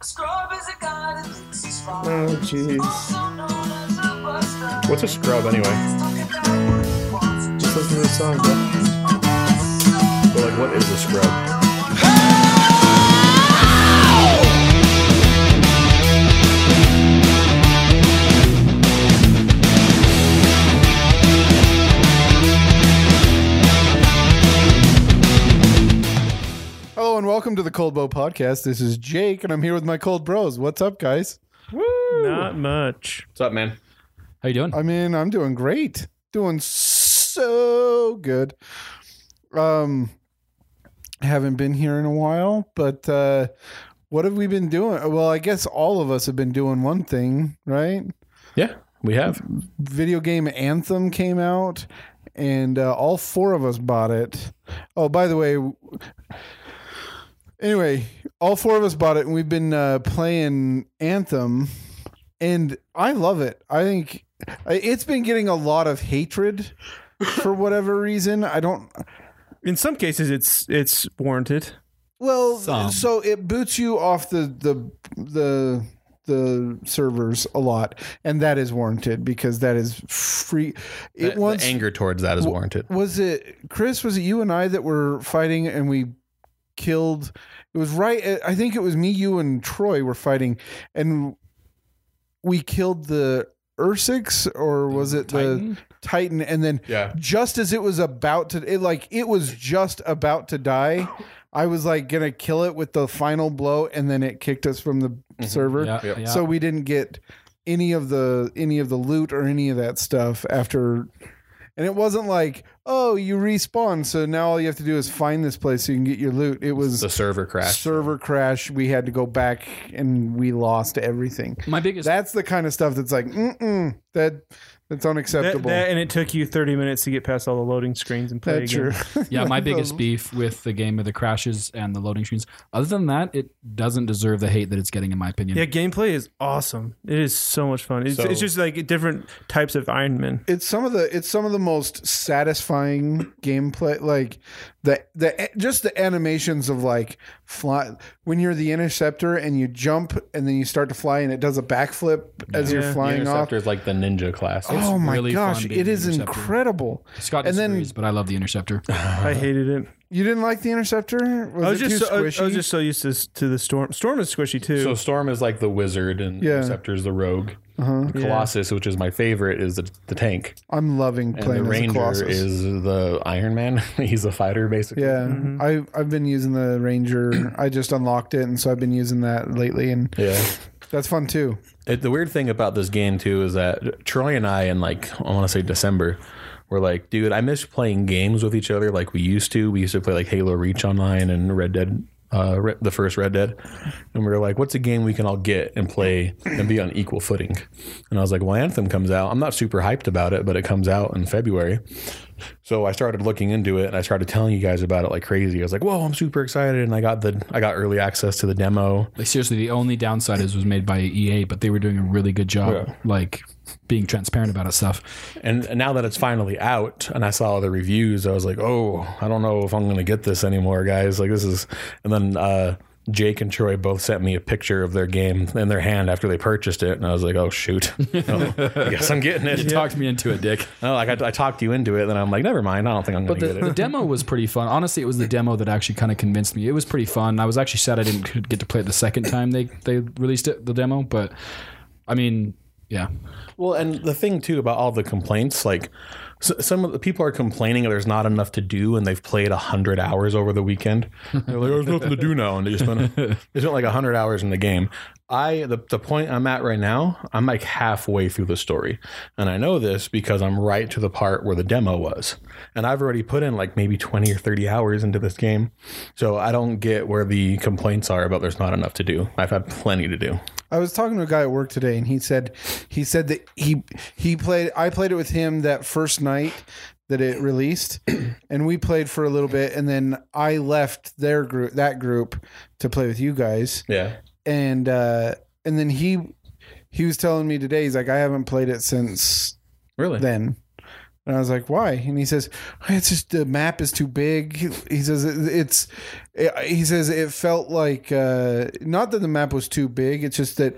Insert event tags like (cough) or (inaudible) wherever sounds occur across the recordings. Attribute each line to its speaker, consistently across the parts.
Speaker 1: Scrub is a guy that thinks he's fine.
Speaker 2: Oh,
Speaker 3: Mm-hmm.
Speaker 2: jeez.
Speaker 1: Also known as a buster.
Speaker 4: What's a scrub anyway?
Speaker 1: He's talking about what he wants.
Speaker 2: Just listen to the song, bro.
Speaker 4: But like, what is a scrub?
Speaker 2: Hello and welcome to the Cold Bow Podcast. This is Jake, and I'm here with my cold bros. What's up, guys?
Speaker 5: Not much.
Speaker 4: What's up, man?
Speaker 6: How you doing?
Speaker 2: I mean, I'm doing great. Doing so good. Um haven't been here in a while, but uh what have we been doing? Well, I guess all of us have been doing one thing, right?
Speaker 4: Yeah, we have.
Speaker 2: video game Anthem came out, and uh, all four of us bought it. Oh, by the way, w- anyway, all four of us bought it, and we've been uh, playing Anthem, and I love it. I think I- it's been getting a lot of hatred for whatever reason. I don't.
Speaker 5: In some cases, it's it's warranted.
Speaker 2: Well,
Speaker 6: Some.
Speaker 2: so it boots you off the the the the servers a lot, and that is warranted because that is free. It
Speaker 4: The- the
Speaker 2: wants
Speaker 4: anger towards that is warranted.
Speaker 2: was it Chris? Was it you and I that were fighting and we killed? It was right. uh, I think it was me, you, and Troy were fighting, and we killed the Ursix, or was it
Speaker 6: Titan?
Speaker 2: the Titan? And then
Speaker 4: Yeah.
Speaker 2: just as it was about to, it like it was just about to die. I was like gonna kill it with the final blow, and then it kicked us from the server.
Speaker 6: Mm-hmm. Yeah,
Speaker 4: Yep.
Speaker 6: yeah.
Speaker 2: So we didn't get any of the any of the loot or any of that stuff after and it wasn't like, oh, you respawn, so now all you have to do is find this place so you can get your loot. It was
Speaker 4: The server crash.
Speaker 2: server crash. We had to go back and we lost everything.
Speaker 6: my biggest
Speaker 2: That's the kind of stuff that's like, mm-mm, that that's
Speaker 5: That,
Speaker 2: unacceptable.
Speaker 5: that and it took you 30 minutes to get past all the loading screens and play
Speaker 2: that's
Speaker 5: again.
Speaker 2: true. (laughs)
Speaker 6: yeah, my biggest beef with the game are the crashes and the loading screens. Other than that, it doesn't deserve the hate that it's getting in my opinion.
Speaker 5: Yeah, gameplay is awesome. It is so much fun. It's,
Speaker 4: So-
Speaker 5: it's just like different types of Iron Man.
Speaker 2: it's some of the it's some of the most satisfying gameplay like the the just the animations of like fly when you're the interceptor and you jump and then you start to fly and it does a backflip as
Speaker 5: Yeah.
Speaker 2: you're
Speaker 5: The
Speaker 2: flying off
Speaker 4: Interceptor is like the ninja class.
Speaker 2: oh my
Speaker 6: really fun
Speaker 2: gosh
Speaker 6: being
Speaker 2: it
Speaker 6: the
Speaker 2: is
Speaker 6: interceptor.
Speaker 2: incredible
Speaker 6: Scott
Speaker 2: And then-
Speaker 6: disagrees, but I love the interceptor.
Speaker 5: I hated it.
Speaker 2: you didn't like the interceptor was,
Speaker 5: I was
Speaker 2: it
Speaker 5: just
Speaker 2: too
Speaker 5: so, I, was-
Speaker 2: squishy
Speaker 5: I was just so used to, s- to the storm. Storm is squishy too.
Speaker 4: So Storm is like the wizard, and
Speaker 2: Yeah.
Speaker 4: Interceptor is the rogue.
Speaker 2: uh-huh.
Speaker 4: The Colossus, which is my favorite, is the, the tank.
Speaker 2: i'm loving
Speaker 4: And
Speaker 2: playing
Speaker 4: the
Speaker 2: as a
Speaker 4: Ranger
Speaker 2: colossus
Speaker 4: is the Iron Man. (laughs) He's a fighter, basically.
Speaker 2: yeah
Speaker 5: Mm-hmm.
Speaker 2: i i've been using the ranger i just unlocked it and so i've been using that lately and
Speaker 4: Yeah.
Speaker 2: that's fun too
Speaker 4: It, the weird thing about this game too is that Troy and I, in like I want to say December, were like, dude, I miss playing games with each other like we used to. We used to play like Halo Reach online and Red Dead, uh, Re- the first Red Dead, and we were like, what's a game we can all get and play and be on equal footing? And I was like, well, Anthem comes out. I'm not super hyped about it, but it comes out in February. So I started looking into it and I started telling you guys about it like crazy. I was like, whoa, I'm super excited, and I got the I got early access to the demo.
Speaker 6: Like seriously, the only downside is it was made by EA, but they were doing a really good job, like being transparent about it stuff.
Speaker 4: And and now that it's finally out and I saw all the reviews, I was like, oh, I don't know if I'm going to get this anymore, guys. Like, this is. And then uh, Jake and Troy both sent me a picture of their game in their hand after they purchased it. And I was like, oh, shoot. (laughs) No, I guess I'm getting
Speaker 6: (laughs)
Speaker 4: it.
Speaker 6: Talked me into it, Dick.
Speaker 4: No, like, I, I talked you into it. Then I'm like, never mind. I don't think I'm going
Speaker 6: But
Speaker 4: to
Speaker 6: the,
Speaker 4: get
Speaker 6: the
Speaker 4: it.
Speaker 6: demo was pretty fun. Honestly, it was the demo that actually kind of convinced me. It was pretty fun. I was actually sad I didn't get to play it the second time they, they released it, the demo. But I mean, yeah,
Speaker 4: Well, and the thing too about all the complaints, like s some of the people are complaining there's not enough to do, and they've played hundred hours over the weekend. They're like, "There's nothing to do now," and they just spent they spent like hundred hours in the game. I the, the point I'm at right now, I'm like halfway through the story, and I know this because I'm right to the part where the demo was, and I've already put in like maybe twenty or thirty hours into this game, so I don't get where the complaints are about there's not enough to do. I've had plenty to do.
Speaker 2: I was talking to a guy at work today, and he said he said that he he played. I played it with him that first night that it released, and we played for a little bit, and then I left their group that group to play with you guys,
Speaker 4: Yeah,
Speaker 2: and uh, and then he he was telling me today he's like I haven't played it since
Speaker 4: really.
Speaker 2: then. And I was like, why? And he says, "Oh, it's just the map is too big. He- He says, it- it's, it- he says, it felt like, uh, not that the map was too big. It's just that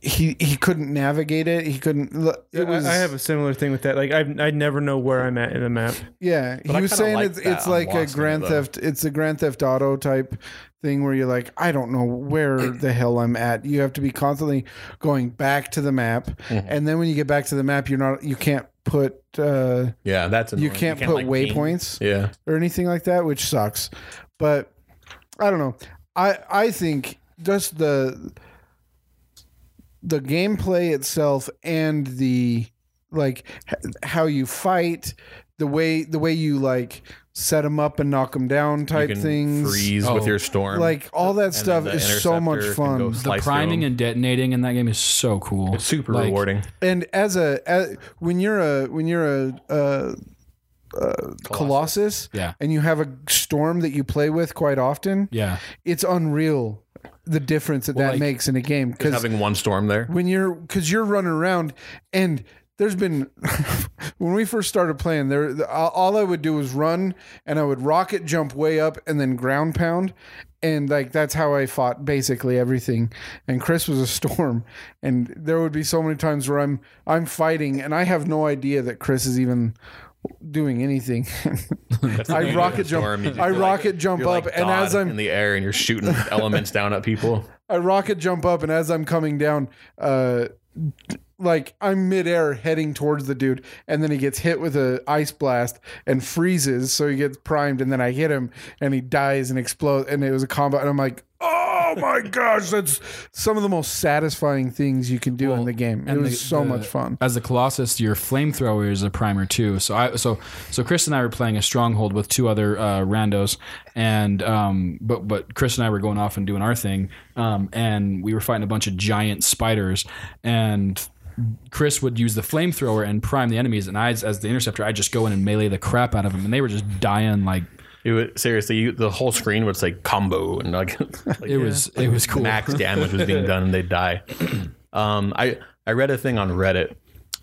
Speaker 2: he, he couldn't navigate it. He couldn't, it was,
Speaker 5: I, I have a similar thing with that. Like I, I never know where I'm at in a map.
Speaker 2: yeah. He
Speaker 4: I
Speaker 2: was
Speaker 4: kinda
Speaker 2: saying
Speaker 4: like
Speaker 2: it's,
Speaker 4: that
Speaker 2: it's
Speaker 4: on
Speaker 2: like a
Speaker 4: Lost
Speaker 2: grand
Speaker 4: though.
Speaker 2: theft, it's a grand theft auto type thing where you're like, I don't know where the hell I'm at. You have to be constantly going back to the map. And then when you get back to the map, you're not, you can't put, uh,
Speaker 4: Yeah, that's
Speaker 2: you
Speaker 4: annoying.
Speaker 2: can't, put
Speaker 4: like, ping.
Speaker 2: waypoints
Speaker 4: Yeah,
Speaker 2: or anything like that, which sucks. But I don't know. I I think just the the gameplay itself and the like h- how you fight, the way the way you like set them up and knock them down type
Speaker 4: you can
Speaker 2: things.
Speaker 4: freeze
Speaker 6: Oh.
Speaker 4: with your storm.
Speaker 2: Like all that
Speaker 4: then
Speaker 2: stuff
Speaker 4: the
Speaker 2: is so much
Speaker 4: interceptor can go
Speaker 2: fun.
Speaker 4: slice
Speaker 6: The
Speaker 4: through
Speaker 6: priming
Speaker 4: them.
Speaker 6: and detonating in that game is so cool.
Speaker 4: It's super
Speaker 6: Like,
Speaker 4: rewarding.
Speaker 2: And as a as, when you're a when you're a uh, Colossus,
Speaker 6: Yeah.
Speaker 2: and you have a storm that you play with quite often,
Speaker 6: Yeah.
Speaker 2: it's unreal the difference that that
Speaker 6: like,
Speaker 2: makes in a game because
Speaker 4: Having one storm there.
Speaker 2: when you're because you're running around and there's been (laughs) when we first started playing there the- all- all i would do was run and i would rocket jump way up and then ground pound and like that's how i fought basically everything and chris was a storm and there would be so many times where i'm i'm fighting and i have no idea that chris is even doing anything (laughs)
Speaker 4: when
Speaker 2: i
Speaker 4: you
Speaker 2: rocket
Speaker 4: get a storm, you
Speaker 2: jump
Speaker 4: just
Speaker 2: i
Speaker 4: feel like-
Speaker 2: rocket jump
Speaker 4: You're
Speaker 2: up
Speaker 4: like
Speaker 2: and
Speaker 4: God
Speaker 2: as i'm
Speaker 4: in the air and you're shooting
Speaker 2: (laughs)
Speaker 4: elements down at people.
Speaker 2: I rocket jump up, and as I'm coming down, uh, like I'm midair heading towards the dude, and then he gets hit with a ice blast and freezes, so he gets primed, and then I hit him, and he dies and explodes, and it was a combo, and I'm like, oh my gosh, that's some of the most satisfying things you can do in the game. It
Speaker 6: and
Speaker 2: was
Speaker 6: the-
Speaker 2: so
Speaker 6: the-
Speaker 2: much fun.
Speaker 4: uh,
Speaker 6: As the Colossus, your flamethrower is a primer too. So I so so Chris and I were playing a stronghold with two other uh, randos, and um, but but Chris and I were going off and doing our thing, um, and we were fighting a bunch of giant spiders, and. Chris would use the flamethrower and prime the enemies, and I, as the interceptor, I just go in and melee the crap out of them, and they were just dying like
Speaker 4: It would, seriously, you, the whole screen would say combo and like, (laughs) like
Speaker 6: it was. It was cool.
Speaker 4: max damage was being done and they die. (clears throat) Um, I I read a thing on Reddit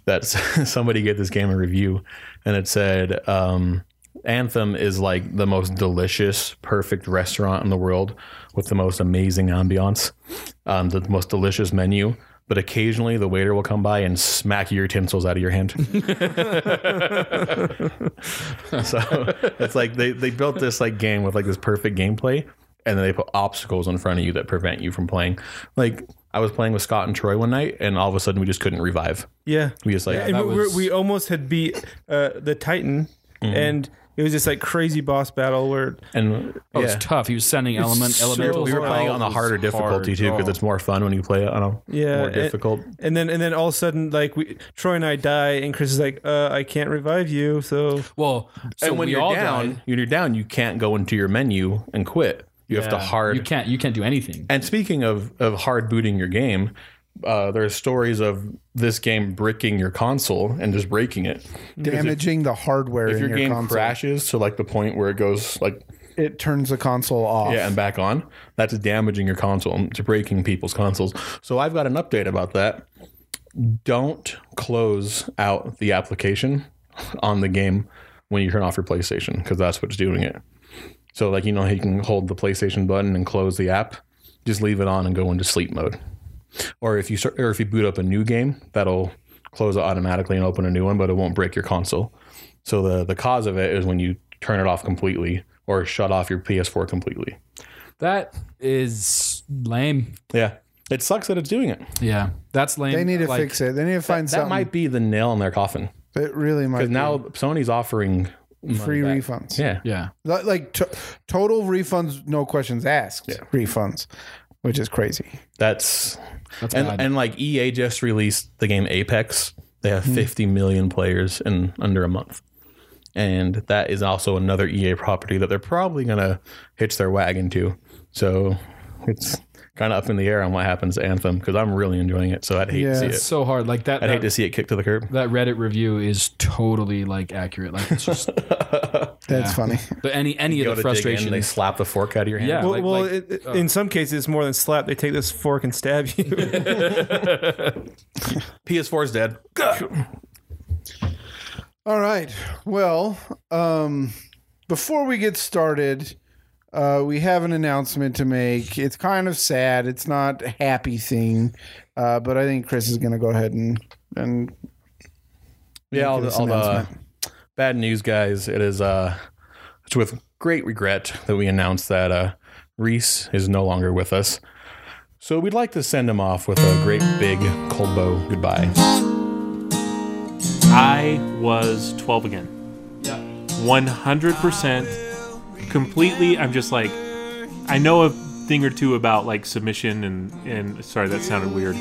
Speaker 4: that s- (laughs) somebody gave this game a review, and it said um, Anthem is like the most delicious, perfect restaurant in the world with the most amazing ambiance, um, the most delicious menu. But occasionally, the waiter will come by and smack your utensils out of your hand. (laughs) so (laughs) it's like they, they built this like game with like this perfect gameplay and then they put obstacles in front of you that prevent you from playing like i was playing with scott and troy one night and all of a sudden we just couldn't revive
Speaker 5: Yeah,
Speaker 4: we just like
Speaker 5: and
Speaker 6: that
Speaker 5: we, we're-
Speaker 6: was-
Speaker 5: we almost had beat uh, the Titan, and it was just like crazy boss battle where
Speaker 4: and
Speaker 6: Oh,
Speaker 4: yeah.
Speaker 6: it's tough. He was sending element
Speaker 5: so
Speaker 6: elemental.
Speaker 4: we were
Speaker 5: hard.
Speaker 4: playing on the harder difficulty too because it's more fun when you play it on a
Speaker 5: Yeah,
Speaker 4: more
Speaker 5: and-
Speaker 4: difficult
Speaker 5: and then and then all of a sudden like we Troy and I die, and Chris is like, uh, "I can't revive you," so
Speaker 6: well. So
Speaker 4: and when
Speaker 6: we
Speaker 4: you're
Speaker 6: all
Speaker 4: down
Speaker 6: died.
Speaker 4: when you're down you can't go into your menu and quit you have to
Speaker 6: Yeah.
Speaker 4: hard
Speaker 6: You can't. You can't do anything.
Speaker 4: And speaking of of hard booting your game, uh, there are stories of this game bricking your console and just breaking it.
Speaker 2: Damaging the hardware
Speaker 4: If
Speaker 2: in
Speaker 4: your,
Speaker 2: your,
Speaker 4: game
Speaker 2: console,
Speaker 4: crashes to like the point where it goes like
Speaker 2: it turns the console off.
Speaker 4: yeah and back on, that's damaging your console. and It's breaking people's consoles. So I've got an update about that. Don't close out the application on the game when you turn off your PlayStation because that's what's doing it. So like you know how you can hold the PlayStation button and close the app, just leave it on and go into sleep mode. Or if you start, or if you boot up a new game, that'll close it automatically and open a new one, but it won't break your console. So the the cause of it is when you turn it off completely or shut off your PS4 completely.
Speaker 6: That is lame.
Speaker 4: Yeah. It sucks that it's doing it.
Speaker 6: Yeah, that's lame.
Speaker 2: They need to
Speaker 6: Like,
Speaker 2: fix it. They need to find
Speaker 4: That
Speaker 2: something.
Speaker 4: might be the nail in their coffin.
Speaker 2: it really might.
Speaker 4: Because
Speaker 2: be.
Speaker 4: now Sony's offering
Speaker 2: free refunds.
Speaker 4: yeah.
Speaker 6: Yeah,
Speaker 2: Li- like to- total refunds, no questions asked. Refunds, which is crazy.
Speaker 4: That's
Speaker 6: that's
Speaker 4: and
Speaker 6: bad.
Speaker 4: and like EA just released the game Apex. They have 50 million players in under a month. And that is also another EA property that they're probably going to hitch their wagon to. So it's kind of up in the air on what happens to Anthem because I'm really enjoying it. So I'd hate to see
Speaker 6: it's
Speaker 4: it.
Speaker 6: so hard. Like that.
Speaker 4: I'd hate
Speaker 6: That,
Speaker 4: to see it kicked to the curb.
Speaker 6: that Reddit review is totally like accurate. Like
Speaker 4: (laughs)
Speaker 6: it's just
Speaker 2: That's funny.
Speaker 6: but any any
Speaker 4: Go to dig in,
Speaker 6: of the frustration.
Speaker 4: they slap the fork out of your hand.
Speaker 6: Yeah.
Speaker 5: well,
Speaker 6: like-
Speaker 5: well
Speaker 6: like,
Speaker 5: it,
Speaker 2: uh,
Speaker 5: it- in some cases it's more than slap. They take this fork and stab
Speaker 2: (laughs)
Speaker 5: you.
Speaker 4: PS4 is dead.
Speaker 2: All right. Well, um, before we get started, uh, we have an announcement to make. It's kind of sad. It's not a happy thing, uh, but I think Chris is going to go ahead and and
Speaker 4: Yeah, all
Speaker 2: give
Speaker 4: the,
Speaker 2: us
Speaker 4: all the
Speaker 2: announcement.
Speaker 4: bad news, guys. It is uh, it's with great regret that we announce that uh, Reese is no longer with us. So we'd like to send him off with a great big cold bow goodbye.
Speaker 7: I was 12 again. 100% completely. I'm just like, I know a thing or two about like submission and, and sorry, that sounded weird.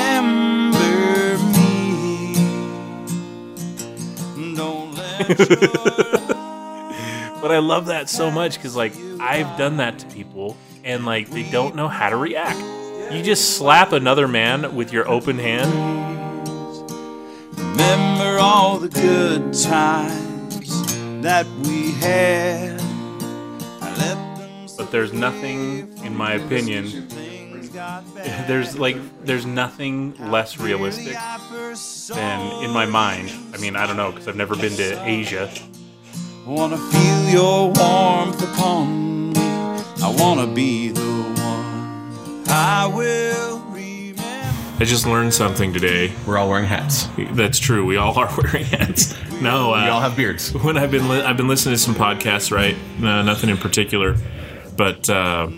Speaker 8: Remember me.
Speaker 7: (laughs)
Speaker 8: Don't let your
Speaker 7: But I love that so much because like I've done that to people and like they don't know how to react. You just slap another man with your open hand.
Speaker 8: Remember all the good times that we had. I let them
Speaker 7: But there's nothing, in my opinion,
Speaker 8: things got bad.
Speaker 7: there's like there's nothing less realistic
Speaker 8: I first
Speaker 7: than in my mind. I mean, I don't know because I've never been to Asia.
Speaker 8: wanna feel your warmth upon me. I wanna be the one. I will remember.
Speaker 7: I just learned something today.
Speaker 9: We're all wearing hats. We
Speaker 7: That's true. We all are wearing (laughs) hats. No, uh,
Speaker 9: all have beards. (laughs)
Speaker 7: when I've been li- I've been listening to some podcasts, right? No, nothing in particular, but uh,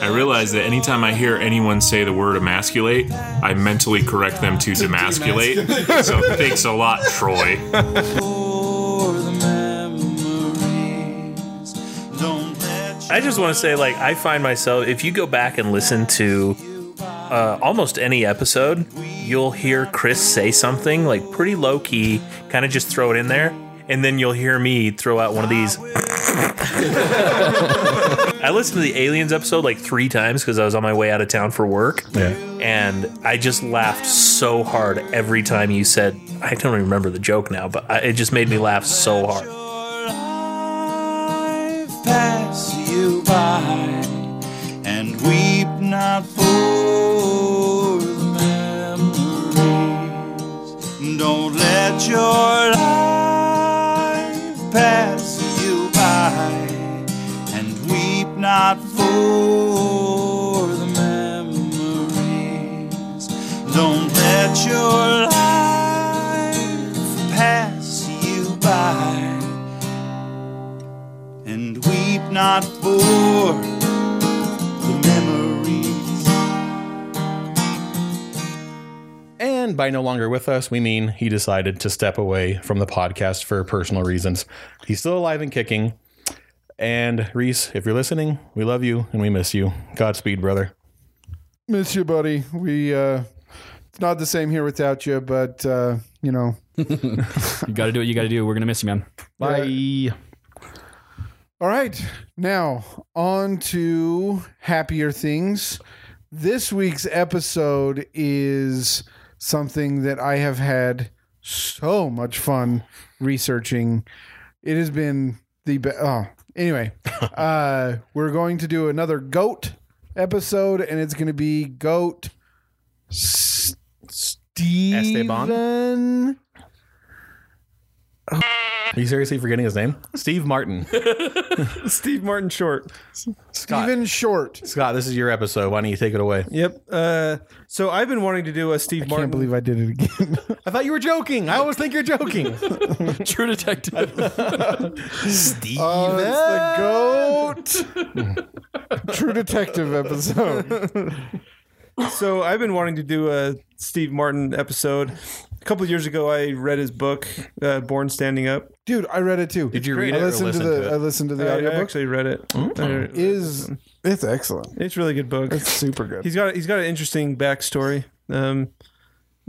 Speaker 7: I realize that anytime I hear anyone say the word emasculate, I mentally correct them to demasculate. so thanks a lot, Troy.
Speaker 8: For the memories, don't let
Speaker 10: I just want to say, like, I find myself, if you go back and listen to uh, almost any episode, you'll hear Chris say something, like, pretty low key, kind of just throw it in there. And then you'll hear me throw out one of these. (laughs) I listened to the Aliens episode like three times because I was on my way out of town for work.
Speaker 4: Yeah.
Speaker 10: And I just laughed so hard every time you said, I don't remember the joke now, but I, it just made me laugh so hard.
Speaker 8: your life pass you by and weep not for the memories. Don't let your life pass you by and weep not for the memories. Don't let your life pass you by and weep not for the memories.
Speaker 4: And by no longer with us, we mean he decided to step away from the podcast for personal reasons. He's still alive and kicking. And Reese, if you're listening, we love you and we miss you. Godspeed, brother.
Speaker 2: miss you, buddy. We uh, it's not the same here without you, but uh, you know,
Speaker 6: You got to do what you got to do. We're gonna miss you, man.
Speaker 2: Bye. All right. Now, on to happier things. This week's episode is something that I have had so much fun researching. It has been the best. Oh, anyway, uh, we're going to do another goat episode, and it's going to be goat S- Steven.
Speaker 4: Are you seriously forgetting his name? Steve Martin.
Speaker 5: Steve Martin Short.
Speaker 4: Scott.
Speaker 2: Steven Short.
Speaker 4: Scott, this is your episode. Why don't you take it away?
Speaker 5: Yep. Uh, so I've been wanting to do a Steve Martin.
Speaker 2: Can't believe I did it again. (laughs)
Speaker 4: I thought you were joking. I always think you're
Speaker 5: (laughs)
Speaker 4: joking.
Speaker 6: True detective.
Speaker 2: Oh, it's the goat. True Detective episode.
Speaker 5: so I've been wanting to do a Steve Martin episode. A couple years ago, I read his book, uh, Born Standing Up.
Speaker 2: Dude, I read it too.
Speaker 4: Did you read it
Speaker 2: I
Speaker 4: or
Speaker 2: listened
Speaker 4: listen
Speaker 2: to the
Speaker 4: to it?
Speaker 2: I listened to the
Speaker 5: I, I
Speaker 2: audiobook.
Speaker 5: actually read it. I-
Speaker 2: is it's excellent.
Speaker 5: it's a really good book.
Speaker 2: Mm-hmm. It's super good.
Speaker 5: He's got he's got an interesting backstory. Um,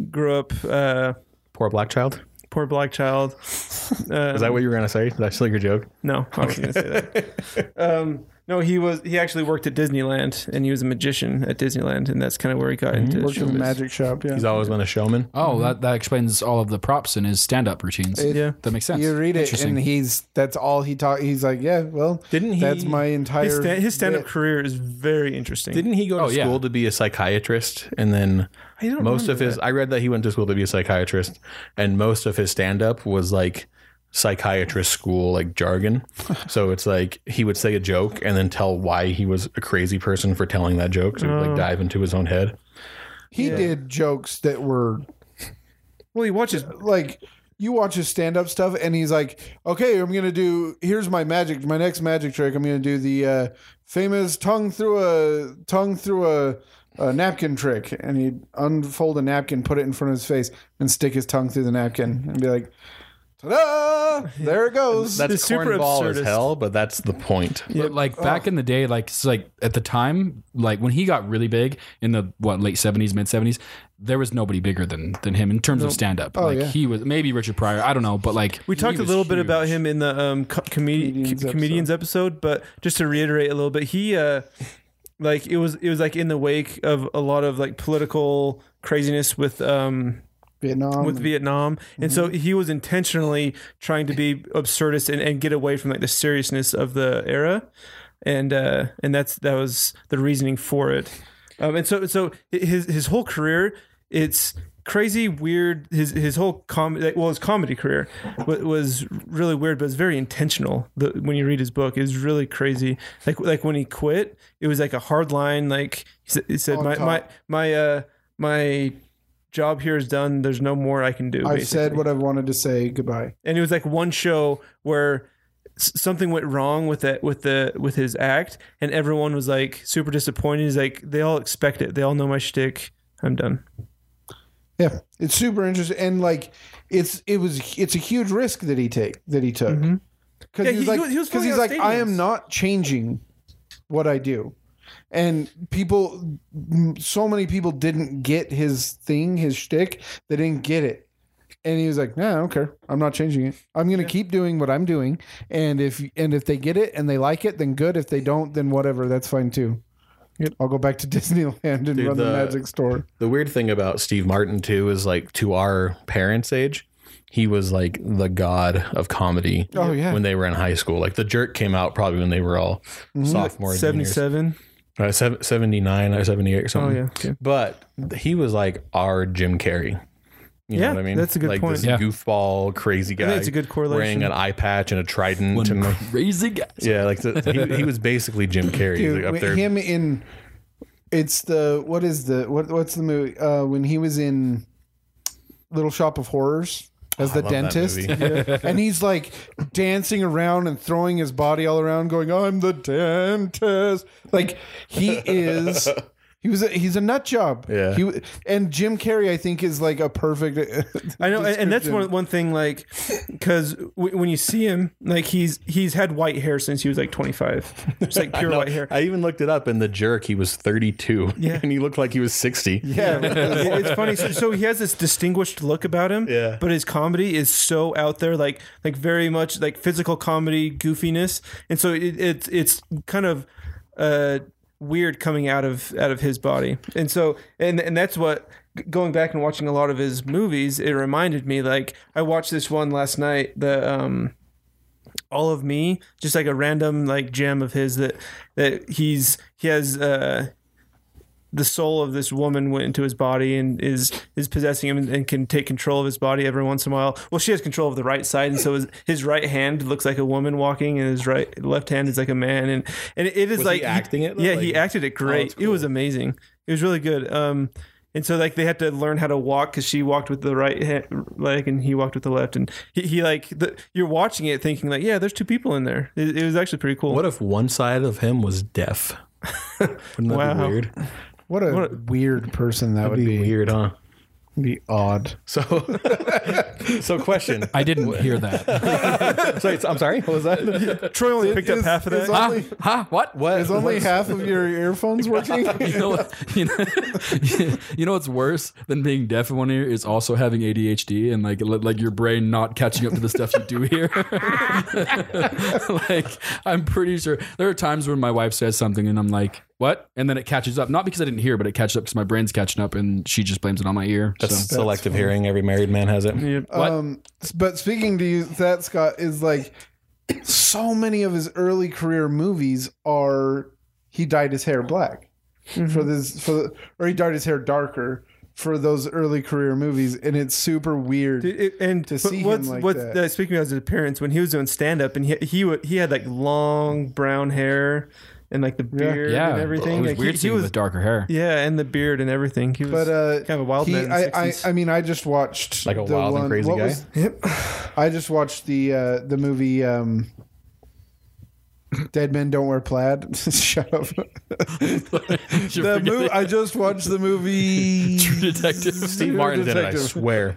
Speaker 5: grew up uh,
Speaker 4: Poor black child.
Speaker 5: poor black child.
Speaker 4: Is that what you were going to say? Is that still your joke?
Speaker 5: No, I wasn't (laughs) gonna say that. Um, No, he was. He actually worked at Disneyland, and he was a magician at Disneyland, and that's kind of where he got into
Speaker 3: Worked in a
Speaker 5: showbiz.
Speaker 3: magic shop. Yeah.
Speaker 4: He's always been a showman.
Speaker 6: (laughs) Oh, that, that explains all of the props in his stand up routines.
Speaker 5: Yeah.
Speaker 6: That makes sense.
Speaker 3: You read it,
Speaker 6: Interesting.
Speaker 3: and he's that's all he taught. He's like, yeah, well,
Speaker 4: Didn't he-
Speaker 3: That's my entire
Speaker 5: His, sta- his stand-up
Speaker 3: bit.
Speaker 5: career is very interesting.
Speaker 4: Didn't he go to
Speaker 6: Oh, yeah.
Speaker 4: school to be a psychiatrist? And then
Speaker 5: don't
Speaker 4: most of
Speaker 5: remember
Speaker 4: his, I read that he went to school to be a psychiatrist, and most of his stand up was like psychiatrist school, like
Speaker 5: (laughs)
Speaker 4: jargon. so it's like he would say a joke and then tell why he was a crazy person for telling that joke. So he would
Speaker 5: Oh.
Speaker 4: like dive into his own head.
Speaker 3: He did jokes that were
Speaker 5: Well, he watches.
Speaker 3: like you watch his stand up stuff and he's like, okay, I'm gonna do here's my magic, my next magic trick. I'm gonna do the uh, famous tongue through a tongue through a, a napkin trick, and he'd unfold a napkin, put it in front of his face, and stick his tongue through the napkin, and be like, ta-da! There it goes.
Speaker 4: That's
Speaker 5: The super
Speaker 4: cornball
Speaker 5: absurdist.
Speaker 4: as hell, but that's the point.
Speaker 6: But like back in the day, like it's like at the time, like when he got really big in the what late seventies, mid seventies, there was nobody bigger than than him in terms of stand up. like
Speaker 3: yeah.
Speaker 6: he was maybe Richard Pryor, I don't know, but like
Speaker 5: Oh, We
Speaker 6: he
Speaker 5: talked a
Speaker 6: was
Speaker 5: little bit
Speaker 6: huge.
Speaker 5: about him in the um, co- comedi-
Speaker 3: Comedians
Speaker 5: comedians, comedians episode, but just to reiterate a little bit, he uh, like it was it was like in the wake of a lot of like political craziness with um,
Speaker 3: Vietnam.
Speaker 5: with Vietnam. And so he was intentionally trying to be absurdist and, and get away from like the seriousness of the era. And uh, and that's that was the reasoning for it. Um, and so so his his whole career, it's crazy, weird. His his whole comedy, well, his comedy career was, was really weird, but it's very intentional. The, when you read his book, it's really crazy. Like like when he quit, it was like a hard line. Like he said, he said
Speaker 3: On
Speaker 5: my,
Speaker 3: top.
Speaker 5: my my uh my job here is done. There's no more I can do.
Speaker 3: I've
Speaker 5: basically.
Speaker 3: said what I've wanted to say. Goodbye.
Speaker 5: and it was like one show where s- something went wrong with it with the with his act, and everyone was like super disappointed. He's like, they all expect it. They all know my shtick. I'm done.
Speaker 3: Yeah, it's super interesting, and like, it's it was it's a huge risk that he take that he took because
Speaker 5: Mm-hmm. Yeah,
Speaker 3: he's
Speaker 5: he-
Speaker 3: like
Speaker 5: he was- he was
Speaker 3: because
Speaker 5: filling
Speaker 3: he's
Speaker 5: out
Speaker 3: like I am
Speaker 5: stadiums.
Speaker 3: not changing what I do, and people, m- so many people didn't get his
Speaker 5: (laughs)
Speaker 3: thing, his shtick, they didn't get it. And he was like, "No, I don't care. I'm not changing it. I'm gonna keep doing what I'm doing. And if and if they get it and they like it, then good. If they don't, then whatever. That's fine too. I'll go back to (laughs) Disneyland and run the
Speaker 4: the-
Speaker 3: magic store.
Speaker 4: The weird thing about Steve Martin too is like to our parents' age, he was like the god of comedy.
Speaker 3: Oh, yeah.
Speaker 4: when they were in high school, like The Jerk came out probably when they were all
Speaker 5: Mm-hmm.
Speaker 4: sophomores,
Speaker 5: Seventy
Speaker 4: juniors.
Speaker 5: seven.
Speaker 4: Uh, sev- 79 or 78 or
Speaker 5: Oh
Speaker 4: something.
Speaker 5: yeah. Okay.
Speaker 4: But he was like our Jim Carrey. You
Speaker 5: Yeah,
Speaker 4: know what I mean?
Speaker 5: that's a good
Speaker 4: like
Speaker 5: point.
Speaker 4: This
Speaker 6: Yeah.
Speaker 4: goofball, crazy guy.
Speaker 5: think it's a good correlation.
Speaker 4: Wearing an eye patch and a trident. to make,
Speaker 5: (laughs)
Speaker 6: crazy guys.
Speaker 4: (laughs) yeah, like the, he, he was basically Jim Carrey
Speaker 3: Dude,
Speaker 4: like, up
Speaker 3: with
Speaker 4: there.
Speaker 3: him in it's the what is the what what's the movie uh when he was in Little Shop of Horrors as the
Speaker 4: Oh, love that
Speaker 3: dentist
Speaker 4: movie.
Speaker 3: and he's like dancing around and throwing his body all around going I'm the dentist like he is he was a, he's a nut job
Speaker 4: Yeah.
Speaker 3: he w- and Jim Carrey I think is like a perfect
Speaker 5: I know, and, and that's one
Speaker 3: description.
Speaker 5: one thing. Like, because w- when you see him, like he's he's had white hair since he was like 25.
Speaker 4: (laughs)
Speaker 5: It's like pure white hair.
Speaker 4: I even looked it up and the jerk he was 32
Speaker 5: Yeah.
Speaker 4: (laughs) and he looked like he was 60. (laughs)
Speaker 3: yeah
Speaker 5: (laughs) It- it's funny. So, so he has this distinguished look about him.
Speaker 4: Yeah.
Speaker 5: But his comedy is so out there, like like very much like physical comedy goofiness, and so it, it's it's kind of uh, weird coming out of out of his body, and so and and that's what going back and watching a lot of his movies, it reminded me. Like I watched this one last night. The um all of me just like a random like gem of his that that he's he has uh the soul of this woman went into his body and is is possessing him and, and can take control of his body every once in a while. Well, she has control of the right side, and so his, his right hand looks like a woman walking, and his right left hand is like a man, and and it is
Speaker 4: Was he
Speaker 5: like
Speaker 4: acting it, though?
Speaker 5: Yeah, he
Speaker 4: Like- oh,
Speaker 5: acted it great. It was amazing. It was really good. Um, and so like they had to learn how to walk because she walked with the right hand, leg and he walked with the left, and he, he like the, you're watching it thinking like yeah, there's two people in there. It, it was actually pretty cool.
Speaker 4: What if one side of him was deaf? Wouldn't that
Speaker 5: Wow.
Speaker 4: be weird?
Speaker 3: what a weird person that would
Speaker 4: That'd be
Speaker 3: be
Speaker 4: weird, huh?
Speaker 3: Be odd.
Speaker 4: So, so question.
Speaker 6: I didn't
Speaker 5: (laughs)
Speaker 6: hear that.
Speaker 4: Sorry, I'm sorry. What was that?
Speaker 5: Troy only picked up
Speaker 3: Is-
Speaker 5: half of
Speaker 3: is
Speaker 5: that.
Speaker 3: all-
Speaker 6: huh? Huh? What?
Speaker 4: What?
Speaker 3: Is only half of your earphones working?
Speaker 5: (laughs)
Speaker 6: (laughs) You know, what- you, know, you know what's worse than being deaf in one ear is also having ADHD and like li- like your brain not catching up to the stuff you do hear. (laughs) like I'm pretty sure there are times when my wife says something and I'm like, "What?" and then it catches up. Not because I didn't hear, but it catches up because my brain's catching up, and she just blames it on my ear.
Speaker 4: That's
Speaker 6: so.
Speaker 4: selective hearing. Every married man has it.
Speaker 6: What?
Speaker 3: Um, s- but speaking to you, that Scott is like (clears throat) so many of his early career movies are he dyed his hair black for this for the, or he dyed his hair darker for those early career movies, and it's super weird.
Speaker 5: Dude, it- and
Speaker 3: To
Speaker 5: but
Speaker 3: see him
Speaker 5: what's,
Speaker 3: like
Speaker 5: what's
Speaker 3: that.
Speaker 5: uh, speaking of his appearance when he was doing stand up and he he wa- he had like long brown hair and like the beard
Speaker 6: yeah,
Speaker 5: and everything.
Speaker 6: It was
Speaker 5: like,
Speaker 6: weird
Speaker 5: he, he
Speaker 6: seeing him
Speaker 5: was
Speaker 6: with darker hair.
Speaker 5: yeah, and the beard and everything. He was
Speaker 3: but uh,
Speaker 5: kind of a wild
Speaker 3: he,
Speaker 5: man in the
Speaker 3: I, I,
Speaker 5: 60s.
Speaker 3: I mean, I just watched
Speaker 4: Like a wild and crazy guy?
Speaker 5: (sighs)
Speaker 3: I just watched the uh, the movie. Um, Dead men don't wear plaid. (laughs) Shut
Speaker 4: (laughs)
Speaker 3: up. the mo- I just watched the movie.
Speaker 4: (laughs)
Speaker 6: True Detective.
Speaker 4: Steve Martin did it. I
Speaker 3: detective.
Speaker 4: swear.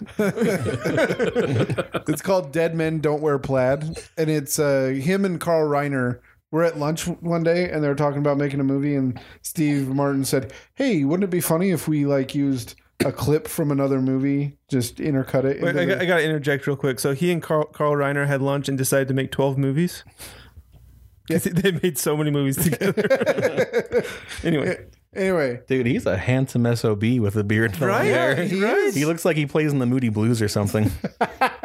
Speaker 3: It's called Dead Men Don't Wear Plaid, and it's uh, him and Carl Reiner were at lunch one day, and they were talking about making a movie. And Steve Martin said, "Hey, wouldn't it be funny if we like used a clip from another movie, just intercut it?"
Speaker 5: Wait,
Speaker 3: into
Speaker 5: I,
Speaker 3: the-
Speaker 5: got, I got to interject real quick. So he and Carl, Carl Reiner had lunch and decided to make 12 (laughs) movies. 'Cause (laughs) They made so many movies together. (laughs) anyway,
Speaker 3: anyway,
Speaker 4: Dude, he's a handsome sob with a beard. and a long
Speaker 5: Right?
Speaker 4: hair.
Speaker 3: he is.
Speaker 4: He looks like he plays in the Moody Blues or something.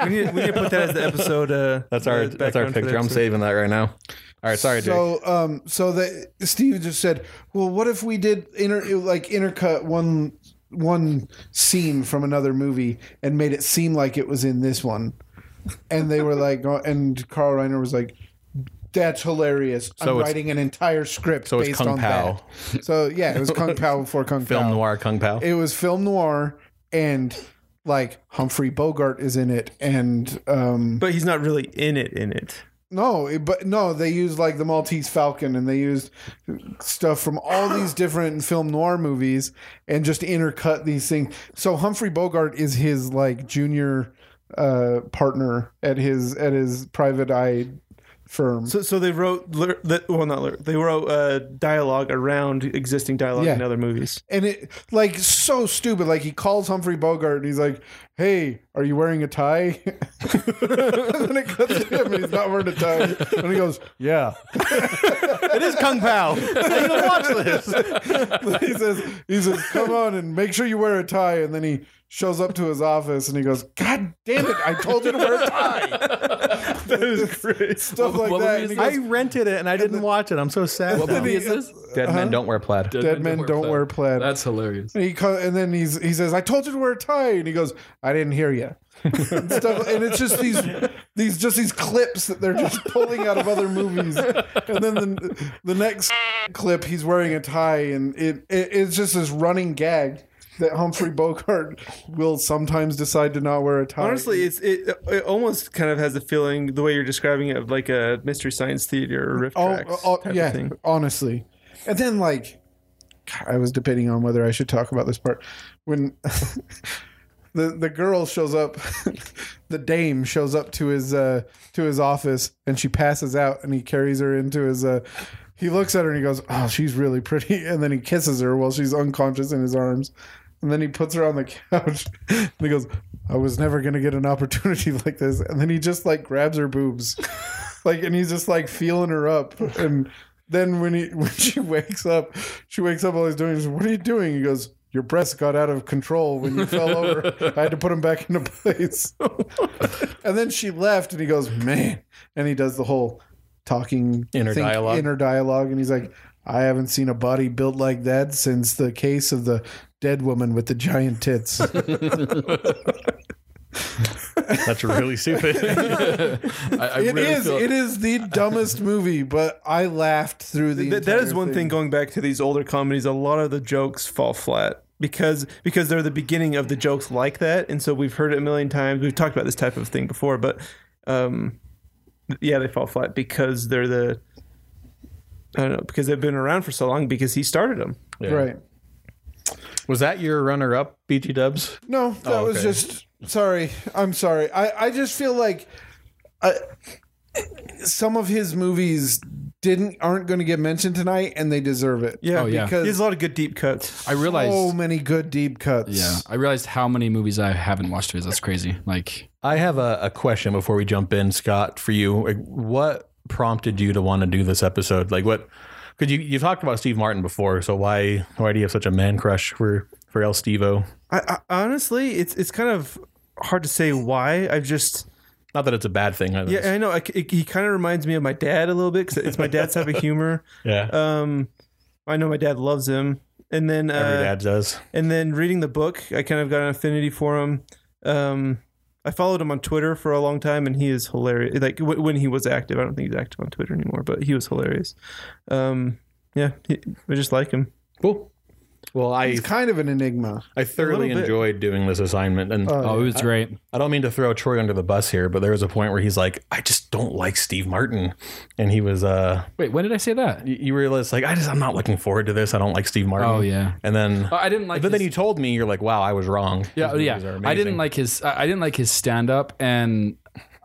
Speaker 5: we need, we need to put that as the episode. Uh,
Speaker 4: That's our
Speaker 5: uh,
Speaker 4: that's our
Speaker 5: background for the
Speaker 4: picture. I'm
Speaker 5: episode.
Speaker 4: saving that right now. All right, sorry, Jake.
Speaker 3: So, um, so that Steve just said, "Well, what if we did inter like intercut one one scene from another movie and made it seem like it was in this one?" And they were like, go- and Carl Reiner was like. That's hilarious.
Speaker 4: So
Speaker 3: I'm
Speaker 4: it's-
Speaker 3: writing an entire script
Speaker 4: so it's
Speaker 3: based
Speaker 4: Kung
Speaker 3: on
Speaker 4: Pao.
Speaker 3: that. So yeah, it was
Speaker 4: (laughs)
Speaker 3: Kung Pao before Kung
Speaker 4: Film
Speaker 3: Pao.
Speaker 4: noir Kung Pao.
Speaker 3: It was film noir, and like Humphrey Bogart is in it, and um,
Speaker 5: But he's not really in it, in it.
Speaker 3: no, it- but no, they used like the Maltese Falcon and they used stuff from all these different film noir movies and just intercut these things. So Humphrey Bogart is his like junior uh partner at his at his private eye firm.
Speaker 5: So, so they wrote, lir- the- well, not lir- they wrote uh, dialogue around existing dialogue
Speaker 3: Yeah.
Speaker 5: in other movies.
Speaker 3: and it like so stupid. Like he calls Humphrey Bogart and he's like, "Hey, are you wearing a tie?" (laughs) and then it cuts to him and he's not wearing a tie. And he goes, "Yeah."
Speaker 4: it is
Speaker 3: (laughs)
Speaker 4: Kung Pao. you don't watch this.
Speaker 3: he says, he says, come on and make sure you wear a tie. And then he shows up to his office and he goes, God damn it, I told you to wear a tie.
Speaker 5: (laughs) That was great.
Speaker 3: Stuff like
Speaker 6: what
Speaker 3: that. And
Speaker 6: movie is
Speaker 3: he
Speaker 6: this?
Speaker 3: goes,
Speaker 4: I rented it and I didn't watch it. I'm so sad.
Speaker 6: What
Speaker 4: now.
Speaker 6: movie is this?
Speaker 4: Dead men don't wear plaid.
Speaker 3: Dead men don't wear plaid.
Speaker 6: That's hilarious.
Speaker 3: and he co- and then he's he says, "I told you to wear a tie," and he goes, "I didn't hear you." and, stuff, and it's just these these just these clips that they're just pulling out of other movies, and then the, the next clip he's wearing a tie, and it, it it's just this running gag that Humphrey Bogart will sometimes decide to not wear a tie.
Speaker 5: Honestly, it's it, it almost kind of has a feeling the way you're describing it of like a mystery science theater or riff
Speaker 3: oh,
Speaker 5: tracks
Speaker 3: oh,
Speaker 5: type
Speaker 3: yeah,
Speaker 5: of thing.
Speaker 3: honestly, and then like. God, I was debating on whether I should talk about this part when (laughs) the the girl shows up (laughs) the dame shows up to his uh to his office and she passes out and he carries her into his uh he looks at her and he goes oh she's really pretty (laughs) and then he kisses her while she's unconscious in his arms and then he puts her on the couch (laughs) and he goes i was never going to get an opportunity (laughs) like this and then he just like grabs her boobs (laughs) like and he's just like feeling her up and then when he (laughs) when she wakes up she wakes up all he's doing is what are you doing he goes your breasts got out of control when you fell over. I had to put them back into (laughs) place. and then she left, and he goes, man. And he does the whole talking
Speaker 4: Inner dialogue.
Speaker 3: inner dialogue, and he's like, I haven't seen a body built like that since the case of the dead woman with the giant tits.
Speaker 4: That's really stupid.
Speaker 6: I, I
Speaker 3: it
Speaker 6: really
Speaker 3: is.
Speaker 6: feel-
Speaker 3: It is the dumbest movie, but I laughed through the.
Speaker 5: Th- that is
Speaker 3: entire
Speaker 5: one thing. going back to these older comedies. A lot of the jokes fall flat because because they're the beginning of the jokes like that, and so we've heard it a million times. We've talked about this type of thing before, but um, yeah, they fall flat because they're the I don't know because they've been around for so long because he started them.
Speaker 4: (laughs) Yeah.
Speaker 3: Right.
Speaker 4: Was that your runner up, BT Dubs?
Speaker 3: No, that
Speaker 4: Oh,
Speaker 3: was
Speaker 4: okay.
Speaker 3: just sorry. I'm sorry. I I just feel like uh, some of his movies didn't aren't going to get mentioned tonight, and they deserve it.
Speaker 5: Yeah,
Speaker 6: Oh, yeah.
Speaker 5: because there's a lot of good deep cuts.
Speaker 6: I realized.
Speaker 3: so many good deep cuts.
Speaker 6: yeah, I realized how many movies I haven't watched of his. That's crazy. Like,
Speaker 4: I have a, a question before we jump in, Scott, for you. Like, what prompted you to want to do this episode? Like, what? Because you you talked about Steve Martin before, so why why do you have such a man crush for for El Stevo?
Speaker 5: I, I honestly, it's it's kind of hard to say why. I've just
Speaker 4: Not that it's a bad thing. I guess.
Speaker 5: yeah, I know. I c it, he kind of reminds me of my dad a little bit because it's my dad's type of humor.
Speaker 4: yeah.
Speaker 5: Um, I know my dad loves him, and then
Speaker 4: Every
Speaker 5: uh,
Speaker 4: dad does.
Speaker 5: and then reading the book, I kind of got an affinity for him. Um, I followed him on Twitter for a long time, and he is hilarious. Like w- when he was active, I don't think he's active on Twitter anymore, but he was hilarious. Um, yeah, he, I just like him.
Speaker 4: Cool. Well, I
Speaker 3: He's kind of an enigma.
Speaker 4: I thoroughly
Speaker 5: bit. Uh.
Speaker 4: enjoyed doing this assignment, and
Speaker 6: oh, it was great.
Speaker 4: I don't mean to throw Troy under the bus here, but there was a point where he's like, "I just don't like Steve Martin," and he was uh,
Speaker 6: Wait, when did I say that?
Speaker 4: y- you realize like, I just I'm not looking forward to this. I don't like Steve Martin.
Speaker 6: Oh, yeah.
Speaker 4: and then.
Speaker 6: Oh, I didn't like.
Speaker 4: but then
Speaker 6: his-
Speaker 4: you told me you're like, wow, I was wrong.
Speaker 6: Yeah,
Speaker 4: His movies are
Speaker 6: yeah. I
Speaker 4: amazing.
Speaker 6: didn't like his. I I didn't like his stand up, and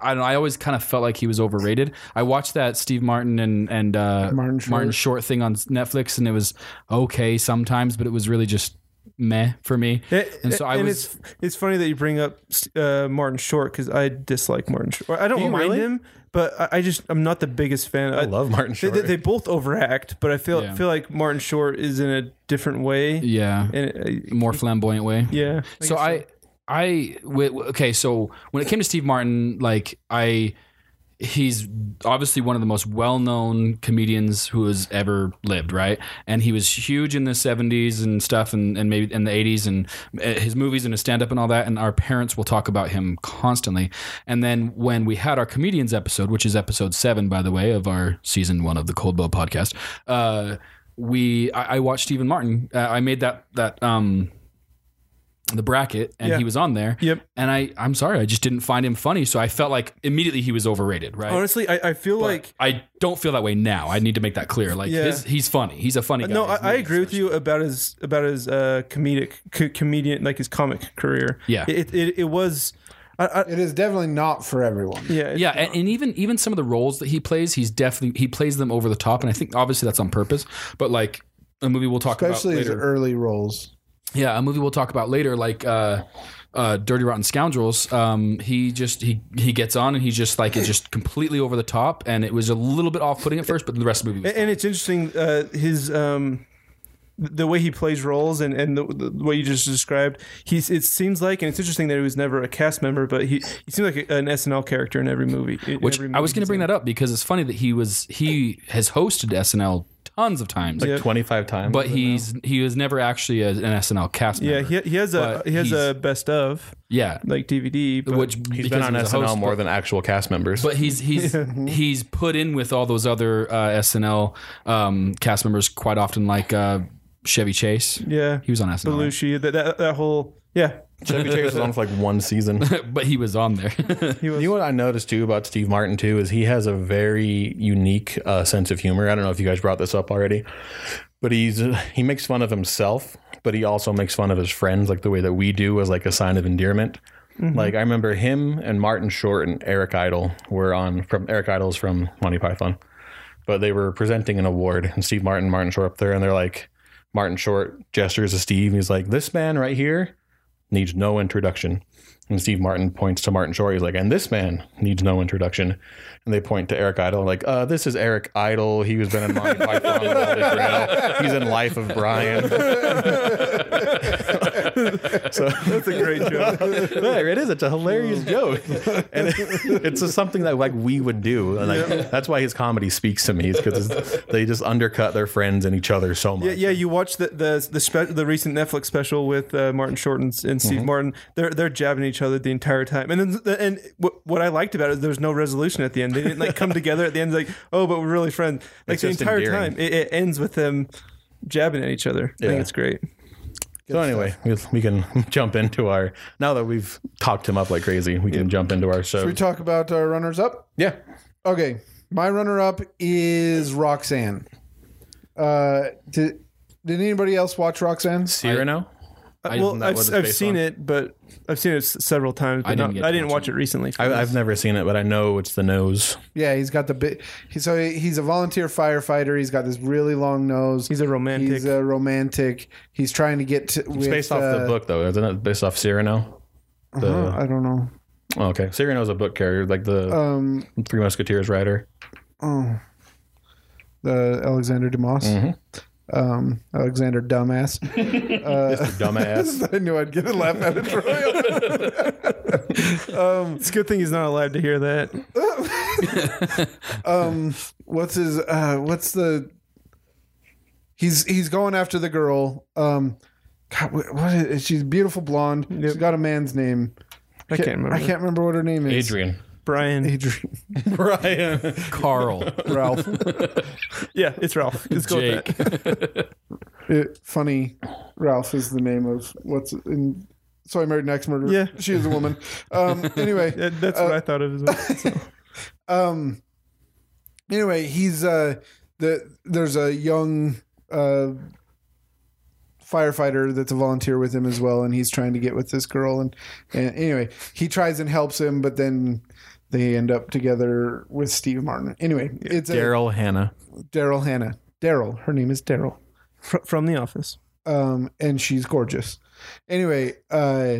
Speaker 6: I don't. know, I always kind of felt like he was overrated. I watched that Steve Martin and and uh,
Speaker 3: Martin Short.
Speaker 6: Short thing on Netflix, and it was okay sometimes, but it was really just meh for me. and so I was.
Speaker 5: Eh, It's, it's funny that you bring up uh, Martin Short because I dislike Martin Short. I don't
Speaker 4: you
Speaker 5: mind
Speaker 4: really?
Speaker 5: him, but I, I just I'm not the biggest fan.
Speaker 4: I love Martin
Speaker 5: They,
Speaker 4: Short.
Speaker 5: they, they both overact, but I feel
Speaker 6: Yeah.
Speaker 5: feel like Martin Short is in a different way.
Speaker 6: Yeah.
Speaker 5: And uh,
Speaker 6: more flamboyant way.
Speaker 5: yeah,
Speaker 6: so I, I wi- wi- okay. So when it came to Steve Martin, like I, he's obviously one of the most well-known comedians who has ever lived, right? And he was huge in the '70s and stuff, and and maybe in the '80s, and uh, his movies and his stand-up and all that. And our parents will talk about him constantly. And then when we had our comedians episode, which is episode seven, by the way, of our season one of the Coldwell podcast, uh, we I, I watched Stephen Martin. Uh, I made that that um the bracket and
Speaker 5: Yeah.
Speaker 6: he was on there.
Speaker 5: Yep.
Speaker 6: And I I'm sorry, I just didn't find him funny, so I felt like immediately he was overrated, right?
Speaker 5: honestly I, I feel like
Speaker 6: I don't feel that way now. I need to make that clear. Like
Speaker 5: Yeah. Uh,
Speaker 6: his, he's funny. He's a funny guy.
Speaker 5: no,
Speaker 6: His
Speaker 5: I, I
Speaker 6: movies
Speaker 5: agree
Speaker 6: are
Speaker 5: with you about his about his uh, comedic co- comedian like his comic career.
Speaker 6: Yeah.
Speaker 5: it it, it was. I, I,
Speaker 3: It is definitely not for everyone.
Speaker 5: yeah, it-
Speaker 6: yeah and, and even even some of the roles that he plays he's definitely he plays them over the top and i think obviously that's on purpose but like a movie we'll talk
Speaker 3: Especially
Speaker 6: about
Speaker 3: his
Speaker 6: later
Speaker 3: early roles.
Speaker 6: yeah a movie we'll talk about later like uh uh, Dirty Rotten Scoundrels. Um, he just he he gets on and he's just like it's just completely over the top and it was a little bit off putting at first, but the rest of the movie was
Speaker 5: And it's interesting uh, his um, the way he plays roles and and the, the way you just described. He's it seems like, and it's interesting that he was never a cast member, but he he seemed like an SNL character in every movie. in
Speaker 6: Which
Speaker 5: every
Speaker 6: I was going
Speaker 5: movie
Speaker 6: to bring that up because it's funny that he was he has hosted SNL tons of times,
Speaker 5: Yeah.
Speaker 4: 25 times.
Speaker 6: but he's he was never actually a, an SNL cast
Speaker 5: he's
Speaker 6: member.
Speaker 5: in. Yeah, he, he has a
Speaker 6: But
Speaker 5: he has a
Speaker 6: he's-
Speaker 5: best of
Speaker 6: yeah.
Speaker 5: like DVD, but
Speaker 6: Which
Speaker 4: he's
Speaker 6: because
Speaker 4: been on
Speaker 6: he
Speaker 4: SNL
Speaker 6: was a host,
Speaker 4: more
Speaker 6: but-
Speaker 4: than actual cast members.
Speaker 6: But he's he's he's put in with all those other uh, SNL um, cast members quite often, like uh, Chevy Chase.
Speaker 5: yeah,
Speaker 6: He was on SNL, right?
Speaker 5: Belushi that, that that whole yeah.
Speaker 4: Chevy Chase was on for like one
Speaker 6: (laughs)
Speaker 4: season.
Speaker 6: but he was on there. (laughs)
Speaker 4: You know what I noticed too about Steve Martin too is he has a very unique uh, sense of humor. I don't know if you guys brought this up already, but he's he makes fun of himself, but he also makes fun of his friends like the way that we do as like a sign of endearment. Like I remember him and Martin Short and Eric Idle were on from Eric Idle's from Monty Python, but they were presenting an award and Steve Martin, Martin Short up there, and they're like Martin Short gestures to Steve. And he's like, "This man right here needs no introduction." And Steve Martin points to Martin Short. He's like, and this man needs no introduction. And they point to Eric Idle. Like, uh, this is Eric Idle. He was been (laughs) in Monty Python. with Holy Grail. He's in Life of Brian. (laughs) so
Speaker 5: That's a great
Speaker 6: (laughs)
Speaker 5: joke.
Speaker 4: there it is. It's a hilarious joke, and it- it's just something that like we would do. And, like that's why his comedy speaks to me. Is because they just undercut their friends and each other so much.
Speaker 5: Yeah, yeah. You watch the the the, spe- the recent Netflix special with uh, Martin Short and, and Steve
Speaker 4: Mm-hmm.
Speaker 5: Martin. They're they're jabbing each other the entire time. And then the, and what, what I liked about it is there was no resolution at the end. They didn't like come together at the end. Like oh, but we're really friends. Like
Speaker 4: It's
Speaker 5: the
Speaker 4: just
Speaker 5: entire
Speaker 4: endearing.
Speaker 5: time, it, it ends with them jabbing at each other. I
Speaker 4: Yeah.
Speaker 5: think it's great.
Speaker 4: So anyway, we, we can (laughs) jump into our now that we've talked him up like crazy. We can jump into our show.
Speaker 3: We talk about our runners up.
Speaker 4: yeah.
Speaker 3: Okay, my runner up is Roxanne. Uh, to, Did anybody else watch Roxanne?
Speaker 4: Cyrano?
Speaker 5: Uh,
Speaker 6: I- isn't
Speaker 5: well,
Speaker 6: that
Speaker 5: I've,
Speaker 4: what it's
Speaker 5: I've
Speaker 4: based
Speaker 5: seen
Speaker 4: on?
Speaker 5: it, but I've seen it s- several times. But
Speaker 6: I
Speaker 5: I
Speaker 6: didn't
Speaker 5: didn't,
Speaker 6: get
Speaker 5: I
Speaker 6: to
Speaker 5: didn't
Speaker 6: watch
Speaker 5: watch it recently.
Speaker 4: I, I've never seen it, but I know it's the nose.
Speaker 3: Yeah, he's got the bit. He, so he- he's a volunteer firefighter. He's got this really long nose.
Speaker 5: He's a romantic.
Speaker 3: He's a romantic. He's trying to get to.
Speaker 4: It's
Speaker 3: with,
Speaker 4: based off
Speaker 3: uh, uh-huh,
Speaker 4: the book, though, isn't it? Based off Cyrano. The,
Speaker 3: I don't know.
Speaker 4: oh, okay, Cyrano's a book character, like the
Speaker 3: Um,
Speaker 4: Three
Speaker 3: (laughs)
Speaker 4: Musketeers writer.
Speaker 3: the Alexander Dumas. Um, Alexander dumbass. (laughs)
Speaker 4: Dumbass.
Speaker 3: I knew I'd get a laugh out of Troy.
Speaker 5: it's a good thing he's not allowed to hear that.
Speaker 3: what's his? Uh, what's the? He's he's going after the girl. Um, God, wh- what is, she's beautiful blonde. She's got a man's name.
Speaker 5: I can't remember.
Speaker 3: I can't remember what her name is.
Speaker 4: Adrian.
Speaker 5: Brian.
Speaker 4: (laughs)
Speaker 3: Adrian. (laughs)
Speaker 4: Brian.
Speaker 6: Carl,
Speaker 3: Ralph.
Speaker 5: Yeah, it's Ralph. Let's go with
Speaker 6: (laughs) Jake.
Speaker 3: It- funny Ralph is the name of what's in. So I married an ex murderer.
Speaker 5: Yeah.
Speaker 3: she is a woman.
Speaker 5: (laughs)
Speaker 3: Um, anyway,
Speaker 5: that. Yeah, that's what I thought of as well.
Speaker 3: anyway, he's uh, the there's a young uh, firefighter that's a volunteer with him as well, and he's trying to get with this girl. And, and anyway, he tries and helps him, but then they end up together with Steve Martin. Anyway, it's a-
Speaker 4: Daryl Hannah.
Speaker 3: Daryl Hannah. Daryl, her name is Daryl.
Speaker 5: Fr- from The Office.
Speaker 3: um, and she's gorgeous. Anyway, uh,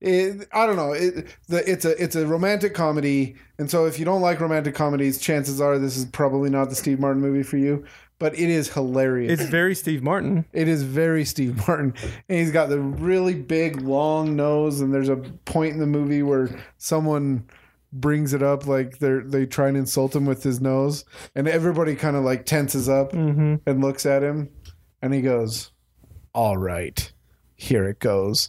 Speaker 3: it, I don't know. It, the, it's a it's a romantic comedy, and so if you don't like romantic comedies, chances are this is probably not the Steve Martin movie for you. But it is hilarious.
Speaker 5: It's very Steve Martin.
Speaker 3: It is very Steve Martin, and he's got the really big long nose. And there's a point in the movie where someone brings it up, like they are they try and insult him with his nose, and everybody kind of like tenses up and looks at him, and he goes, "All right, here it goes."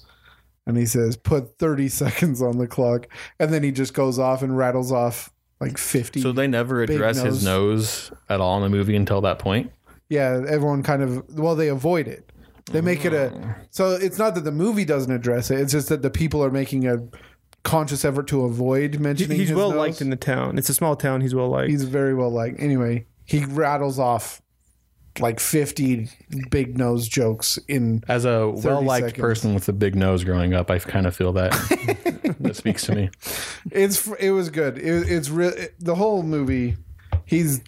Speaker 3: And he says, "Put 30 (laughs) seconds on the clock," and then he just goes off and rattles off like 50.
Speaker 4: So they never address his nose at all in the movie until that point.
Speaker 3: yeah, everyone kind of well, they avoid it. They make it
Speaker 5: Mm.
Speaker 3: a so it's not that the movie doesn't address it. It's just that the people are making a conscious effort to avoid
Speaker 5: He-
Speaker 3: mentioning.
Speaker 5: He's
Speaker 3: his
Speaker 5: well
Speaker 3: nose.
Speaker 5: liked in the town. It's a small town. He's well liked.
Speaker 3: He's very well liked. Anyway, he rattles off like fifty big nose jokes in.
Speaker 4: As a well liked
Speaker 3: seconds.
Speaker 4: person with a big nose growing up, I kind of
Speaker 3: (laughs)
Speaker 4: feel that. that speaks to me.
Speaker 3: It's it was good. It, it's real. The whole movie, he's.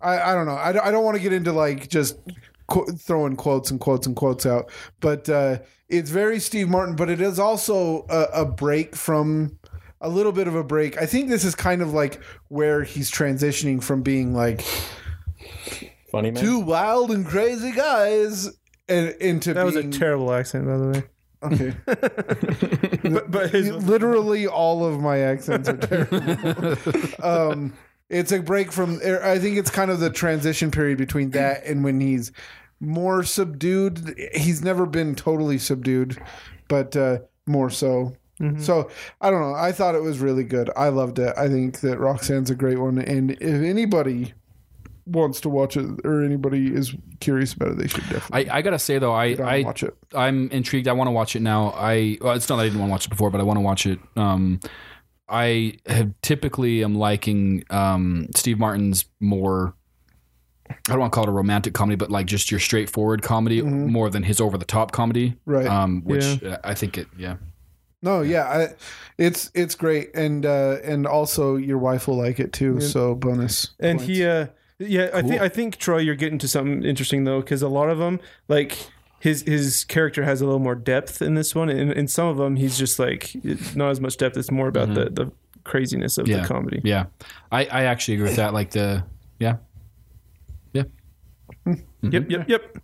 Speaker 3: I, I don't know. I don't, I don't want to get into like just qu- throwing quotes and quotes and quotes out, but uh, it's very Steve Martin. But it is also a, a break from a little bit of a break. I think this is kind of like where he's transitioning from being like
Speaker 4: Funny man.
Speaker 3: two wild and crazy guys and into
Speaker 5: that was a
Speaker 3: being-
Speaker 5: terrible accent, by the way.
Speaker 3: (laughs) okay.
Speaker 5: But, but his,
Speaker 3: literally all of my accents are
Speaker 5: (laughs)
Speaker 3: terrible. um, it's a break from. I think it's kind of the transition period between that and when he's more subdued. He's never been totally subdued, but uh, more so.
Speaker 5: Mm-hmm.
Speaker 3: So I don't know. I thought it was really good. I loved it. I think that Roxanne's a great one. And if anybody wants to watch it or anybody is curious about it, they should definitely
Speaker 6: I, I gotta say though, I,
Speaker 3: go out
Speaker 6: I
Speaker 3: and watch it.
Speaker 6: I'm intrigued. I want to watch it now. I well, it's not that I didn't want to watch it before, but I want to watch it. Um, I have typically am liking um, Steve Martin's more. I don't want to call it a romantic comedy, but like just your straightforward comedy more than his over the top comedy,
Speaker 3: Mm-hmm. Right.
Speaker 6: Um, which uh I think it, yeah.
Speaker 3: No, yeah, I, it's it's great, and uh, and also your wife will like it too. So bonus.
Speaker 5: and he, uh, yeah, I think I think Troy, you're getting to something interesting though, because a lot of them, like his his character has a little more depth in this one, and in some of them, he's just like it's not as much depth. It's more about the the craziness of
Speaker 6: yeah,
Speaker 5: the comedy.
Speaker 6: Yeah, I, I actually agree with that. Like the yeah, yeah,
Speaker 5: Yep, yep, yep.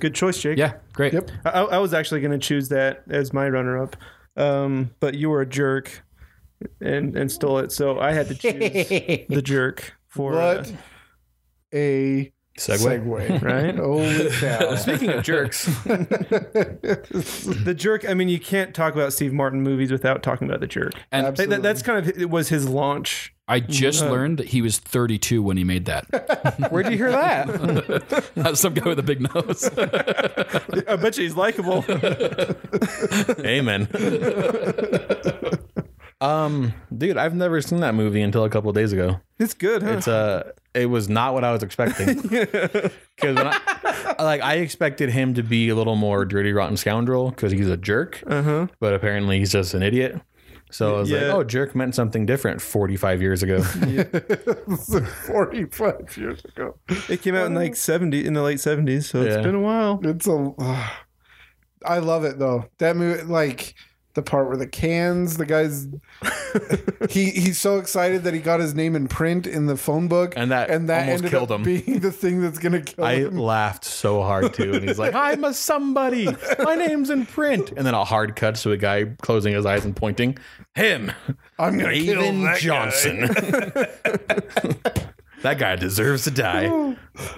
Speaker 5: Good choice, Jake.
Speaker 6: yeah, great.
Speaker 3: Yep.
Speaker 5: I, I was actually going to choose that as my runner-up, um, but you were a jerk and and stole it, so I had to choose (laughs) the jerk for uh,
Speaker 3: What a
Speaker 4: Segway.
Speaker 3: segue!
Speaker 5: right.
Speaker 3: (laughs)
Speaker 4: (laughs)
Speaker 3: Holy cow!
Speaker 4: Speaking of jerks,
Speaker 5: The jerk. I mean, you can't talk about Steve Martin movies without talking about the jerk.
Speaker 6: And-
Speaker 5: Like, that, that's kind of it was his launch.
Speaker 6: I just learned that he was 32 when he
Speaker 3: (laughs)
Speaker 6: made that. (laughs)
Speaker 5: Where'd you hear that?
Speaker 4: (laughs)
Speaker 6: Some guy with a big nose.
Speaker 5: I
Speaker 4: (laughs)
Speaker 5: bet you he's likable.
Speaker 4: amen. Um, dude, I've never seen that movie until a couple of days ago.
Speaker 5: It's good, huh?
Speaker 4: It's uh it was not what I was
Speaker 5: (laughs)
Speaker 4: expecting. Cuz I, like I expected him to be a little more dirty rotten scoundrel cuz he's a jerk. But apparently he's just an idiot. So I was like,
Speaker 5: Uh-huh. Yeah.
Speaker 4: "Oh, jerk meant something different 45 years
Speaker 5: (laughs)
Speaker 4: ago."
Speaker 3: 45 years ago.
Speaker 5: it came out in like 70 in the late 70s, so
Speaker 4: Yeah.
Speaker 5: it's been a while.
Speaker 3: It's a. (sighs) ah. I love it though. That movie, like the part where the cans, the
Speaker 4: (laughs)
Speaker 3: guys, he he's so excited that he got his name in print in the phone book,
Speaker 4: And that almost
Speaker 3: ended
Speaker 4: killed
Speaker 3: up
Speaker 4: him.
Speaker 3: Being the thing that's gonna kill
Speaker 4: I
Speaker 3: him.
Speaker 4: laughed so hard too, and he's like, "I'm a somebody. My name's in print." And then a hard cut to a guy closing his eyes and pointing, "Him,
Speaker 3: I'm gonna kill him.
Speaker 4: Raven Johnson." (laughs) that guy deserves to die.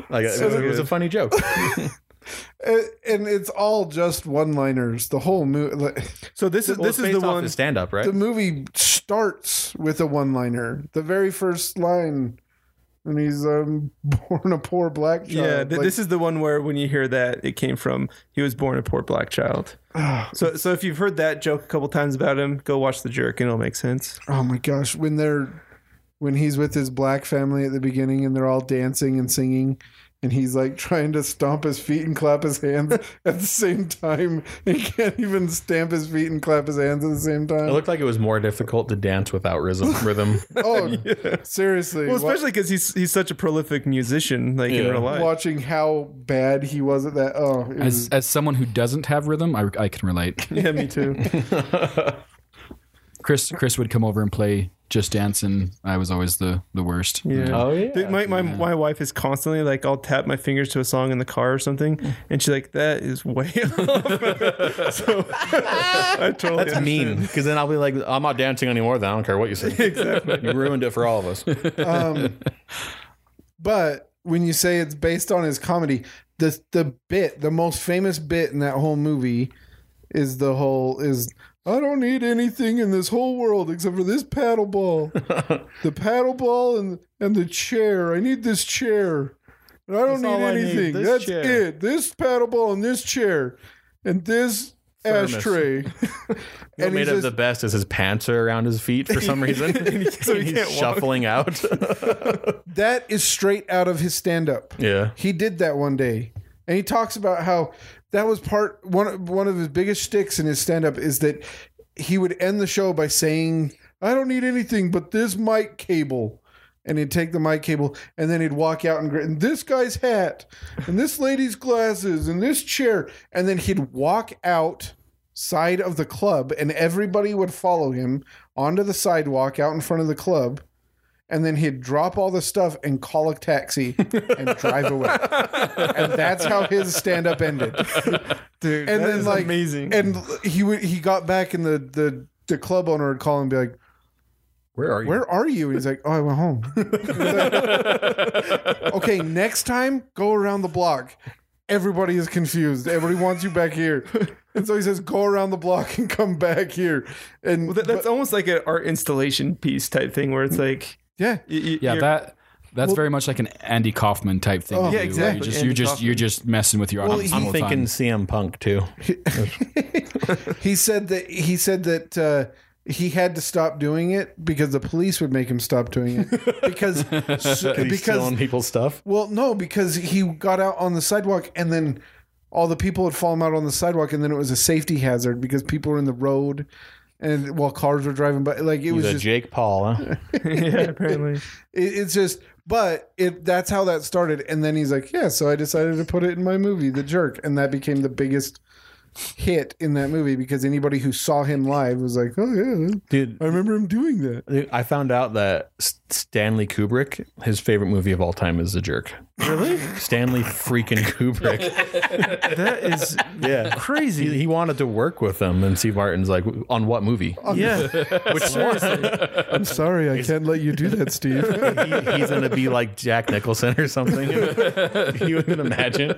Speaker 4: Like it, was, it was a funny joke.
Speaker 3: It- and it's all just one-liners. The whole movie,
Speaker 5: So this is this is the one
Speaker 4: stand up, right?
Speaker 3: the movie starts with a one-liner. The very first line, and he's um, (laughs) born a poor black child.
Speaker 5: Yeah, th-
Speaker 3: uh, Like,
Speaker 5: this is the one where when you hear that it came from he was born a poor black child. so so if you've heard that joke a couple times about him, go watch The Jerk and it'll make sense.
Speaker 3: Oh my gosh, when they're when he's with his black family at the beginning and they're all dancing and singing and he's like trying to stomp his feet and clap his
Speaker 5: (laughs)
Speaker 3: hands at the same time. He can't even stamp his feet and clap his hands at the same
Speaker 4: it
Speaker 3: time.
Speaker 4: looked like it was more difficult to dance without rhythm. rhythm.
Speaker 3: oh,
Speaker 5: (laughs)
Speaker 3: seriously.
Speaker 5: Well,
Speaker 3: wa-
Speaker 5: especially cuz he's he's such a prolific musician like in
Speaker 4: Yeah.
Speaker 5: real life.
Speaker 3: watching how bad he was at that. Oh, it
Speaker 6: As,
Speaker 3: was,
Speaker 5: Mm.
Speaker 6: as someone who doesn't have rhythm, I, I
Speaker 5: (laughs)
Speaker 6: can relate.
Speaker 5: Yeah, me too.
Speaker 6: Chris Chris would come over and play Just Dance, and I was always the the worst.
Speaker 5: Yeah.
Speaker 4: Oh, yeah.
Speaker 5: Dude, my, my, my wife is constantly like, I'll tap my fingers to a song in the car or something, and she's like, "That is way (laughs) off." (laughs) so I totally
Speaker 4: That's mean because then I'll be like, I'm not dancing anymore. Then I don't care what you say. exactly. You ruined it for all of us.
Speaker 3: Um, but when you say it's based on his comedy, the the bit, the most famous bit in that whole movie is the whole is I don't need anything in this whole world except for this paddle ball. the paddle ball and and the chair. I need this chair. And I don't
Speaker 4: all
Speaker 3: need
Speaker 4: I need,
Speaker 3: anything.
Speaker 4: this
Speaker 3: That's
Speaker 4: chair."
Speaker 3: it. This paddle ball and this chair and this
Speaker 4: Thermos.
Speaker 3: ashtray.
Speaker 4: What
Speaker 3: and he
Speaker 4: made up
Speaker 3: just,
Speaker 4: the best is his pants are around his feet for some reason. (laughs) so
Speaker 5: he
Speaker 4: he's
Speaker 5: can't walk.
Speaker 4: shuffling out.
Speaker 3: that is straight out of his stand up.
Speaker 4: yeah.
Speaker 3: He did that one day, and he talks about how that was part one one of his biggest sticks in his stand up is that he would end the show by saying, "I don't need anything but this mic cable." And he'd take the mic cable, and then he'd walk out and, gr- and this guy's hat, and this lady's glasses, and this chair, and then he'd walk out side of the club, and everybody would follow him onto the sidewalk out in front of the club, and then he'd drop all the stuff and call a taxi
Speaker 5: (laughs)
Speaker 3: and drive away. and that's how his stand up ended.
Speaker 5: dude.
Speaker 3: And
Speaker 5: that
Speaker 3: then
Speaker 5: is
Speaker 3: like
Speaker 5: amazing.
Speaker 3: And he would he got back and the the the club owner would call and be like,
Speaker 4: Where are you?
Speaker 3: "Where are you?" And he's like, "Oh, I went home." okay, next time go around the block. Everybody is confused. Everybody wants you back here. And so he says, "Go around the block and come back here." And
Speaker 5: Well, that, that's almost like an art installation piece type thing where it's like,
Speaker 3: yeah,
Speaker 5: y- y-
Speaker 6: Yeah,
Speaker 5: you're-
Speaker 6: that that's very much like an Andy Kaufman type thing. to do, where
Speaker 5: Oh, exactly,
Speaker 6: You just
Speaker 5: Andy
Speaker 6: you just
Speaker 5: Kaufman.
Speaker 6: you're just messing with your audience. the
Speaker 4: I'm
Speaker 6: whole
Speaker 4: thinking
Speaker 6: time.
Speaker 4: CM Punk too.
Speaker 3: He said that he said that uh, he had to stop doing it because the police would make him stop doing it because
Speaker 4: He's
Speaker 3: because
Speaker 4: stealing people's stuff.
Speaker 3: well no because he got out on the sidewalk and then all the people had fallen out on the sidewalk and then it was a safety hazard because people were in the road and while cars were driving by like it was
Speaker 4: He's a
Speaker 3: just
Speaker 4: Jake Paul. Huh?
Speaker 5: (laughs) yeah, apparently.
Speaker 3: it, it's just but it that's how that started and then he's like yeah so i decided to put it in my movie the jerk and that became the biggest hit in that movie because anybody who saw him live was like oh yeah
Speaker 4: Dude,
Speaker 3: I remember him doing that.
Speaker 4: I found out that S- Stanley Kubrick, his favorite movie of all time, is The Jerk. Really? Stanley freaking Kubrick.
Speaker 5: (laughs) That is
Speaker 4: yeah. He,
Speaker 5: crazy.
Speaker 4: he wanted to work with them, and Steve Martin's like, on what movie? (laughs)
Speaker 5: Yeah,
Speaker 4: Which one?
Speaker 3: I'm sorry, I can't let you do that, Steve. (laughs)
Speaker 4: he, he's gonna be like Jack Nicholson or something. (laughs) you would imagine.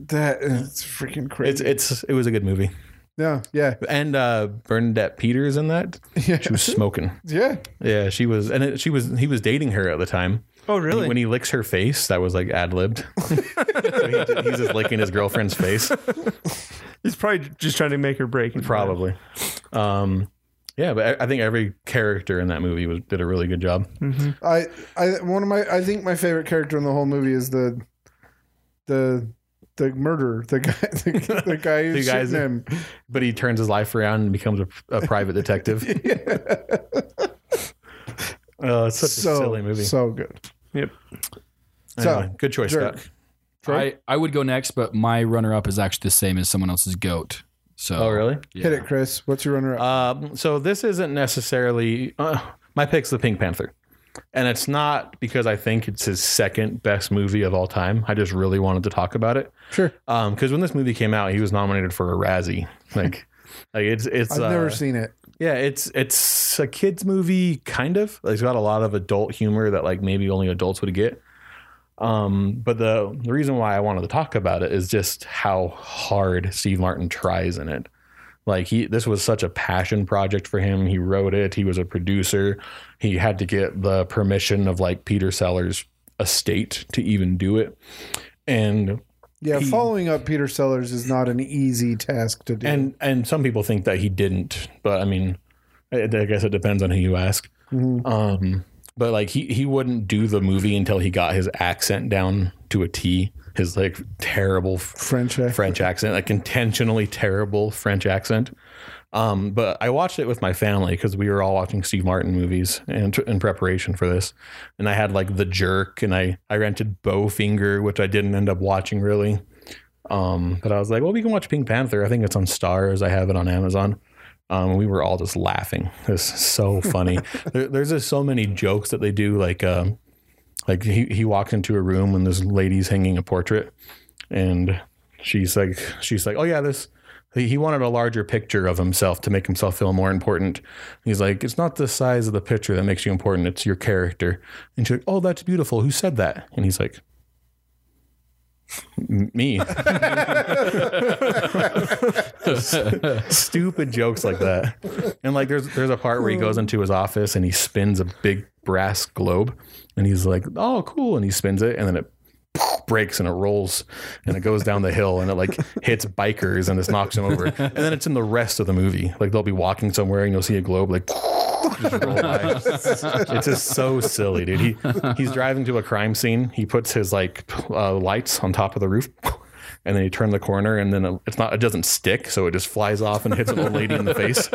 Speaker 3: that is freaking
Speaker 4: It's
Speaker 3: crazy.
Speaker 4: it's it was a good movie,
Speaker 3: no, yeah,
Speaker 4: and uh, Bernadette Peters in that
Speaker 3: yeah,
Speaker 4: she was smoking.
Speaker 3: yeah.
Speaker 4: Yeah, she was, and it, she was he was dating her at the time.
Speaker 5: Oh, really?
Speaker 4: When he licks her face, that was like
Speaker 3: (laughs)
Speaker 4: ad libbed. he's just licking his girlfriend's face,
Speaker 5: he's probably just trying to make her break.
Speaker 4: probably. Um, Yeah, but I, I think every character in that movie was, did a really good job.
Speaker 3: I, I one of my I think my favorite character in the whole movie is the the the murderer the guy (laughs) the, the guy
Speaker 4: The
Speaker 3: who's
Speaker 4: guys
Speaker 3: shooting him.
Speaker 4: But he turns his life around and becomes a, a
Speaker 3: (laughs)
Speaker 4: private detective. Oh, it's such
Speaker 3: so
Speaker 4: a silly movie.
Speaker 3: so good.
Speaker 5: Yep.
Speaker 3: So,
Speaker 4: Anyway, good choice,
Speaker 3: jerk.
Speaker 4: Scott.
Speaker 6: I, I would go next, but my runner up is actually the same as someone else's goat. So
Speaker 4: Oh, really?
Speaker 3: Hit it, Chris. What's your runner up?
Speaker 4: Um, so this isn't necessarily uh, my pick's the Pink Panther, and it's not because I think it's his second best movie of all time. I just really wanted to talk about it.
Speaker 3: Sure.
Speaker 4: Um, because when this movie came out, he was nominated for a Razzie. Like, like it's it's
Speaker 3: I've
Speaker 4: uh,
Speaker 3: never seen it.
Speaker 4: yeah, it's it's a kids movie kind of. It's got a lot of adult humor that like maybe only adults would get. Um, but the the reason why I wanted to talk about it is just how hard Steve Martin tries in it. Like he this was such a passion project for him. He wrote it, he was a producer. He had to get the permission of like Peter Sellers' estate to even do it. And
Speaker 3: Yeah, following up Peter Sellers is not an easy task to do.
Speaker 4: and and some people think that he didn't but i mean i, I guess it depends on who you ask um but like he he wouldn't do the movie until he got his accent down to a t his like terrible f-
Speaker 3: French accent.
Speaker 4: french accent like intentionally terrible french accent um, but I watched it with my family because we were all watching Steve Martin movies and in preparation for this. And I had like The Jerk, and I I rented Bowfinger, which I didn't end up watching really. Um, but I was like, well, we can watch Pink Panther. I think it's on Stars. I have it on Amazon. Um, we were all just laughing. It's so funny. there, there's just so many jokes that they do. Like, um, like he he walks into a room and this lady's hanging a portrait, and she's like, she's like, oh yeah, this. He he wanted a larger picture of himself to make himself feel more important. He's like, it's not the size of the picture that makes you important. It's your character. And she's like, oh, that's beautiful. Who said that? And he's like, "M- me. (laughs) stupid jokes like that. And like there's there's a part where he goes into his office and he spins a big brass globe and he's like, "Oh, cool." And he spins it and then it breaks and it rolls and it goes down the hill and it like hits bikers and it knocks them over. And then it's in the rest of the movie. Like they'll be walking somewhere and you'll see a globe like just roll by. (laughs) it's just so silly, dude. He he's driving to a crime scene. He puts his like uh, lights on top of the roof, (laughs) and then he turns the corner, and then it, it's not. It doesn't stick, so it just flies off and hits an old lady in the face.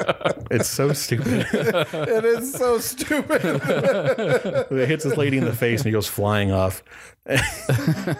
Speaker 4: (laughs) It's so stupid.
Speaker 3: It is so (laughs) stupid.
Speaker 4: It hits this lady in the face and he goes flying off. (laughs) and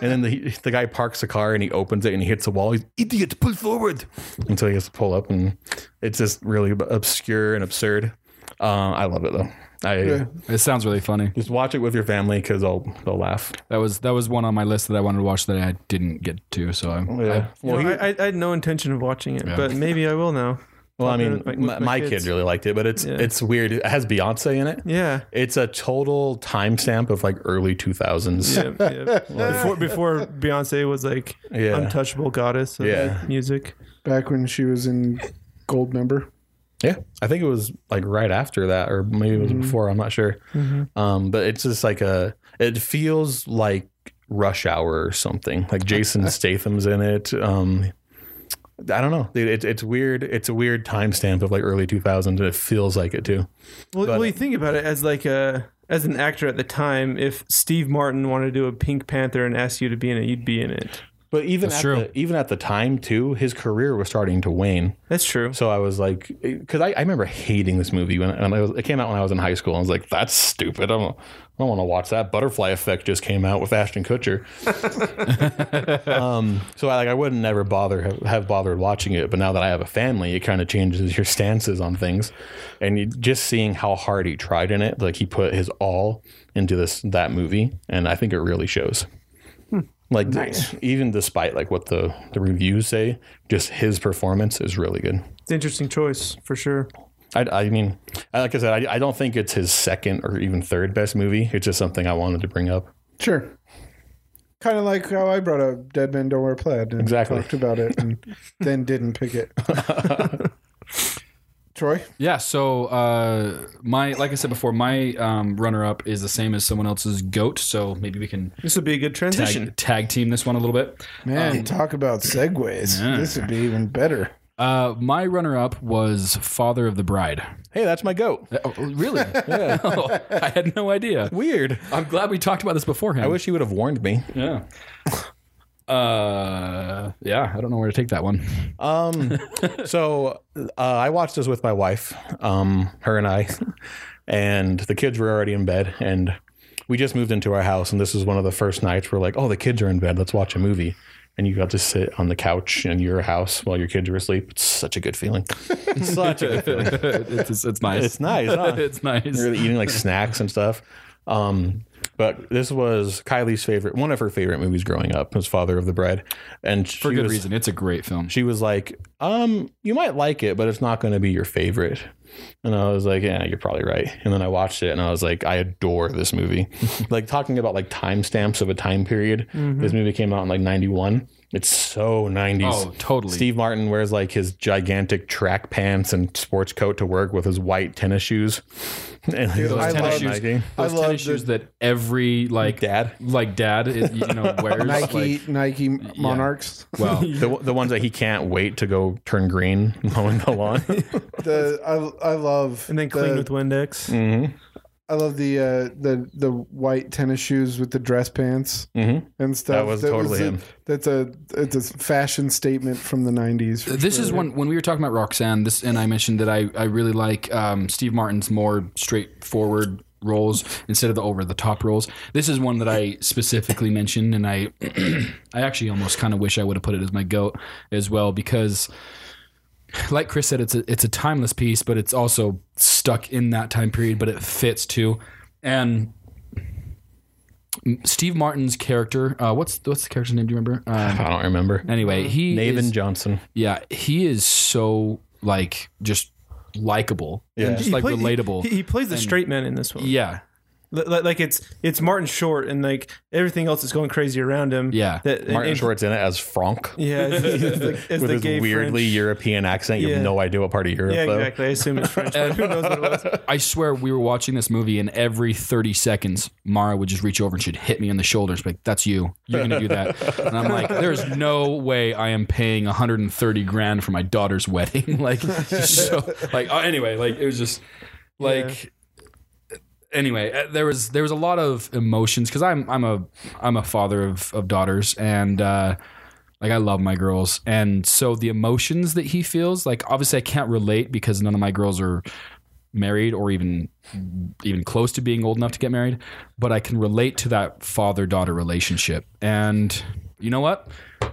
Speaker 4: then the the guy parks the car and he opens it and he hits the wall. He's idiot, pull forward. And so he has to pull up and it's just really obscure and absurd. Uh, I love it though. I
Speaker 6: It sounds really funny.
Speaker 4: just watch it with your family because they'll they'll laugh.
Speaker 6: That was that was one on my list that I wanted to watch that I didn't get to. So I,
Speaker 4: Yeah.
Speaker 5: You know, I, I, I had no intention of watching it, but maybe I will now.
Speaker 4: Well, I mean,
Speaker 5: with my- with
Speaker 4: my, my
Speaker 5: my kids.
Speaker 4: kid really liked it, but it's it's weird. It has Beyonce in it. (laughs)
Speaker 5: Yeah.
Speaker 4: It's a total timestamp of like early two thousands.
Speaker 5: Yeah, yeah. before, before Beyonce was like
Speaker 4: Yeah.
Speaker 5: untouchable goddess of
Speaker 4: Yeah.
Speaker 5: like, music.
Speaker 3: Back when she was in Gold Member.
Speaker 4: Yeah, I think it was like right after that, or maybe it was
Speaker 5: Mm-hmm.
Speaker 4: before. I'm not sure. Um, but it's just like a. It feels like Rush Hour or something.
Speaker 5: (laughs)
Speaker 4: Like Jason Statham's in it. Um, I don't know. Dude, it, it's weird. It's a weird timestamp of like early 2000s. It feels like it too.
Speaker 5: Well,
Speaker 4: But-
Speaker 5: well, you think about it as like a as an actor at the time. If Steve Martin wanted to do a Pink Panther and asked you to be in it, you'd be in it.
Speaker 4: But even at
Speaker 6: true.
Speaker 4: The, even at the time too, his career was starting to wane.
Speaker 5: That's true.
Speaker 4: So I was like, because I, I remember hating this movie when and I was, it came out when I was in high school. I was like, that's stupid. I don't, I don't want to watch that. Butterfly Effect just came out with Ashton Kutcher. (laughs) um, so I like I wouldn't never bother have, have bothered watching it. But now that I have a family, it kind of changes your stances on things. And you, just seeing how hard he tried in it, like he put his all into this that movie, and I think it really shows like even despite like what the the reviews say just his performance is really good
Speaker 5: It's an interesting choice for sure.
Speaker 4: i, I mean I- like i said I, I don't think it's his second or even third best movie it's just something i wanted to bring up
Speaker 3: Sure. Kind of like how I brought up Dead Men Don't Wear Plaid and
Speaker 4: Exactly.
Speaker 3: talked about it and then didn't pick it. Troy?
Speaker 6: Yeah. So uh, my, like I said before, my um, runner-up is the same as someone else's goat. So maybe we can
Speaker 5: This would be a good transition.
Speaker 6: tag, tag team this one a little bit.
Speaker 3: Man, talk about segues. This would be even better.
Speaker 6: Uh, my runner-up was Father of the Bride.
Speaker 4: Hey, that's my goat.
Speaker 6: Oh, (laughs) really? Oh, I had no idea.
Speaker 4: Weird.
Speaker 6: I'm glad we talked about this beforehand.
Speaker 4: I wish he would have warned me.
Speaker 6: (laughs) Yeah. Uh, yeah. I don't know where to take that (laughs) one.
Speaker 4: (laughs) So uh, I watched this with my wife, um, her and I, (laughs) and the kids were already in bed, and we just moved into our house, and this is one of the first nights we're like, oh, the kids are in bed, let's watch a movie, and you got to sit on the couch in your house while your kids are asleep. It's such a good (laughs) feeling. It's such a good feeling.
Speaker 6: it's, it's, it's nice. (laughs)
Speaker 4: It's nice. Huh?
Speaker 6: It's nice. (laughs)
Speaker 4: really eating like snacks and stuff. Um, but this was Kylie's favorite, one of her favorite movies growing up was Father of the Bride, and
Speaker 6: For good reason. It's a great film.
Speaker 4: she was like, um, you might like it, but it's not going to be your favorite. And I was like, yeah, you're probably right. And then I watched it and I was like, I adore this movie.
Speaker 6: (laughs)
Speaker 4: like talking about like timestamps of a time period.
Speaker 6: Mm-hmm.
Speaker 4: This movie came out in like 91. It's so 90s.
Speaker 6: Oh, totally.
Speaker 4: Steve Martin wears like his gigantic track pants and sports coat to work with his white tennis shoes. (laughs) And
Speaker 6: Those
Speaker 3: I
Speaker 6: tennis
Speaker 3: love
Speaker 6: shoes,
Speaker 4: Nike.
Speaker 6: those
Speaker 3: I love
Speaker 6: tennis
Speaker 3: the-
Speaker 6: shoes that every like
Speaker 4: Dad.
Speaker 6: like dad, is, you know, wears.
Speaker 3: Nike,
Speaker 6: Like,
Speaker 3: Nike Monarchs.
Speaker 6: wow.
Speaker 4: The, the ones that he can't wait to go turn green (laughs) mowing the
Speaker 6: (laughs)
Speaker 4: lawn.
Speaker 3: The I, I love
Speaker 5: and then
Speaker 3: the-
Speaker 5: clean with Windex.
Speaker 4: Mm.
Speaker 3: I love the uh, the the white tennis shoes with the dress pants and stuff.
Speaker 4: Mm-hmm. That was totally
Speaker 3: a-
Speaker 4: him.
Speaker 3: That's a it's a fashion statement from the '90s. for
Speaker 6: This
Speaker 3: sure.
Speaker 6: is one when we were talking about Roxanne. This and I mentioned that I I really like um, Steve Martin's more straightforward roles instead of the over the top roles. This is one that I specifically mentioned, and I (clears throat) I actually almost kind of wish I would have put it as my goat as well because. Like Chris said, it's a it's a timeless piece, but it's also stuck in that time period. But it fits too, and Steve Martin's character. Uh, what's what's the character's name? Do you remember? Um,
Speaker 4: I don't remember.
Speaker 6: anyway, he
Speaker 4: Nathan
Speaker 6: is-
Speaker 4: Johnson.
Speaker 6: yeah, he is so like just likable and just
Speaker 5: He
Speaker 6: like
Speaker 5: play-
Speaker 6: relatable.
Speaker 5: He, he plays the straight man in this one.
Speaker 6: yeah,
Speaker 5: Li- li- like it's it's Martin Short and like everything else is going crazy around him.
Speaker 6: Yeah.
Speaker 5: that, and-
Speaker 4: Martin
Speaker 5: and-
Speaker 4: Short's in it as Franck.
Speaker 5: (laughs) Yeah, as, as the, as
Speaker 4: with
Speaker 5: the
Speaker 4: his
Speaker 5: gay
Speaker 4: weirdly
Speaker 5: French.
Speaker 4: European accent. You
Speaker 5: Yeah.
Speaker 4: have no idea what part of Europe.
Speaker 5: Yeah,
Speaker 4: though.
Speaker 5: exactly. I assume
Speaker 4: (laughs)
Speaker 5: it's French. but who knows what it was?
Speaker 6: I swear we were watching this movie, and every thirty seconds, Mara would just reach over and she'd hit me in the shoulders, like "That's you. You're gonna do that." and I'm like, "There's no way I am paying 130 grand for my daughter's wedding." (laughs) like, so like oh, anyway, like it was just like. anyway, uh, there was there was a lot of emotions because I'm I'm a I'm a father of of daughters and uh, like I love my girls and so the emotions that he feels like obviously I can't relate because none of my girls are married or even even close to being old enough to get married, but I can relate to that father daughter relationship and you know what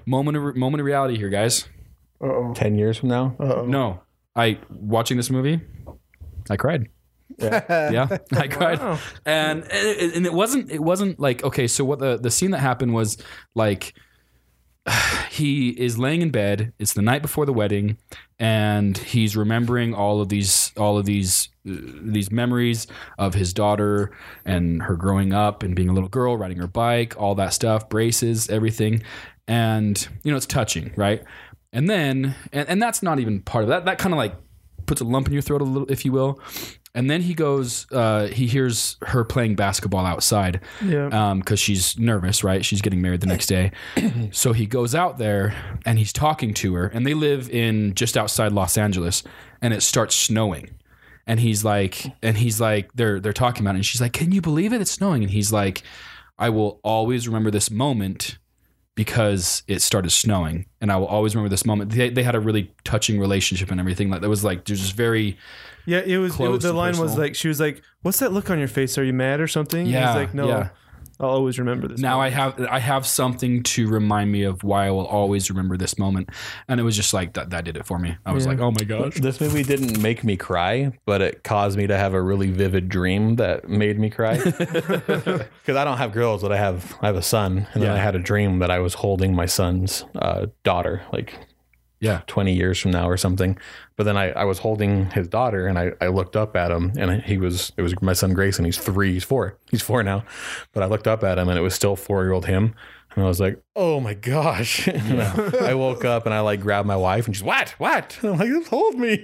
Speaker 6: moment of moment of reality here guys
Speaker 4: Ten years from now,
Speaker 6: no I watching this movie I cried. yeah i cried and and and it wasn't it wasn't like okay so what the the scene that happened was like he is laying in bed it's the night before the wedding and he's remembering all of these all of these uh, these memories of his daughter and her growing up and being a little girl riding her bike all that stuff braces everything and you know it's touching right and then and, and that's not even part of that that kind of like puts a lump in your throat a little, if you will. And then he goes, uh, he hears her playing basketball outside because she's nervous, right? She's getting married the next day. so he goes out there and he's talking to her, and they live in just outside Los Angeles, and it starts snowing. And he's like, and he's like, they're they're talking about it, and she's like, "Can you believe it? It's snowing." And he's like, "I will always remember this moment because it started snowing and i will always remember this moment they, they had a really touching relationship and everything like that was like there's just very
Speaker 5: Yeah, it was. It
Speaker 6: Close
Speaker 5: was the
Speaker 6: and
Speaker 5: line was
Speaker 6: personal.
Speaker 5: like she was like, "What's that look on your face? Are you mad or something?" And
Speaker 6: Yeah,
Speaker 5: he's like, "No,
Speaker 6: yeah.
Speaker 5: I'll always remember this."
Speaker 6: now i have i have something to remind me of why i will always remember this moment and it was just like that that did it for me i was like oh my gosh
Speaker 4: this movie didn't make me cry, but it caused me to have a really vivid dream that made me
Speaker 6: (laughs)
Speaker 4: cry. Because I don't have girls, but I have I have a son, and then I had a dream that I was holding my son's uh, daughter, like
Speaker 6: yeah
Speaker 4: 20 years from now or something. But then I, I was holding his daughter and I, I looked up at him and he was, it was my son Grayson. He's three, he's four, he's four now. But I looked up at him and it was still four year old him. And I was like, oh my gosh. (laughs) And I, I woke up and I like grabbed my wife and she's, what? What? And I'm like, just hold (laughs) me.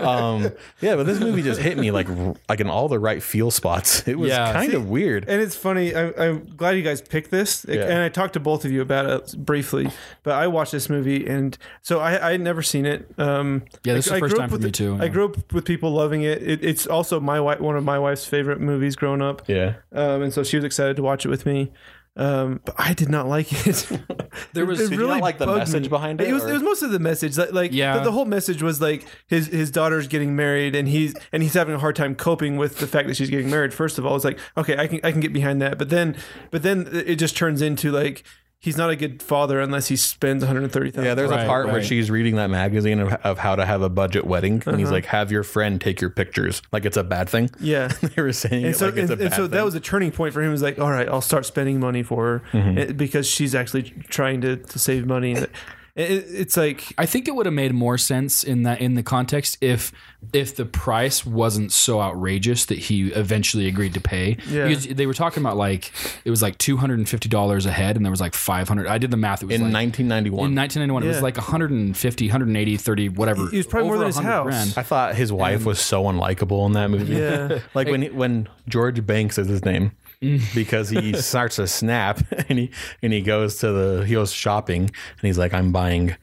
Speaker 4: um, yeah, but this movie just hit me like, r- like in all the right feel spots. It was
Speaker 6: Yeah.
Speaker 4: kind
Speaker 5: See,
Speaker 4: of weird.
Speaker 5: And it's funny. I, I'm glad you guys picked this. Like,
Speaker 4: Yeah.
Speaker 5: And I talked to both of you about it briefly, but I watched this movie, and so I, I had never seen it. Um,
Speaker 6: Yeah, this is
Speaker 5: I-
Speaker 6: the
Speaker 5: I
Speaker 6: first
Speaker 5: grew
Speaker 6: time
Speaker 5: up
Speaker 6: for
Speaker 5: with
Speaker 6: me
Speaker 5: it-
Speaker 6: too,
Speaker 5: I
Speaker 6: yeah.
Speaker 5: grew up with people loving it. it it's also my wife, one of my wife's favorite movies growing up.
Speaker 4: yeah.
Speaker 5: um, and so she was excited to watch it with me. Um, but I did not like
Speaker 4: (laughs)
Speaker 5: it.
Speaker 6: There was-
Speaker 5: It
Speaker 6: Did you
Speaker 4: not
Speaker 5: really
Speaker 4: like the
Speaker 5: bugged
Speaker 4: message
Speaker 5: me.
Speaker 4: behind it,
Speaker 5: It was,
Speaker 4: or-
Speaker 5: it was mostly the message. Like, like
Speaker 6: Yeah.
Speaker 5: the, the whole message was like his his daughter's getting married, and he's and he's having a hard time coping with the fact that she's getting married. First of all, it's like okay, I can I can get behind that, but then but then it just turns into like he's not a good father unless he spends one hundred thirty thousand.
Speaker 4: Yeah, there's
Speaker 6: Right,
Speaker 4: a part where
Speaker 6: right.
Speaker 4: she's reading that magazine of, of how to have a budget wedding, and he's like, "Have your friend take your pictures." Like it's a bad thing.
Speaker 5: yeah.
Speaker 4: they were saying
Speaker 5: And
Speaker 4: it
Speaker 5: so,
Speaker 4: like it's
Speaker 5: and,
Speaker 4: a
Speaker 5: and
Speaker 4: bad
Speaker 5: so
Speaker 4: thing.
Speaker 5: that was a turning point for him. It was like, all right, I'll start spending money for her eh, because she's actually trying to, to save money. And it- it- it's like,
Speaker 6: I think it would have made more sense in that in the context if if the price wasn't so outrageous that he eventually agreed to pay.
Speaker 5: Yeah.
Speaker 6: Because they were talking about like it was like two hundred and fifty dollars a head, and there was like five hundred. I did the math. It was
Speaker 4: in
Speaker 6: like,
Speaker 4: 1991.
Speaker 6: in 1991, it was
Speaker 5: Yeah.
Speaker 6: like 150, 180, 30, whatever.
Speaker 5: It was probably more
Speaker 6: Over
Speaker 5: than his
Speaker 6: 100
Speaker 5: house.
Speaker 6: grand.
Speaker 4: I thought his wife was so unlikable in that movie.
Speaker 5: Yeah.
Speaker 4: (laughs) like when he, when George Banks is his name
Speaker 3: (laughs)
Speaker 4: because he starts to snap (laughs) and he and he goes to the he goes shopping and he's like, I'm buying.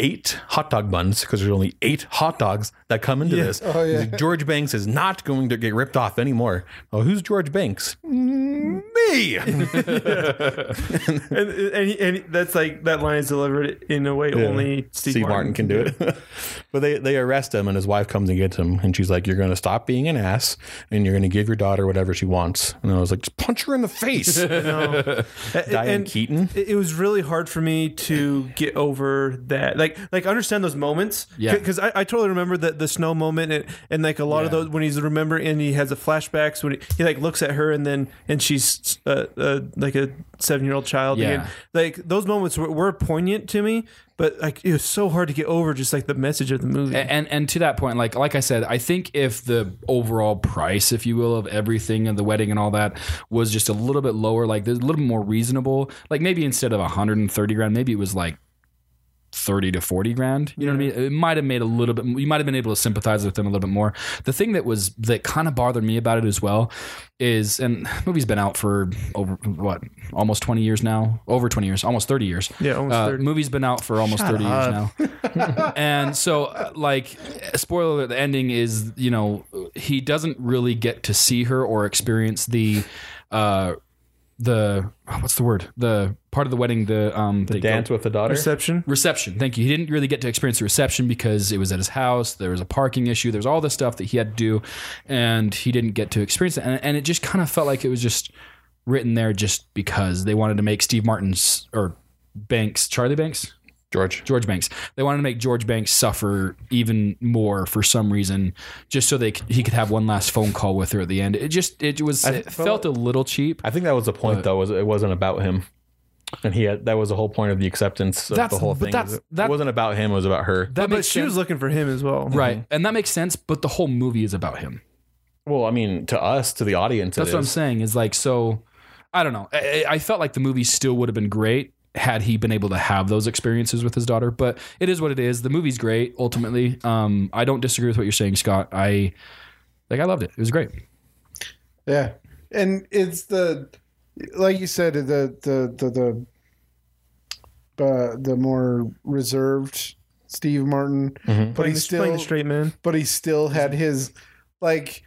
Speaker 4: Eight hot dog buns because there's only eight hot dogs that come into this.
Speaker 3: Oh, yeah.
Speaker 4: He's like, George Banks is not going to get ripped off anymore. Oh, who's George Banks? Mm,
Speaker 3: (laughs)
Speaker 4: Me.
Speaker 5: and, and, he- and he- that's like, that line is delivered in a way only Steve,
Speaker 4: Steve Martin, can do
Speaker 6: (laughs)
Speaker 4: it. but they, they arrest him, and his wife comes and gets him. And she's like, You're going to stop being an ass, and you're going to give your daughter whatever she wants. And I was like, Just punch her in the
Speaker 6: (laughs)
Speaker 4: face.
Speaker 5: A-
Speaker 4: Diane
Speaker 5: Eh, and
Speaker 4: Keaton.
Speaker 5: It it was really hard for me to get over that, like, like understand those moments.
Speaker 6: Yeah.
Speaker 5: because I, I totally remember the, the snow moment, and, and like a lot of those when he's remember and he has the flashbacks when he, he like looks at her and then and she's uh, uh, like a seven year old child.
Speaker 6: Yeah.
Speaker 5: again. like those moments were, were poignant to me, but like it was so hard to get over just like the message of the movie.
Speaker 6: and and to that point like like i said i think if the overall price if you will of everything and the wedding and all that was just a little bit lower like there's a little bit more reasonable like maybe instead of 130 grand maybe it was like 30 to 40 grand you know what i mean it might have made a little bit you might have been able to sympathize with them a little bit more the thing that was that kind of bothered me about it as well is and (sighs) the movie's been out for over what almost 20 years now over 20 years almost 30 years
Speaker 5: Yeah, almost
Speaker 6: Uh,
Speaker 5: 30.
Speaker 6: movie's been out for almost
Speaker 5: (laughs)
Speaker 6: 30 years now and so uh, like spoiler alert, the ending is you know he doesn't really get to see her or experience the uh the what's the word the part of the wedding the um the
Speaker 4: with the daughter.
Speaker 5: Reception.
Speaker 6: reception. Thank you. He didn't really get to experience the reception because it was at his house. There was a parking issue. There's all this stuff that he had to do, and he didn't get to experience it. And, and it just kind of felt like it was just written there just because they wanted to make Steve Martin's or Banks, Charlie Banks,
Speaker 4: George.
Speaker 6: George Banks. They wanted to make George Banks suffer even more for some reason, just so they c- he could have one last phone call with her at the end. It just it was it felt a little cheap.
Speaker 4: I think that was the point, though, was it wasn't about him. And he had, that was the whole point of the acceptance of
Speaker 6: That's-
Speaker 4: the whole
Speaker 6: but
Speaker 4: thing.
Speaker 6: that's-
Speaker 4: it
Speaker 6: that-
Speaker 4: wasn't about him, it was about her.
Speaker 6: That
Speaker 5: But she was looking for him as well.
Speaker 6: right, and that makes sense. But the whole movie is about him.
Speaker 4: well, I mean, to us, to the audience, it
Speaker 6: That's what I'm
Speaker 4: is.
Speaker 6: saying. Is like so. I don't know. I, I I felt like the movie still would have been great had he been able to have those experiences with his daughter. But it is what it is. The movie's great. Ultimately, um, I don't disagree with what you're saying, Scott. I like. I loved it. It was great.
Speaker 3: Yeah, and it's the like you said the the the the uh, the more reserved Steve Martin,
Speaker 4: Mm-hmm.
Speaker 3: but he
Speaker 5: Playing the, playing
Speaker 3: still
Speaker 5: the straight man.
Speaker 3: but he still had his like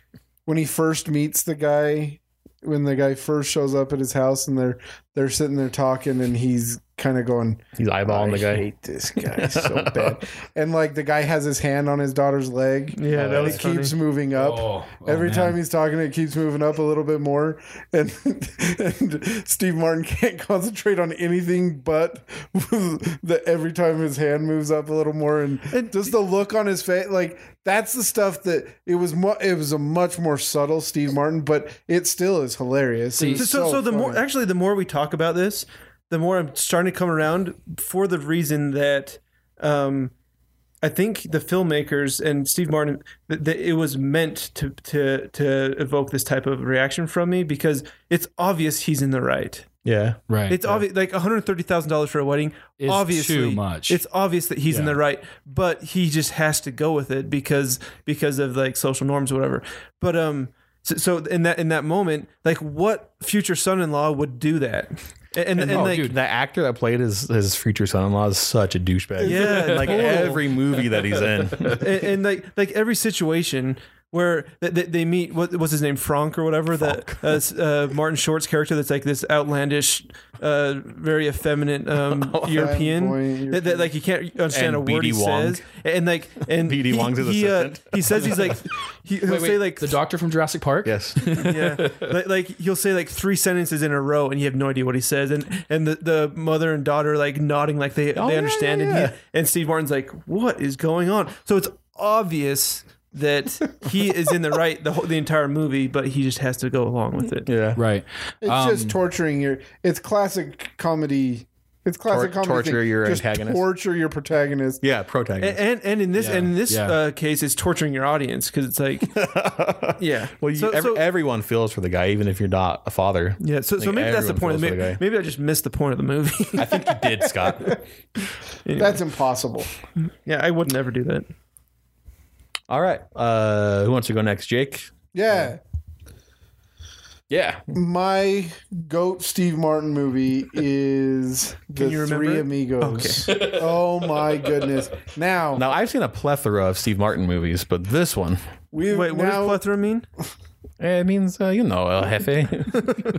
Speaker 3: when he first meets the guy when the guy first shows up at his house and they're they're sitting there talking and he's kind of going
Speaker 4: He's eyeballing the
Speaker 3: I
Speaker 4: guy.
Speaker 3: hate this
Speaker 5: (laughs)
Speaker 3: guy so bad and like the guy has his hand on his daughter's leg
Speaker 5: Yeah, Oh, that
Speaker 3: and
Speaker 5: was
Speaker 3: it
Speaker 5: funny.
Speaker 3: keeps moving up Every time he's talking, it keeps moving up a little bit more, (laughs) and, and Steve Martin can't (laughs) concentrate on anything but (laughs) the every time his hand moves up a little more, and, just the look on his face, like that's the stuff that it was. Mu- it was a much more subtle Steve Martin, but it still is hilarious.
Speaker 6: See,
Speaker 3: It's
Speaker 5: So, so, the more
Speaker 3: funny.
Speaker 5: actually, the more we talk about this, the more I'm starting to come around for the reason that um, I think the filmmakers and Steve Martin that, that it was meant to to to evoke this type of reaction from me because it's obvious he's in the right.
Speaker 4: Yeah.
Speaker 6: Right.
Speaker 5: It's obvious, like one hundred thirty thousand dollars for a wedding.
Speaker 6: Is
Speaker 5: obviously,
Speaker 6: too much.
Speaker 5: It's obvious that he's in the right, but he just has to go with it because because of like social norms, or whatever. But um, so, so in that in that moment, like, what future son-in-law would do that? And and, and,
Speaker 6: oh,
Speaker 5: like,
Speaker 6: dude.
Speaker 4: The actor that played his, his future son in law is such a douchebag.
Speaker 5: Yeah,
Speaker 6: (laughs)
Speaker 4: In, like
Speaker 5: total.
Speaker 4: every movie that he's in.
Speaker 5: and, and like like every situation where they, they, they meet what what's his name Frank or whatever that uh, s- uh, Martin Short's character that's like this outlandish, uh, very effeminate um, European,
Speaker 3: Flamboyant
Speaker 5: That, that, like you can't
Speaker 4: And
Speaker 5: understand a word he
Speaker 4: B.D. Wong.
Speaker 5: says and like and
Speaker 4: B.D.
Speaker 5: he,
Speaker 4: Wong's his
Speaker 5: he, uh,
Speaker 4: assistant.
Speaker 5: he says he's like he, he'll
Speaker 6: Wait, wait,
Speaker 5: say like
Speaker 6: the doctor from Jurassic Park.
Speaker 4: yes.
Speaker 5: yeah, (laughs) like, like he'll say like three sentences in a row, and you have no idea what he says, and and the, the mother and daughter are, like nodding like they they
Speaker 4: Oh, yeah,
Speaker 5: understand,
Speaker 4: yeah,
Speaker 5: and he, and Steve Martin's like, what is going on? So it's obvious that he is in the right the whole the entire movie, but he just has to go along with it.
Speaker 4: Yeah.
Speaker 6: Right.
Speaker 3: It's
Speaker 4: Um,
Speaker 3: just torturing your. It's classic comedy. It's classic
Speaker 4: Tor-
Speaker 3: comedy.
Speaker 4: torture
Speaker 3: thing.
Speaker 4: your
Speaker 3: Just
Speaker 4: antagonist.
Speaker 3: Torture your protagonist.
Speaker 4: Yeah. Protagonist.
Speaker 5: And and in this and in this
Speaker 6: yeah.
Speaker 5: uh, case, it's torturing your audience because
Speaker 4: (laughs)
Speaker 5: it's like, yeah,
Speaker 4: well, you,
Speaker 5: So-
Speaker 4: every,
Speaker 5: so-
Speaker 4: everyone feels for the guy, even if you're not a father.
Speaker 5: yeah. So, so
Speaker 4: Like,
Speaker 5: maybe that's the
Speaker 4: everyone feels for
Speaker 5: point. Maybe,
Speaker 4: the guy.
Speaker 5: maybe I just missed the point of the movie.
Speaker 4: I think you did, Scott.
Speaker 3: That's impossible.
Speaker 5: (laughs) yeah, I would never do that.
Speaker 4: (laughs) All right. Uh, who wants to go next? Jake?
Speaker 3: Yeah.
Speaker 4: Yeah.
Speaker 3: My goat Steve Martin movie is The
Speaker 5: you remember
Speaker 3: Three
Speaker 5: it?
Speaker 3: Amigos. (laughs) oh my goodness. Now,
Speaker 4: Now, I've seen a plethora of Steve Martin movies, but this one,
Speaker 3: we've
Speaker 5: Wait, what
Speaker 3: now,
Speaker 5: does plethora mean?
Speaker 4: eh, it means, uh, you know, El (laughs) Jefe.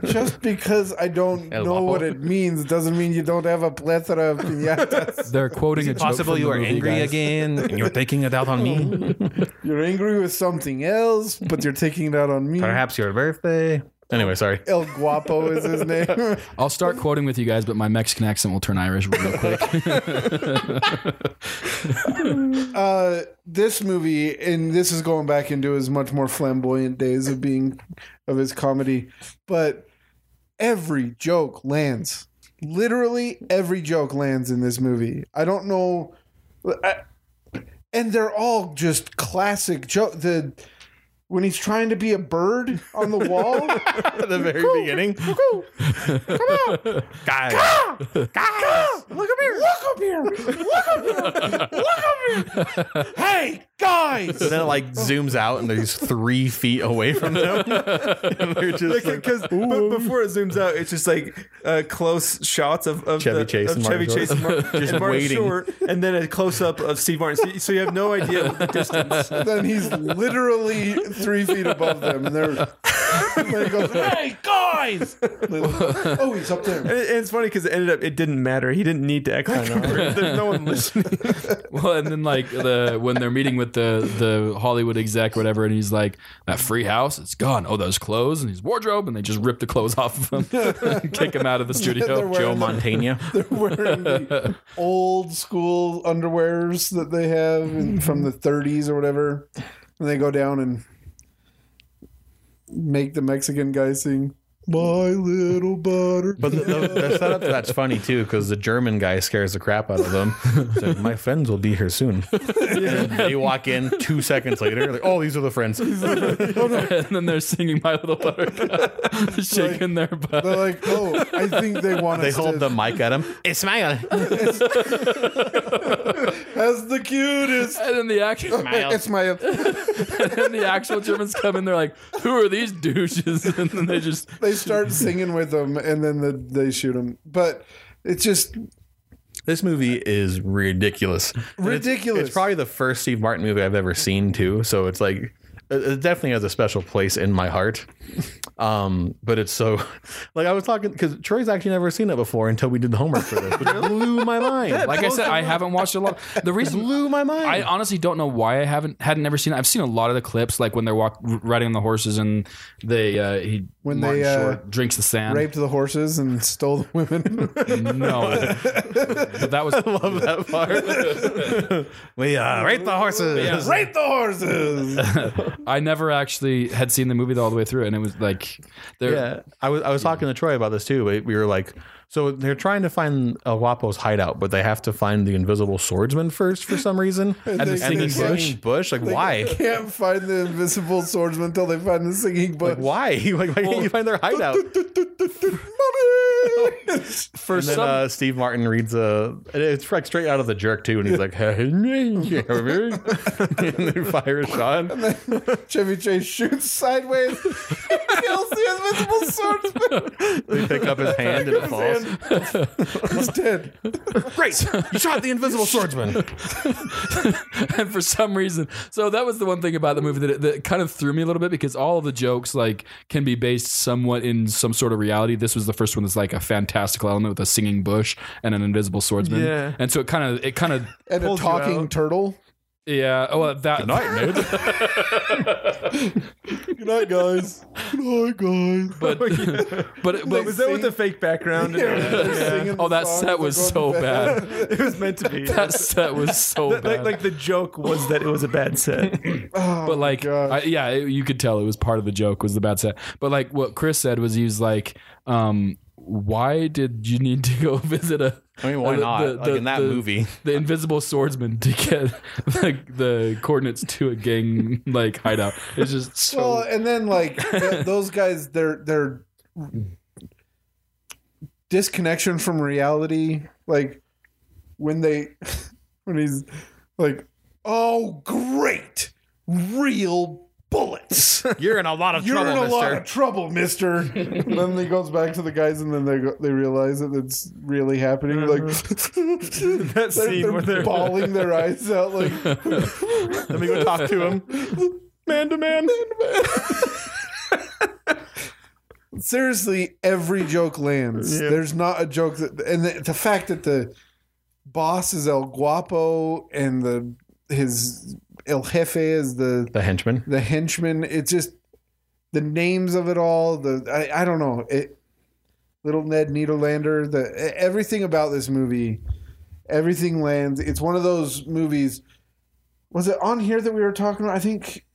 Speaker 3: just because I don't
Speaker 4: El
Speaker 3: know
Speaker 4: Guapo.
Speaker 3: what it means doesn't mean you don't have a plethora of
Speaker 4: (laughs)
Speaker 3: piñatas.
Speaker 6: They're quoting a joke
Speaker 4: Possible
Speaker 6: from
Speaker 4: you
Speaker 6: the
Speaker 4: are
Speaker 6: movie,
Speaker 4: angry
Speaker 6: guys.
Speaker 4: again and you're taking it out on (laughs) me.
Speaker 3: You're angry with something else, but you're taking it out on me.
Speaker 4: Perhaps your birthday. Anyway, sorry.
Speaker 3: El Guapo is
Speaker 4: (laughs)
Speaker 3: his name.
Speaker 6: I'll start quoting with you guys, but my Mexican accent will turn Irish real quick. (laughs)
Speaker 3: uh, this movie, and this is going back into his much more flamboyant days of being of his comedy, but every joke lands. Literally every joke lands in this movie. I don't know, I- and they're all just classic joke. The when he's trying to be a bird on the (laughs) wall,
Speaker 4: At (laughs) the very beginning. Guys.
Speaker 3: Ah, look up here, look up here, look up here, look up here. Hey guys,
Speaker 4: And then it like zooms out and he's three feet away from them. and they're just like,
Speaker 5: because but before it zooms out, it's just like uh, close shots of, of
Speaker 4: Chevy
Speaker 5: the,
Speaker 4: Chase
Speaker 5: of
Speaker 4: and
Speaker 5: Chevy
Speaker 4: Martin
Speaker 5: Chase, and, Mar-
Speaker 4: Just
Speaker 5: and Martin
Speaker 4: waiting.
Speaker 5: Short, and then a close up of Steve Martin. So you, so you have no idea what the distance.
Speaker 3: then he's literally three feet above them, and they're. (laughs) and he goes, hey guys! They look, oh, he's up there.
Speaker 5: And it- and it's funny because it ended up it didn't matter. He didn't need to act like a bird. There's no one listening.
Speaker 6: Well, and then like the when they're meeting with the the Hollywood exec, or whatever, and he's like, "That free house, it's gone. Oh, those clothes and his wardrobe," and they just rip the clothes off of him, (laughs) kick him out of the
Speaker 3: They're
Speaker 6: studio.
Speaker 3: wearing
Speaker 4: Joe
Speaker 3: the-
Speaker 4: Montana.
Speaker 3: They're wearing the old school underwears that they have and from the 30s or whatever, and they go down and make the Mexican guy sing "My Little Butter."
Speaker 4: But the, the, the setup to that's funny too because the German guy scares the crap out of them. He's like, My friends will be here (laughs) soon. And they walk in two seconds later. Like, oh, these are the friends.
Speaker 6: (laughs) and then they're singing "My Little Buttercup," (laughs) shaking their butt.
Speaker 3: They're like, "Oh, I think they want
Speaker 4: They
Speaker 3: us to."
Speaker 4: hold the mic at him. It's my
Speaker 3: That's the cutest.
Speaker 6: And then the actual,
Speaker 3: It's my.
Speaker 6: (laughs) and the actual Germans come in. They're like, "Who are these douches?" (laughs) And then they just
Speaker 3: they start singing with them and then the, they shoot them but it's just
Speaker 4: This movie is ridiculous. And it's-
Speaker 3: Ridiculous.
Speaker 4: It's, probably the first Steve Martin movie I've ever seen too. So it's like it it definitely has a special place in my heart. Um, but it's so like I was talking because Troy's actually never seen it before until we did the homework for (laughs) this, which blew my mind. Like
Speaker 6: (laughs) like I said, I haven't watched a lot. The reason
Speaker 4: blew my mind.
Speaker 6: I honestly don't know why I haven't hadn't ever seen it. I've seen a lot of the clips, like when they're walk r- riding on the horses and they uh, he
Speaker 3: When
Speaker 6: Martin
Speaker 3: they, uh,
Speaker 6: Short drinks the sand.
Speaker 3: raped the horses and stole the women
Speaker 4: (laughs)
Speaker 3: (laughs)
Speaker 6: No, but that was
Speaker 4: love that part. (laughs) we uh, rape the horses.
Speaker 3: rape the
Speaker 4: (laughs)
Speaker 3: horses
Speaker 6: I never actually had seen the movie all the way through, and it was like there.
Speaker 4: Yeah, I was I was talking to Troy about this too. We, we were like, so they're trying to find El Guapo's hideout, but they have to find the invisible swordsman first for some
Speaker 3: (laughs)
Speaker 4: reason.
Speaker 6: And the
Speaker 3: They-
Speaker 6: singing
Speaker 3: they-
Speaker 6: bush.
Speaker 4: Bush, like
Speaker 3: they
Speaker 4: why? (laughs)
Speaker 3: can't find the invisible
Speaker 4: (laughs)
Speaker 3: swordsman until they find the singing bush (laughs)
Speaker 4: Like why? Like why can't you find their hideout?
Speaker 3: Mommy!
Speaker 4: (laughs) First, then uh, Steve Martin reads a. It's like straight out of the jerk too, and he's like, (laughs) "Hey, yeah, man." (laughs) and they fire a shot.
Speaker 3: Chevy Chase shoots sideways, (laughs) kills the invisible swordsman.
Speaker 4: They pick
Speaker 3: (laughs)
Speaker 4: up his hand and it falls.
Speaker 3: He's dead.
Speaker 4: Great, you shot the invisible swordsman.
Speaker 6: and (laughs) for some reason, so that was the one thing about the movie that, it, that kind of threw me a little bit because all of the jokes like can be based somewhat in some sort of reality. This was the first one that's like a fantastical element with a singing bush and an invisible swordsman.
Speaker 5: Yeah.
Speaker 6: And so it kind of it kind of
Speaker 3: And a
Speaker 5: Pulled you
Speaker 3: talking
Speaker 5: out.
Speaker 3: turtle.
Speaker 6: yeah. Oh, well, that
Speaker 4: Night, dude.
Speaker 3: Good night, guys. (laughs) Good night, guys.
Speaker 6: (laughs)
Speaker 5: (laughs)
Speaker 6: but but but. (laughs)
Speaker 5: was that with the fake background?
Speaker 6: Oh, that set was so bad.
Speaker 5: It was meant to be.
Speaker 6: That set was so
Speaker 5: Like-
Speaker 6: bad.
Speaker 5: like, like the joke was that it was a bad set.
Speaker 4: (clears throat)
Speaker 6: but like I,
Speaker 3: Oh gosh.
Speaker 6: yeah it- you could tell it was part of the joke was the bad set but like what chris said was he was like um why did you need to (laughs) go visit a
Speaker 4: I mean, why
Speaker 6: the-
Speaker 4: not?
Speaker 6: the-
Speaker 4: like
Speaker 6: the-
Speaker 4: in that
Speaker 6: the-
Speaker 4: movie. (laughs)
Speaker 6: the invisible swordsman to get like the coordinates to a gang like hideout it's just so
Speaker 3: Well, and then
Speaker 5: (laughs)
Speaker 3: like th- those guys, their their disconnection from reality, like when they (laughs) when he's like, "Oh, great, real
Speaker 5: (laughs)
Speaker 3: bullets."
Speaker 4: You're in a lot of
Speaker 3: You're
Speaker 4: trouble,
Speaker 3: in a
Speaker 4: mister.
Speaker 3: lot of trouble, Mister. and then he goes back to the guys, and then they go, they realize that it's really happening. Like (laughs)
Speaker 5: That
Speaker 3: they're,
Speaker 5: Uh-huh. scene
Speaker 3: they're
Speaker 5: where they're
Speaker 3: bawling their eyes out.
Speaker 5: (laughs)
Speaker 3: Like
Speaker 4: Let me go talk to him. Man to man.
Speaker 3: seriously, every joke lands.
Speaker 5: Yeah.
Speaker 3: There's not a joke that, and the, the fact that the boss is El Guapo and the his El Jefe is the
Speaker 4: The henchman.
Speaker 3: (laughs) the henchman. It's just the names of it all. The I, I don't know it. Little Ned Needlelander. The e, everything about this movie, everything lands. It's one of those movies. Was it on here that we were talking about? I think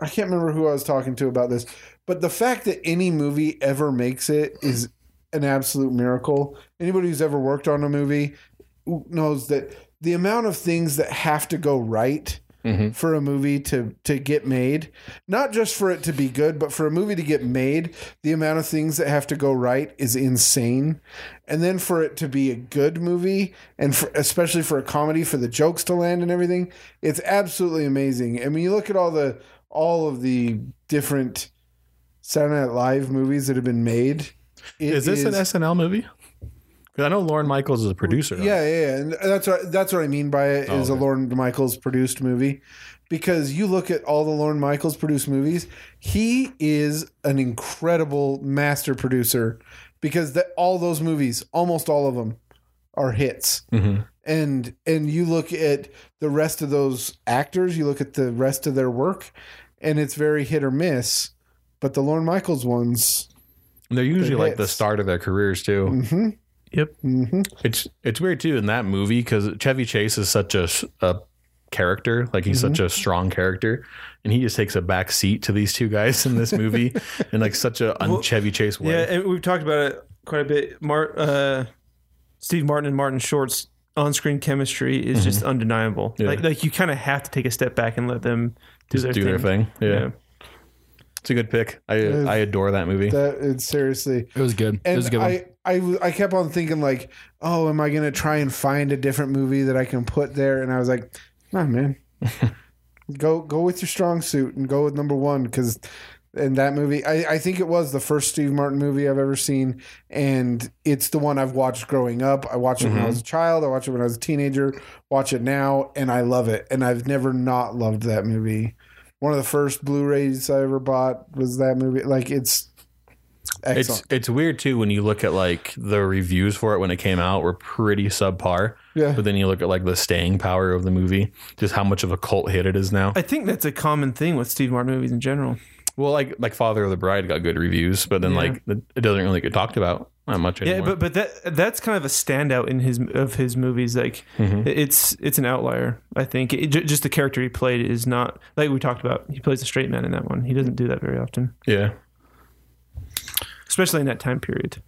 Speaker 3: I can't remember who I was talking to about this, but the fact that any movie ever makes it is an absolute miracle. Anybody who's ever worked on a movie knows that the amount of things that have to go right
Speaker 4: Mm-hmm.
Speaker 3: for a movie to to get made not just for it to be good but for a movie to get made the amount of things that have to go right is insane and then for it to be a good movie and for, especially for a comedy for the jokes to land and everything it's absolutely amazing i mean you look at all the all of the different saturday night live movies that have been made it
Speaker 4: Is this an SNL movie? Because I know Lauren Michaels is a producer. on it.
Speaker 3: yeah, yeah, yeah, and that's what that's what I mean by it is a
Speaker 4: okay.
Speaker 3: Lorne Michaels produced movie, because you look at all the Lorne Michaels produced movies, he is an incredible master producer, because the, all those movies, almost all of them, are hits,
Speaker 4: Mm-hmm.
Speaker 3: and and you look at the rest of those actors, you look at the rest of their work, and it's very hit or miss, but the Lorne Michaels ones,
Speaker 4: And they're usually like the
Speaker 3: hits.
Speaker 4: start of their careers too.
Speaker 5: Yep.
Speaker 4: It's it's weird too in that movie because Chevy Chase is such a, s- a character, like he's such a strong character, and he just takes a back seat to these two guys in this (laughs) movie in like such a un Chevy Chase way.
Speaker 5: Yeah, and we've talked about it quite a bit. Mar- uh, Steve Martin and Martin Short's on-screen chemistry
Speaker 4: Mm-hmm.
Speaker 5: is just undeniable. Like, like you kind of have to take a step back and let them do their
Speaker 4: do
Speaker 5: thing.
Speaker 4: their thing. Yeah. it's a good pick. I I adore that movie.
Speaker 3: that it's seriously.
Speaker 6: it was good it
Speaker 3: and
Speaker 6: was a good one
Speaker 3: I, I w- I kept on thinking like, oh, am I gonna try and find a different movie that I can put there? And I was like, nah,
Speaker 6: (laughs)
Speaker 3: man, go go with your strong suit and go with number one because in that movie, I, I think it was the first Steve Martin movie I've ever seen, and it's the one I've watched growing up. I watched it when I
Speaker 6: Mm-hmm.
Speaker 3: was a child, I watched it when I was a teenager, watch it now, and I love it. And I've never not loved that movie. One of the first Blu-rays I ever bought was that movie. Like it's. Excellent.
Speaker 4: It's it's weird too when you look at like the reviews for it when it came out were pretty subpar.
Speaker 3: Yeah.
Speaker 4: But then you look at like the staying power of the movie, just how much of a cult hit it is now.
Speaker 5: I think that's a common thing with Steve Martin movies in general.
Speaker 4: Well, like like Father of the Bride got good reviews, but then like it doesn't really get talked about that much anymore.
Speaker 5: Yeah, but but that that's kind of a standout in his of his movies. Like
Speaker 4: Mm-hmm.
Speaker 5: it's it's an outlier. I think it, ju- just the character he played is not like we talked about. He plays a straight man in that one. He doesn't do that very often,
Speaker 4: yeah,
Speaker 5: especially in that time period.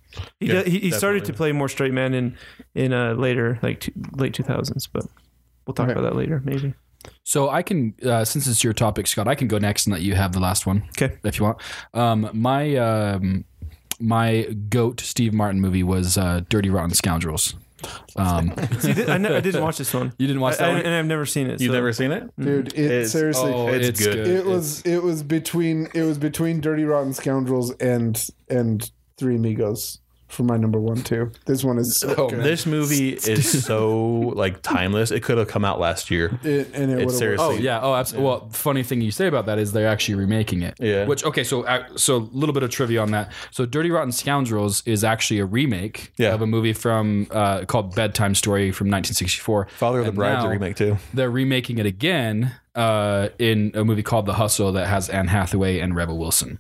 Speaker 5: He
Speaker 4: Yeah,
Speaker 5: do- he, he started to
Speaker 4: definitely.
Speaker 5: play more straight man in in uh, later like t- late two thousands, but. We'll talk about that later, maybe.
Speaker 6: So I can, uh, since it's your topic, Scott, I can go next and let you have the last one,
Speaker 5: Okay.
Speaker 6: if you want. Um, my um, my goat Steve Martin movie was uh, Dirty Rotten Scoundrels. Um,
Speaker 5: See, thi- I, ne- I didn't watch this one.
Speaker 6: you didn't watch
Speaker 5: I-
Speaker 6: that
Speaker 5: I-
Speaker 6: one?
Speaker 5: and I've never seen it.
Speaker 4: You've
Speaker 5: so-
Speaker 4: never seen it?
Speaker 3: dude. It
Speaker 11: It's-
Speaker 3: seriously.
Speaker 6: Oh,
Speaker 4: It's
Speaker 6: it's,
Speaker 4: good.
Speaker 6: good.
Speaker 3: it was it was between it was between Dirty Rotten Scoundrels and and Three Amigos for my number one too. This one is
Speaker 6: Oh,
Speaker 3: so good. (laughs)
Speaker 4: This movie is so like timeless. It could have come out last year.
Speaker 3: It- and it
Speaker 4: It's
Speaker 3: would've worked.
Speaker 4: seriously.
Speaker 6: Oh yeah. Oh, absolutely. Well, funny thing you say about that is they're actually remaking it.
Speaker 4: Yeah.
Speaker 6: Which okay, so uh, so a little bit of trivia on that. So Dirty Rotten Scoundrels is actually a remake
Speaker 4: Yeah.
Speaker 6: of a movie from uh, called Bedtime Story from 1964.
Speaker 4: Father of the
Speaker 6: And
Speaker 4: Bride's a
Speaker 6: now
Speaker 4: remake too.
Speaker 6: They're remaking it again uh, in a movie called The Hustle that has Anne Hathaway and Rebel Wilson.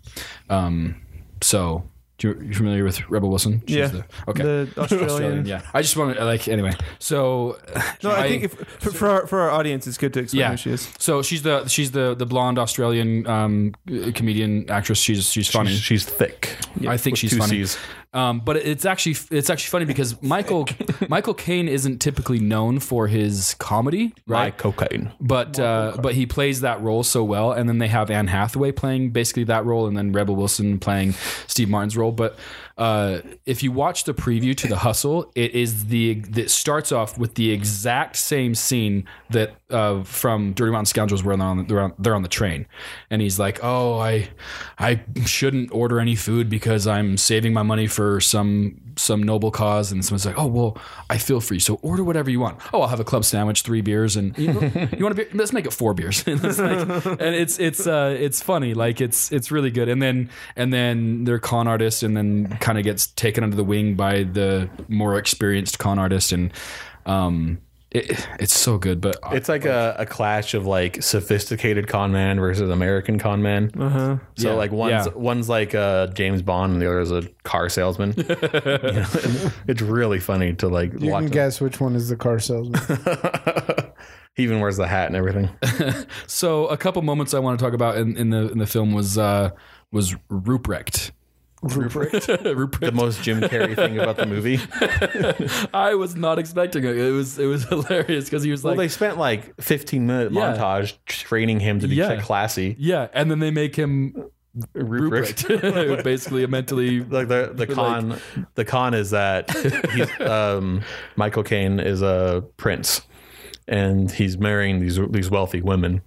Speaker 6: Um, so. do You you familiar with Rebel Wilson? She's
Speaker 5: Yeah.
Speaker 6: the- okay.
Speaker 5: (laughs) The Australian.
Speaker 6: yeah. I just want to like anyway. So
Speaker 5: No, I, think if, for, for, our, for our audience, it's good to explain
Speaker 6: yeah,
Speaker 5: who she
Speaker 6: (laughs)
Speaker 5: is.
Speaker 6: So she's the she's the the blonde Australian um, comedian actress. She's she's funny.
Speaker 4: She's, she's thick.
Speaker 6: I think
Speaker 4: with
Speaker 6: she's
Speaker 4: two
Speaker 6: funny.
Speaker 4: Cs.
Speaker 6: Um, but it's actually it's actually
Speaker 4: (laughs)
Speaker 6: funny because Michael Michael Caine isn't typically known for his comedy,
Speaker 4: My
Speaker 6: right?
Speaker 4: cocaine.
Speaker 6: but uh, but he plays that role so well, and then they have Anne Hathaway playing basically that role, and then Rebel Wilson playing Steve Martin's role. But uh, if you watch the preview to the Hustle, it is the it starts off with the exact same scene that uh, from Dirty Mountain Scoundrels where they're on they're on, they're on the train, and he's like, "Oh, I I shouldn't order any food because I'm saving my money for some some noble cause." And someone's like, "Oh, well, I feel free, so order whatever you want." Oh, I'll have a club sandwich, three beers, and you, (laughs) you want a beer? Let's make it four beers. (laughs) and, it's like- and it's it's uh, it's funny, like it's it's really good. And then and then they're con artists, and then kind of gets taken under the wing by the more experienced con artist, and um, it, it's so good. But
Speaker 4: It's like a, a clash of like sophisticated con man versus American con man. Uh-huh. So
Speaker 6: Yeah.
Speaker 4: like one's
Speaker 6: Yeah.
Speaker 4: one's like uh, James Bond and the other is a car (laughs) salesman. You know, and it's really funny to like
Speaker 3: You
Speaker 4: watch.
Speaker 3: can
Speaker 4: them.
Speaker 3: guess which one is the car salesman.
Speaker 4: (laughs) he even wears (laughs) the hat and everything.
Speaker 6: So a couple moments I want to talk about in, in the in the film was uh, was Ruprecht. (laughs) Ruprecht.
Speaker 4: the most Jim Carrey thing about the movie.
Speaker 6: I was not expecting it. It was it was (laughs) hilarious because he was
Speaker 4: Well,
Speaker 6: like,
Speaker 4: they spent like 15 minute
Speaker 6: Yeah.
Speaker 4: montage training him to be
Speaker 6: Yeah.
Speaker 4: classy.
Speaker 6: yeah, and then they make him Ruprecht, (laughs) basically a mentally.
Speaker 4: Like the the con, the con is that he's, um, Michael Caine is a prince, and he's marrying these these wealthy women,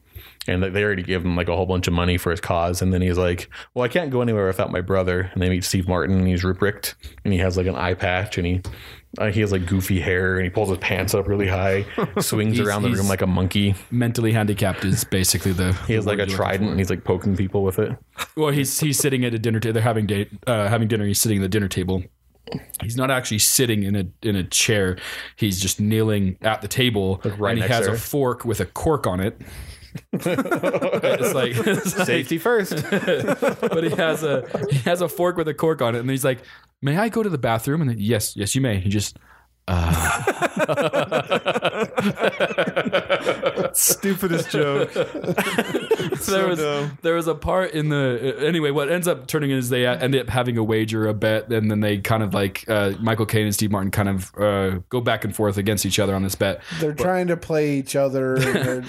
Speaker 4: and they already give him like a whole bunch of money for his cause, and then he's like, "Well, I can't go anywhere without my brother." And they meet Steve Martin, and he's Ruprecht, and he has like an eye patch, and he uh, he has like goofy hair, and he pulls his pants up really high, swings
Speaker 6: He's-
Speaker 4: around the room
Speaker 6: he's-
Speaker 4: like a monkey.
Speaker 6: Mentally handicapped is basically the.
Speaker 4: He has like a trident, and he's like poking people with it.
Speaker 6: Well, he's he's sitting at a dinner table. They're having date, uh, having dinner. He's sitting at the dinner table. He's not actually sitting in a in a chair. He's just kneeling at the table,
Speaker 4: right
Speaker 6: and he
Speaker 4: next
Speaker 6: has
Speaker 4: to her.
Speaker 6: a fork with a cork
Speaker 4: (laughs)
Speaker 6: on it. it's like, it's like-
Speaker 4: Safety (laughs) first.
Speaker 6: (laughs) but he has a he has a fork with a cork on it, and he's like, "May I go to the bathroom?" And then, yes, yes, you may. He just
Speaker 5: Stupidest (laughs) joke.
Speaker 6: (laughs) there was
Speaker 5: dumb.
Speaker 6: there was a part in the anyway. What ends up turning is they end up having a wager, a bet, and then they kind of like uh, Michael Caine and Steve Martin kind of uh, go back and forth against each other on this bet.
Speaker 3: They're trying to play each other. and they're-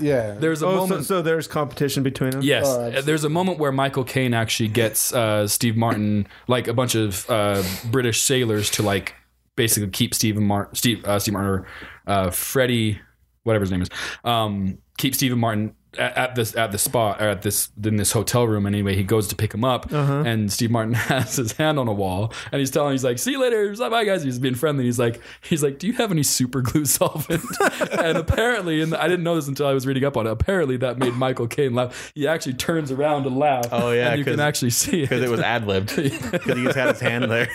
Speaker 3: yeah.
Speaker 6: There's
Speaker 5: Oh,
Speaker 6: a
Speaker 5: so,
Speaker 6: moment.
Speaker 5: so there's competition between them.
Speaker 6: Yes,
Speaker 3: Oh, absolutely.
Speaker 6: there's a moment where Michael Caine actually gets uh, Steve Martin, like a bunch of uh, British sailors, to like basically keep Stephen Martin, Steve, uh, Steve Martin, or uh, Freddie, whatever his name is, um, keep Stephen Martin at, at this at the spot or at this in this hotel room. Anyway, he goes to pick him up, and Steve Martin (laughs) has his hand on a wall, and he's telling, he's like, "See you later, bye bye guys." He's being friendly. He's like, he's like, "Do you have any super glue (laughs) solvent?" and apparently, and I didn't know this until I was reading up on it. Apparently, that made Michael Caine laugh. He actually turns around and laughs.
Speaker 4: Oh, yeah,
Speaker 6: and you
Speaker 4: 'cause-
Speaker 6: can actually see
Speaker 4: because
Speaker 6: it.
Speaker 4: it was ad libbed. (laughs) Because he just had his hand (laughs) there,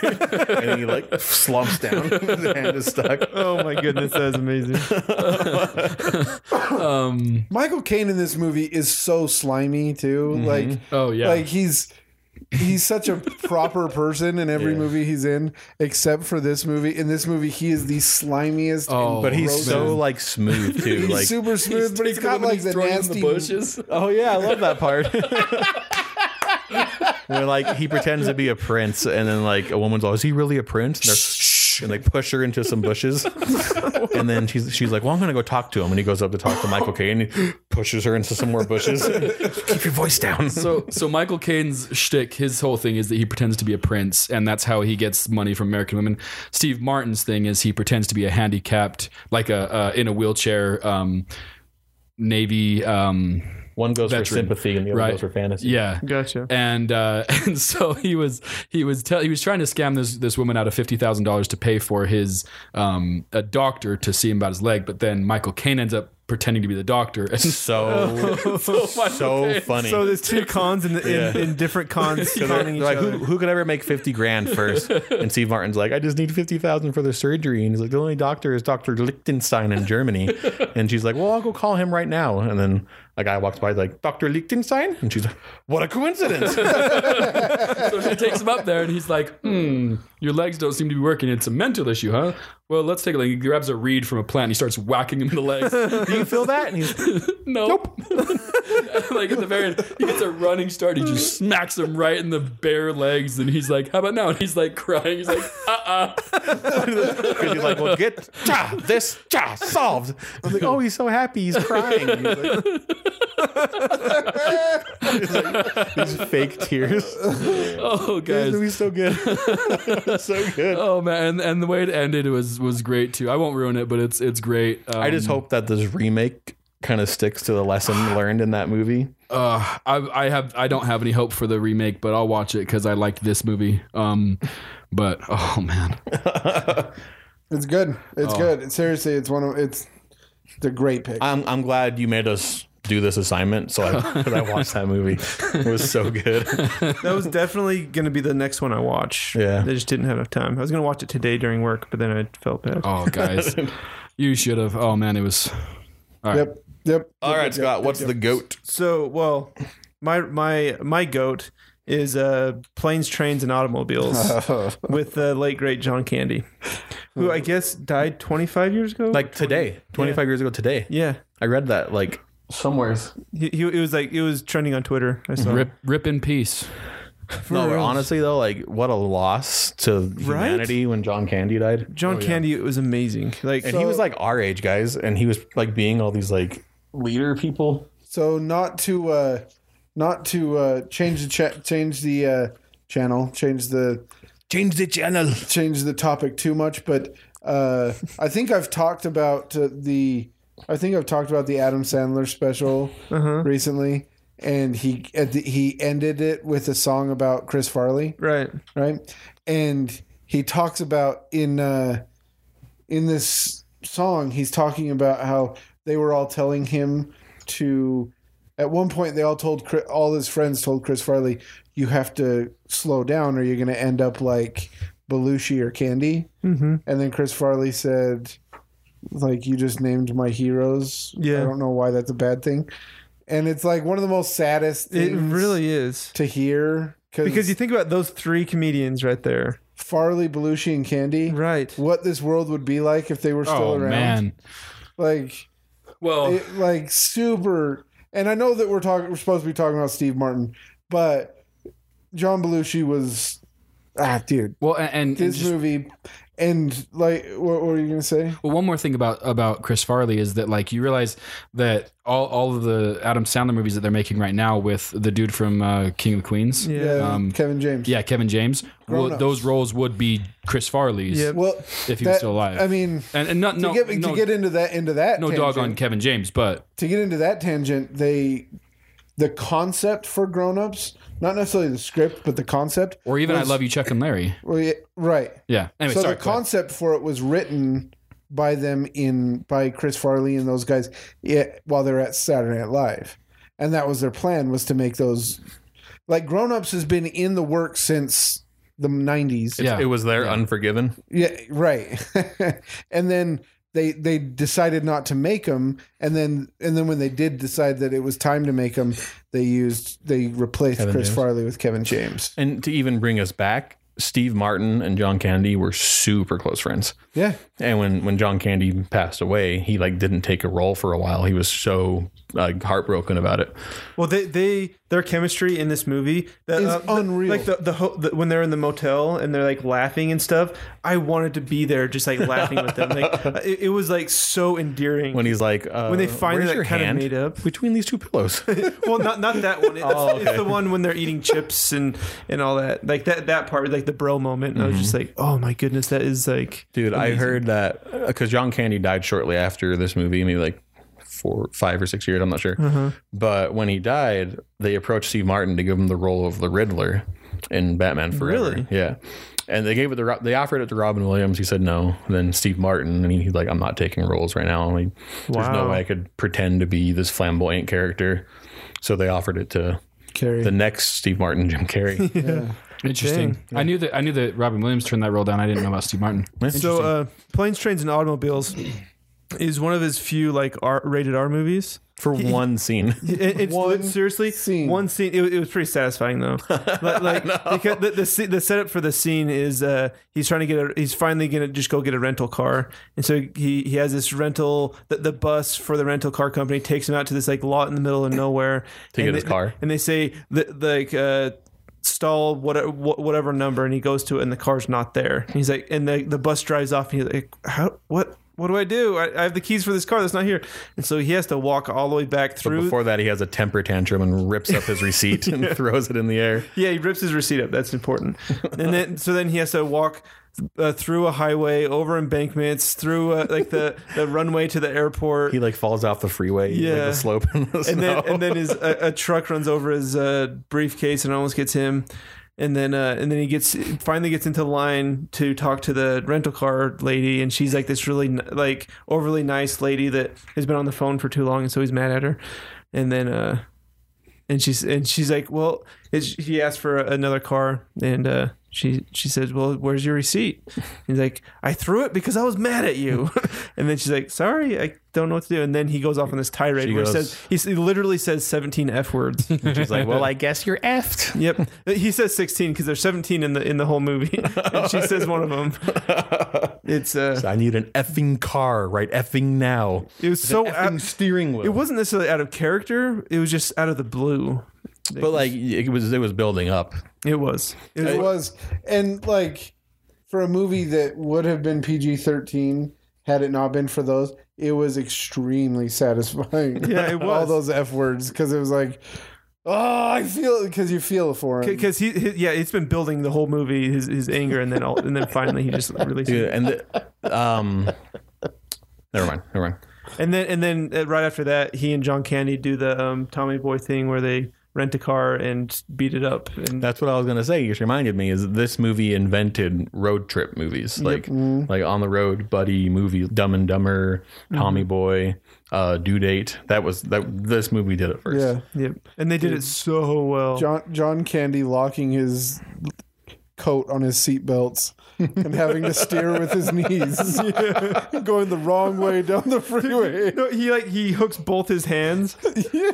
Speaker 4: and he like slumps down. (laughs) his hand is stuck.
Speaker 5: Oh my goodness, that was amazing.
Speaker 3: Michael Caine in this movie is so slimy too. Like
Speaker 6: Oh yeah,
Speaker 3: like he's he's such a proper person in every movie he's in, except for this movie. In this movie, he is the slimiest.
Speaker 6: Oh,
Speaker 4: But he's
Speaker 3: grossest-
Speaker 4: so like smooth too.
Speaker 3: He's
Speaker 4: like
Speaker 3: super smooth, but he's
Speaker 6: Taking
Speaker 3: got
Speaker 6: him and
Speaker 3: like
Speaker 6: (laughs) he's
Speaker 3: the
Speaker 6: throwing him in
Speaker 3: nasty
Speaker 6: the bushes.
Speaker 4: oh yeah, I love that (laughs) part. Where like he pretends to be a prince, and then like a woman's all, "Is he really a prince?" And they're, Shh. and they push her into some (laughs) bushes. and then she's she's like, "Well, I'm gonna go talk to him." And he goes up to talk to Michael Caine, and he pushes her into some more (laughs) bushes. Keep your voice down.
Speaker 6: So, so Michael Caine's shtick, his whole thing is that he pretends to be a prince, and that's how he gets money from American women. Steve Martin's thing is he pretends to be a handicapped, like a uh, in a wheelchair, um, Navy. Um,
Speaker 4: one goes for
Speaker 6: Veteran.
Speaker 4: sympathy, and the other
Speaker 6: Right.
Speaker 4: goes for fantasy.
Speaker 6: yeah,
Speaker 5: Gotcha.
Speaker 6: and uh, (laughs) and so he was he was tell, he was trying to scam this this woman out of fifty thousand dollars to pay for his um, a doctor to see him about his leg, but then Michael Caine ends up pretending to be the doctor, and
Speaker 4: So
Speaker 5: (laughs)
Speaker 4: so, funny.
Speaker 5: So there's two cons in, the, in, in different cons
Speaker 4: So they're,
Speaker 5: conning each
Speaker 4: they're like,
Speaker 5: other.
Speaker 4: who, who could ever make 50 grand first? And Steve Martin's like, I just need 50,000 for the surgery. And he's like, the only doctor is Dr. Lichtenstein in
Speaker 5: (laughs)
Speaker 4: Germany. And she's like, well, I'll go call him right now. And then a guy walks by, like, Dr. Lichtenstein? And she's like, what a coincidence.
Speaker 5: (laughs)
Speaker 6: So she takes him up there, and he's like, "Hmm, your legs don't seem to be working. It's a mental issue, huh? Well, let's take a look." He grabs a reed from a plant, and he starts whacking him in
Speaker 4: (laughs)
Speaker 6: the legs.
Speaker 4: Do you feel that? And he's
Speaker 6: no, (laughs) like at the very end, he gets a running start. He just smacks him right in the bare legs, and he's like, "How about now?" And he's like crying. He's like, (laughs) "Uh, uh
Speaker 4: 'cause he's like, well, get cha, this cha, solved. I was like, oh, he's so happy. He's crying. And he's like, He's
Speaker 5: (laughs)
Speaker 4: like- (laughs) these fake tears.
Speaker 6: oh, guys."
Speaker 4: It was so good. so good. (laughs)
Speaker 6: Oh man, and, and the way it ended was was great too. I won't ruin it, but it's it's great. Um,
Speaker 4: I just hope that this remake kind of sticks to the (sighs) lesson learned in that movie.
Speaker 6: uh, I, I have I don't have any hope for the remake, but I'll watch it because I liked this movie. Um, but oh man,
Speaker 3: It's good. It's good. Seriously, it's one of it's it's a great pick.
Speaker 4: I'm I'm glad you made us do this assignment, so (laughs) I, 'cause I watched that movie. It was so (laughs) good.
Speaker 5: That was definitely going to be the next one I watch.
Speaker 4: Yeah.
Speaker 5: I just didn't have enough time. I was going to watch it today during work, but then I felt bad.
Speaker 6: oh
Speaker 3: (laughs)
Speaker 6: guys, you should have. Oh man, it was. All right.
Speaker 3: yep. Yep.
Speaker 4: All right, Scott, what's the goat?
Speaker 5: So, well, my my my goat is uh, planes, trains, and
Speaker 4: (laughs)
Speaker 5: automobiles with the late great John Candy, who I guess died 25 years ago.
Speaker 4: Like today, 25 years ago today.
Speaker 5: yeah,
Speaker 4: I read that like somewheres.
Speaker 5: he, he it was like it was trending on Twitter. I saw.
Speaker 6: Rip, rip in peace.
Speaker 4: no,
Speaker 5: reals.
Speaker 4: honestly though, like what a loss to humanity when John Candy died.
Speaker 5: John Candy, it was amazing. Like
Speaker 4: And he was like our age, guys, and he was like being all these like leader people.
Speaker 3: So not to uh not to uh change the cha- change the uh channel, change the
Speaker 4: Change the channel.
Speaker 3: change the topic too much, but uh I think I've talked about uh, the I think I've talked about the Adam Sandler special recently and he at the, he ended it with a song about Chris Farley.
Speaker 5: right.
Speaker 3: right? And he talks about in uh, in this song, he's talking about how they were all telling him to. At one point, they all told Chri- all his friends told Chris Farley, "You have to slow down, or you're going to end up like Belushi or Candy." Mm-hmm. And then Chris Farley said, "Like you just named my heroes.
Speaker 5: Yeah.
Speaker 3: I don't know why that's a bad thing." And it's like one of the most saddest
Speaker 5: It
Speaker 3: things
Speaker 5: really is
Speaker 3: to hear
Speaker 5: because you think about those three comedians right there.
Speaker 3: Farley, Belushi, and Candy.
Speaker 5: Right.
Speaker 3: What this world would be like if they were still
Speaker 6: Oh
Speaker 3: around.
Speaker 6: man.
Speaker 3: Like,
Speaker 6: Well,
Speaker 3: it, like super. And I know that we're talking. We're supposed to be talking about Steve Martin, but John Belushi was ah, dude.
Speaker 6: well, and, and,
Speaker 3: His
Speaker 6: just-
Speaker 3: movie, and like, what, what were you gonna say?
Speaker 6: well, one more thing about about Chris Farley is that like you realize that all all of the Adam Sandler movies that they're making right now with the dude from uh, King of Queens.
Speaker 5: Yeah.
Speaker 3: Yeah, Kevin James.
Speaker 6: um, Yeah, Kevin James. Well,
Speaker 3: Grown-ups.
Speaker 6: those roles would be Chris Farley's
Speaker 5: Yeah.
Speaker 3: Well,
Speaker 6: if he was still alive.
Speaker 3: I mean,
Speaker 6: and, and not
Speaker 3: to
Speaker 6: no
Speaker 3: get
Speaker 6: no,
Speaker 3: to get into that into that
Speaker 6: no
Speaker 3: tangent,
Speaker 6: dog on Kevin James, but
Speaker 3: to get into that tangent, they the concept for grown-ups, not necessarily the script, but the concept,
Speaker 6: or even I love you, Chuck and Larry.
Speaker 3: Well, yeah, right.
Speaker 6: Yeah. Anyway,
Speaker 3: so
Speaker 6: sorry.
Speaker 3: the
Speaker 6: go ahead.
Speaker 3: concept for it was written by them in by Chris Farley and those guys yeah, while they were at Saturday Night Live, and that was their plan was to make those like Grown Ups has been in the works since the '90s.
Speaker 6: yeah.
Speaker 4: It was there, Unforgiven.
Speaker 3: Yeah, right. (laughs) and then they they decided not to make them, and then and then when they did decide that it was time to make them, they used they replaced Chris
Speaker 4: James.
Speaker 3: Farley with Kevin James.
Speaker 4: And to even bring us back, Steve Martin and John Candy were super close friends.
Speaker 3: Yeah,
Speaker 4: And when when John Candy passed away, he like didn't take a role for a while. He was so like heartbroken about it.
Speaker 5: Well, they they their chemistry in this movie that,
Speaker 3: Is
Speaker 5: uh, the-
Speaker 3: unreal.
Speaker 5: Like the, the, ho- the when they're in the motel and they're like laughing and stuff. I wanted to be there, just like laughing with them. Like it, it was like so endearing.
Speaker 4: when he's like uh,
Speaker 5: When they finally,
Speaker 4: "Where's
Speaker 5: like,
Speaker 4: your
Speaker 5: kinda
Speaker 4: hand
Speaker 5: made up."
Speaker 4: between these two pillows. (laughs)
Speaker 5: well, not not that one. It's, it's the one when they're eating chips and and all that. Like that that part, like the bro moment. I was just like, oh my goodness, that is like
Speaker 4: Dude, I heard that because John Candy died shortly after this movie, maybe like four, five or six years. I'm not sure.
Speaker 5: Mm-hmm.
Speaker 4: But when he died, they approached Steve Martin to give him the role of the Riddler in Batman Forever.
Speaker 5: Really?
Speaker 4: Yeah. And they gave it the Ro- they offered it to Robin Williams. He said no. And then Steve Martin, and he, he's like, I'm not taking roles right now. Like, There's no
Speaker 5: Wow.
Speaker 4: way I could pretend to be this flamboyant character. So they offered it to
Speaker 5: Carrie.
Speaker 4: the next Steve Martin, Jim Carrey.
Speaker 5: (laughs)
Speaker 6: Interesting. I knew that I knew that Robin Williams turned that role down. I didn't know about
Speaker 3: (laughs)
Speaker 6: Steve Martin.
Speaker 5: So, uh, planes, trains, and automobiles is one of his few like R- rated R movies.
Speaker 4: for one scene.
Speaker 5: It- it's
Speaker 3: One
Speaker 5: seriously
Speaker 3: scene.
Speaker 5: one scene. It, it was pretty
Speaker 4: (laughs)
Speaker 5: satisfying though. like like, because the, the sce- the setup for the scene is uh, he's trying to get a he's finally gonna just go get a rental car, and so he he has this rental the, the bus for the rental car company takes him out to this like lot in the middle of nowhere to
Speaker 4: get his car.
Speaker 5: and they say that like. Uh, stall whatever whatever number and he goes to it and the car's not there And he's like and the, the bus drives off and he's like how what what do i do I, I have the keys for this car that's not here and so he has to walk all the way back
Speaker 4: But
Speaker 5: through
Speaker 4: before that, he has a temper tantrum and rips up his receipt
Speaker 5: (laughs)
Speaker 4: and throws it in the air.
Speaker 5: Yeah, he rips his receipt up. That's important. And then so then he has to walk uh, through a highway, over embankments, through uh, like the, the runway to the airport.
Speaker 4: He like falls off the freeway, yeah,
Speaker 5: Yeah.
Speaker 4: the slope, in the
Speaker 5: and
Speaker 4: snow.
Speaker 5: then
Speaker 4: (laughs)
Speaker 5: and then his uh, a, a truck runs over his uh, briefcase and almost gets him. And then uh, and then he gets finally gets into line to talk to the rental car lady, and she's like this really n- like overly nice lady that has been on the phone for too long, and so he's mad at her. And then uh, and she's and she's like, well, it's, he asked for another car, and uh, she she says, well, where's your receipt? He's like, I threw it because I was mad
Speaker 4: (laughs)
Speaker 5: at you, and then she's like, sorry, I don't know what to do. And then he goes off on this tirade
Speaker 4: She
Speaker 5: where
Speaker 4: goes-
Speaker 5: he says he literally says seventeen f
Speaker 4: (laughs)
Speaker 5: words.
Speaker 4: She's like, "Well, I guess you're effed."
Speaker 5: yep, he says sixteen because there's seventeen in the in the whole movie, (laughs) and she says one of them.
Speaker 4: (laughs)
Speaker 5: It's uh,
Speaker 4: I need an effing car right effing now.
Speaker 5: it was so
Speaker 4: effing
Speaker 5: out,
Speaker 4: steering wheel.
Speaker 5: it wasn't necessarily out of character. It was just out of the blue.
Speaker 4: but like it was, it was building up.
Speaker 5: It was. It was
Speaker 3: It was, and like for a movie that would have been PG thirteen had it not been for those, it was extremely satisfying.
Speaker 5: (laughs) Yeah, it
Speaker 3: all
Speaker 5: was.
Speaker 3: those f words because it was like, oh, I feel because you feel it for him.
Speaker 5: because he, he yeah it's been building the whole movie his, his anger and then all, and then finally he just releases
Speaker 4: Dude,
Speaker 5: it
Speaker 4: and the, um, never mind, never mind.
Speaker 5: and then and then uh, right after that he and John Candy do the um, Tommy Boy thing where they rent a car and beat it up and
Speaker 4: That's what I was gonna say. You just reminded me is this movie invented road trip movies, like like on the road buddy movie, Dumb and Dumber, Tommy
Speaker 5: Mm-hmm.
Speaker 4: Boy, uh, Due Date. That was that. This movie did it first.
Speaker 3: yeah,
Speaker 5: yep. and they did it so well
Speaker 3: John John Candy locking his coat on his
Speaker 5: (laughs)
Speaker 3: seatbelts and having to steer with his knees, (laughs) going the wrong way down the
Speaker 5: (laughs)
Speaker 3: freeway.
Speaker 5: no, he like he hooks both his hands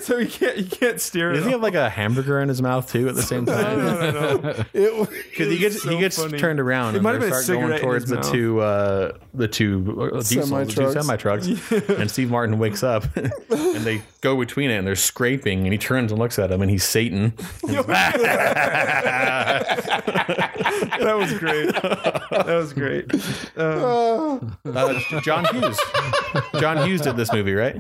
Speaker 5: so he can't he can't steer it
Speaker 4: Does he have like a hamburger in his mouth too at the same
Speaker 5: (laughs)
Speaker 4: time?
Speaker 3: It,
Speaker 4: Because he gets he gets
Speaker 5: funny.
Speaker 4: turned around
Speaker 5: It
Speaker 4: and
Speaker 5: might
Speaker 4: they
Speaker 5: have been a
Speaker 4: start going
Speaker 5: cigarette in
Speaker 4: towards
Speaker 5: his
Speaker 4: the
Speaker 5: mouth.
Speaker 4: two uh, the two uh, diesel the two semi
Speaker 3: Semi-trucks.
Speaker 4: trucks,
Speaker 5: (laughs)
Speaker 4: and Steve Martin wakes up (laughs) and they go between it and they're scraping and he turns and looks at him and he's Satan.
Speaker 5: that was great that was great um,
Speaker 4: Uh, John Hughes. John Hughes did this movie, right?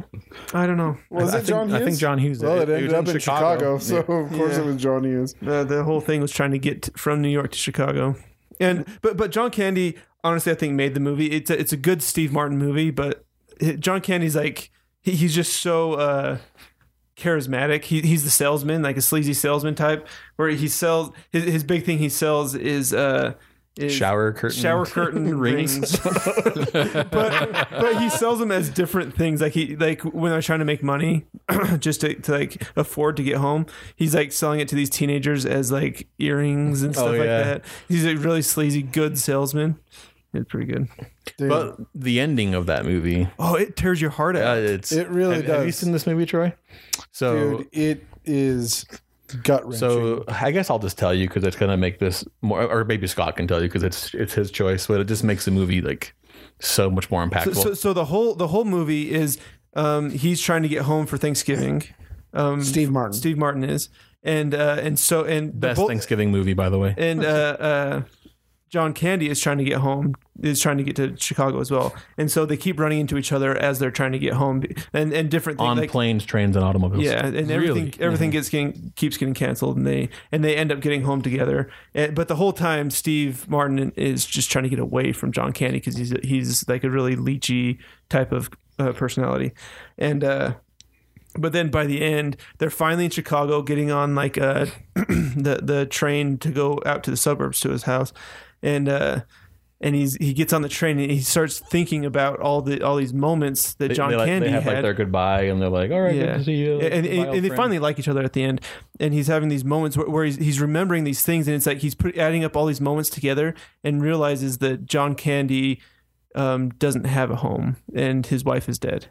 Speaker 5: I don't know
Speaker 3: was
Speaker 4: I
Speaker 3: it
Speaker 4: think-
Speaker 3: John Hughes?
Speaker 4: I think John Hughes did
Speaker 3: Well,
Speaker 4: it.
Speaker 3: it,
Speaker 4: It
Speaker 3: ended
Speaker 4: was in
Speaker 3: up in Chicago,
Speaker 4: Chicago.
Speaker 3: (laughs) so of course
Speaker 5: Yeah.
Speaker 3: it was John Hughes.
Speaker 5: Uh, the whole thing was trying to get t- from New York to Chicago, and but but John Candy honestly I think made the movie. It's a, it's a good Steve Martin movie, but it- John Candy's like he, he's just so uh, charismatic. He, he's the salesman, like a sleazy salesman type, where he sells his, his big thing. He sells is. Uh, is
Speaker 4: Shower curtain. (laughs)
Speaker 5: shower curtain
Speaker 4: Rings.
Speaker 5: rings, (laughs) but but he sells them as different things. Like he like when they're trying to make money, (clears throat) just to, to like afford to get home, he's like selling it to these teenagers as like earrings and stuff like
Speaker 4: Oh, yeah.
Speaker 5: that. He's a really sleazy, good salesman. It's pretty good.
Speaker 3: Dude,
Speaker 4: But the ending of that movie,
Speaker 5: Oh, it tears your heart
Speaker 4: uh,
Speaker 5: out.
Speaker 4: it's
Speaker 3: It really
Speaker 4: have, Have you
Speaker 3: does.
Speaker 4: seen this movie, Troy? So
Speaker 3: dude, it is gut wrenching.
Speaker 4: So I guess I'll just tell you because it's gonna make this more, or maybe Scott can tell you because it's it's his choice, but it just makes the movie like so much more impactful.
Speaker 5: so so the whole the whole movie is um, he's trying to get home for Thanksgiving. Um,
Speaker 3: Steve Martin.
Speaker 5: Steve Martin is. and uh, and so and
Speaker 4: Best
Speaker 5: bo-
Speaker 4: Thanksgiving movie, by the way.
Speaker 5: (laughs) and uh, uh, John Candy is trying to get home. Is trying to get to Chicago as well, and so they keep running into each other as they're trying to get home, and and different things
Speaker 4: On
Speaker 5: like
Speaker 4: planes, trains, and automobiles.
Speaker 5: yeah, and everything
Speaker 4: Really?
Speaker 5: everything gets getting keeps getting canceled, and they and they end up getting home together. Eh, but the whole time, Steve Martin is just trying to get away from John Candy because he's he's like a really leechy type of uh, personality, and uh, but then by the end, they're finally in Chicago, getting on like uh, (clears throat) the the train to go out to the suburbs to his house, and. Uh, and he's he gets on the train and he starts thinking about all the all these moments that
Speaker 4: They-
Speaker 5: John
Speaker 4: they, like,
Speaker 5: Candy
Speaker 4: they have
Speaker 5: had
Speaker 4: like their goodbye, and they're like, "All right, good to see you."
Speaker 6: uh,
Speaker 5: yeah, and,
Speaker 4: Bye,
Speaker 5: and,
Speaker 4: old
Speaker 5: and they
Speaker 4: friend.
Speaker 5: finally like each other at the end. And he's having these moments where, where he's, he's remembering these things, and it's like he's put, adding up all these moments together and realizes that John Candy um, doesn't have a home and his wife is dead.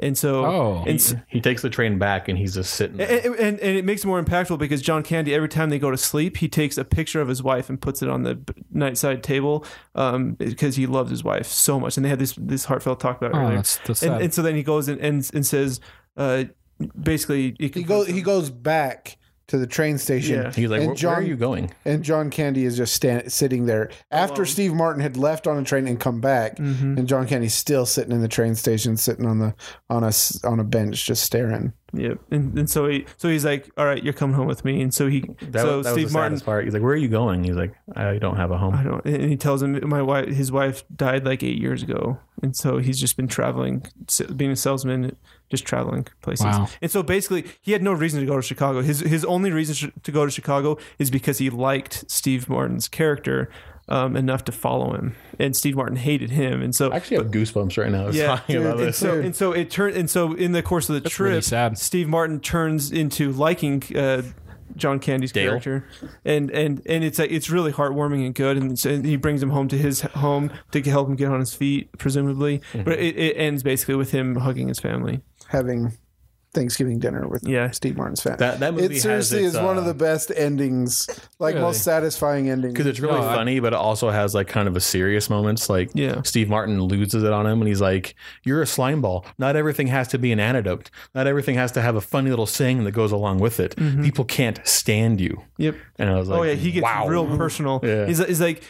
Speaker 5: And so,
Speaker 6: Oh.
Speaker 5: and, s-
Speaker 4: he takes the train back, and he's just sitting. there.
Speaker 5: and, and, and it makes it more impactful because John Candy, every time they go to sleep, he takes a picture of his wife and puts it on the b- nightside table um, because he loves his wife so much. And they had this this heartfelt talk about it
Speaker 6: Oh,
Speaker 5: earlier.
Speaker 6: that's- that's
Speaker 5: and,
Speaker 6: sad.
Speaker 5: and so then he goes and and, and says, uh, basically,
Speaker 3: He goes. He goes back to the train station.
Speaker 5: Yeah.
Speaker 4: he's like,
Speaker 3: and
Speaker 4: where,
Speaker 3: John,
Speaker 4: "Where are you going?"
Speaker 3: And John Candy is just stand, sitting there after Steve Martin had left on a train and come back, and John Candy's still sitting in the train station, sitting on the on a s- on a bench, just staring.
Speaker 5: Yeah, and, and so he so he's like, "All right, you're coming home with me." And so he
Speaker 4: That,
Speaker 5: so
Speaker 4: was, that was
Speaker 5: Steve
Speaker 4: the
Speaker 5: Martin,
Speaker 4: saddest part. He's like, "Where are you going?" He's like, "I don't have a
Speaker 5: I
Speaker 4: home."
Speaker 5: don't, and he tells him my wife, his wife died like eight years ago, and so he's just been traveling, s- being a salesman, just traveling places.
Speaker 6: Wow.
Speaker 5: And so basically, he had no reason to go to Chicago. His his only reason sh- to go to Chicago is because he liked Steve Martin's character um, enough to follow him, and Steve Martin hated him, and so
Speaker 4: I actually have goosebumps right now.
Speaker 5: Yeah,
Speaker 4: talking
Speaker 3: dude,
Speaker 4: about
Speaker 3: it's
Speaker 4: this.
Speaker 5: So and so it turned and so in the course of the trip,
Speaker 6: really sad.
Speaker 5: Steve Martin turns into liking uh, John Candy's
Speaker 4: Dale.
Speaker 5: character, and and and it's like it's really heartwarming and good, and, so he brings him home to his home to help him get on his feet, presumably. But it, it ends basically with him hugging his family.
Speaker 3: having Thanksgiving dinner with
Speaker 5: Yeah.
Speaker 3: Steve Martin's family.
Speaker 4: That- that movie
Speaker 3: it
Speaker 4: has
Speaker 3: seriously
Speaker 4: its,
Speaker 3: is one of
Speaker 4: uh,
Speaker 3: the best endings, like
Speaker 6: Really?
Speaker 3: most satisfying endings.
Speaker 4: because it's really funny, but it also has like kind of a serious moments. Like
Speaker 5: Yeah.
Speaker 4: Steve Martin loses it on him, and he's like, "You're a slime ball. Not everything has to be an antidote. Not everything has to have a funny little saying that goes along with it. People can't stand you."
Speaker 5: Mm-hmm. Yep.
Speaker 4: And I was like,
Speaker 5: oh yeah, he gets
Speaker 4: wow.
Speaker 5: real personal.
Speaker 4: Yeah.
Speaker 5: He's, he's like,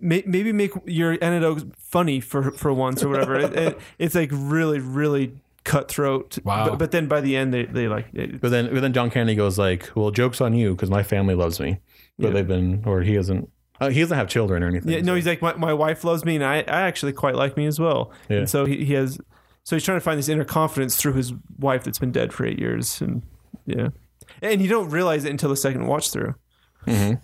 Speaker 5: "May- maybe make your anecdote funny for for once or whatever. It- it- it's like really, really cutthroat.
Speaker 6: Wow.
Speaker 5: But, but then by the end, they, they like it,
Speaker 4: But then, but then John Candy goes like, "Well, jokes on you, because my family loves me, but
Speaker 5: Yeah.
Speaker 4: they've been, or he hasn't, uh, he doesn't have children or anything.
Speaker 5: Yeah, no, he's like my, my wife loves me, and I, I actually quite like me as well.
Speaker 4: Yeah.
Speaker 5: And so he, he has, so he's trying to find this inner confidence through his wife that's been dead for eight years, and yeah, and you don't realize it until the second watch through.
Speaker 4: I,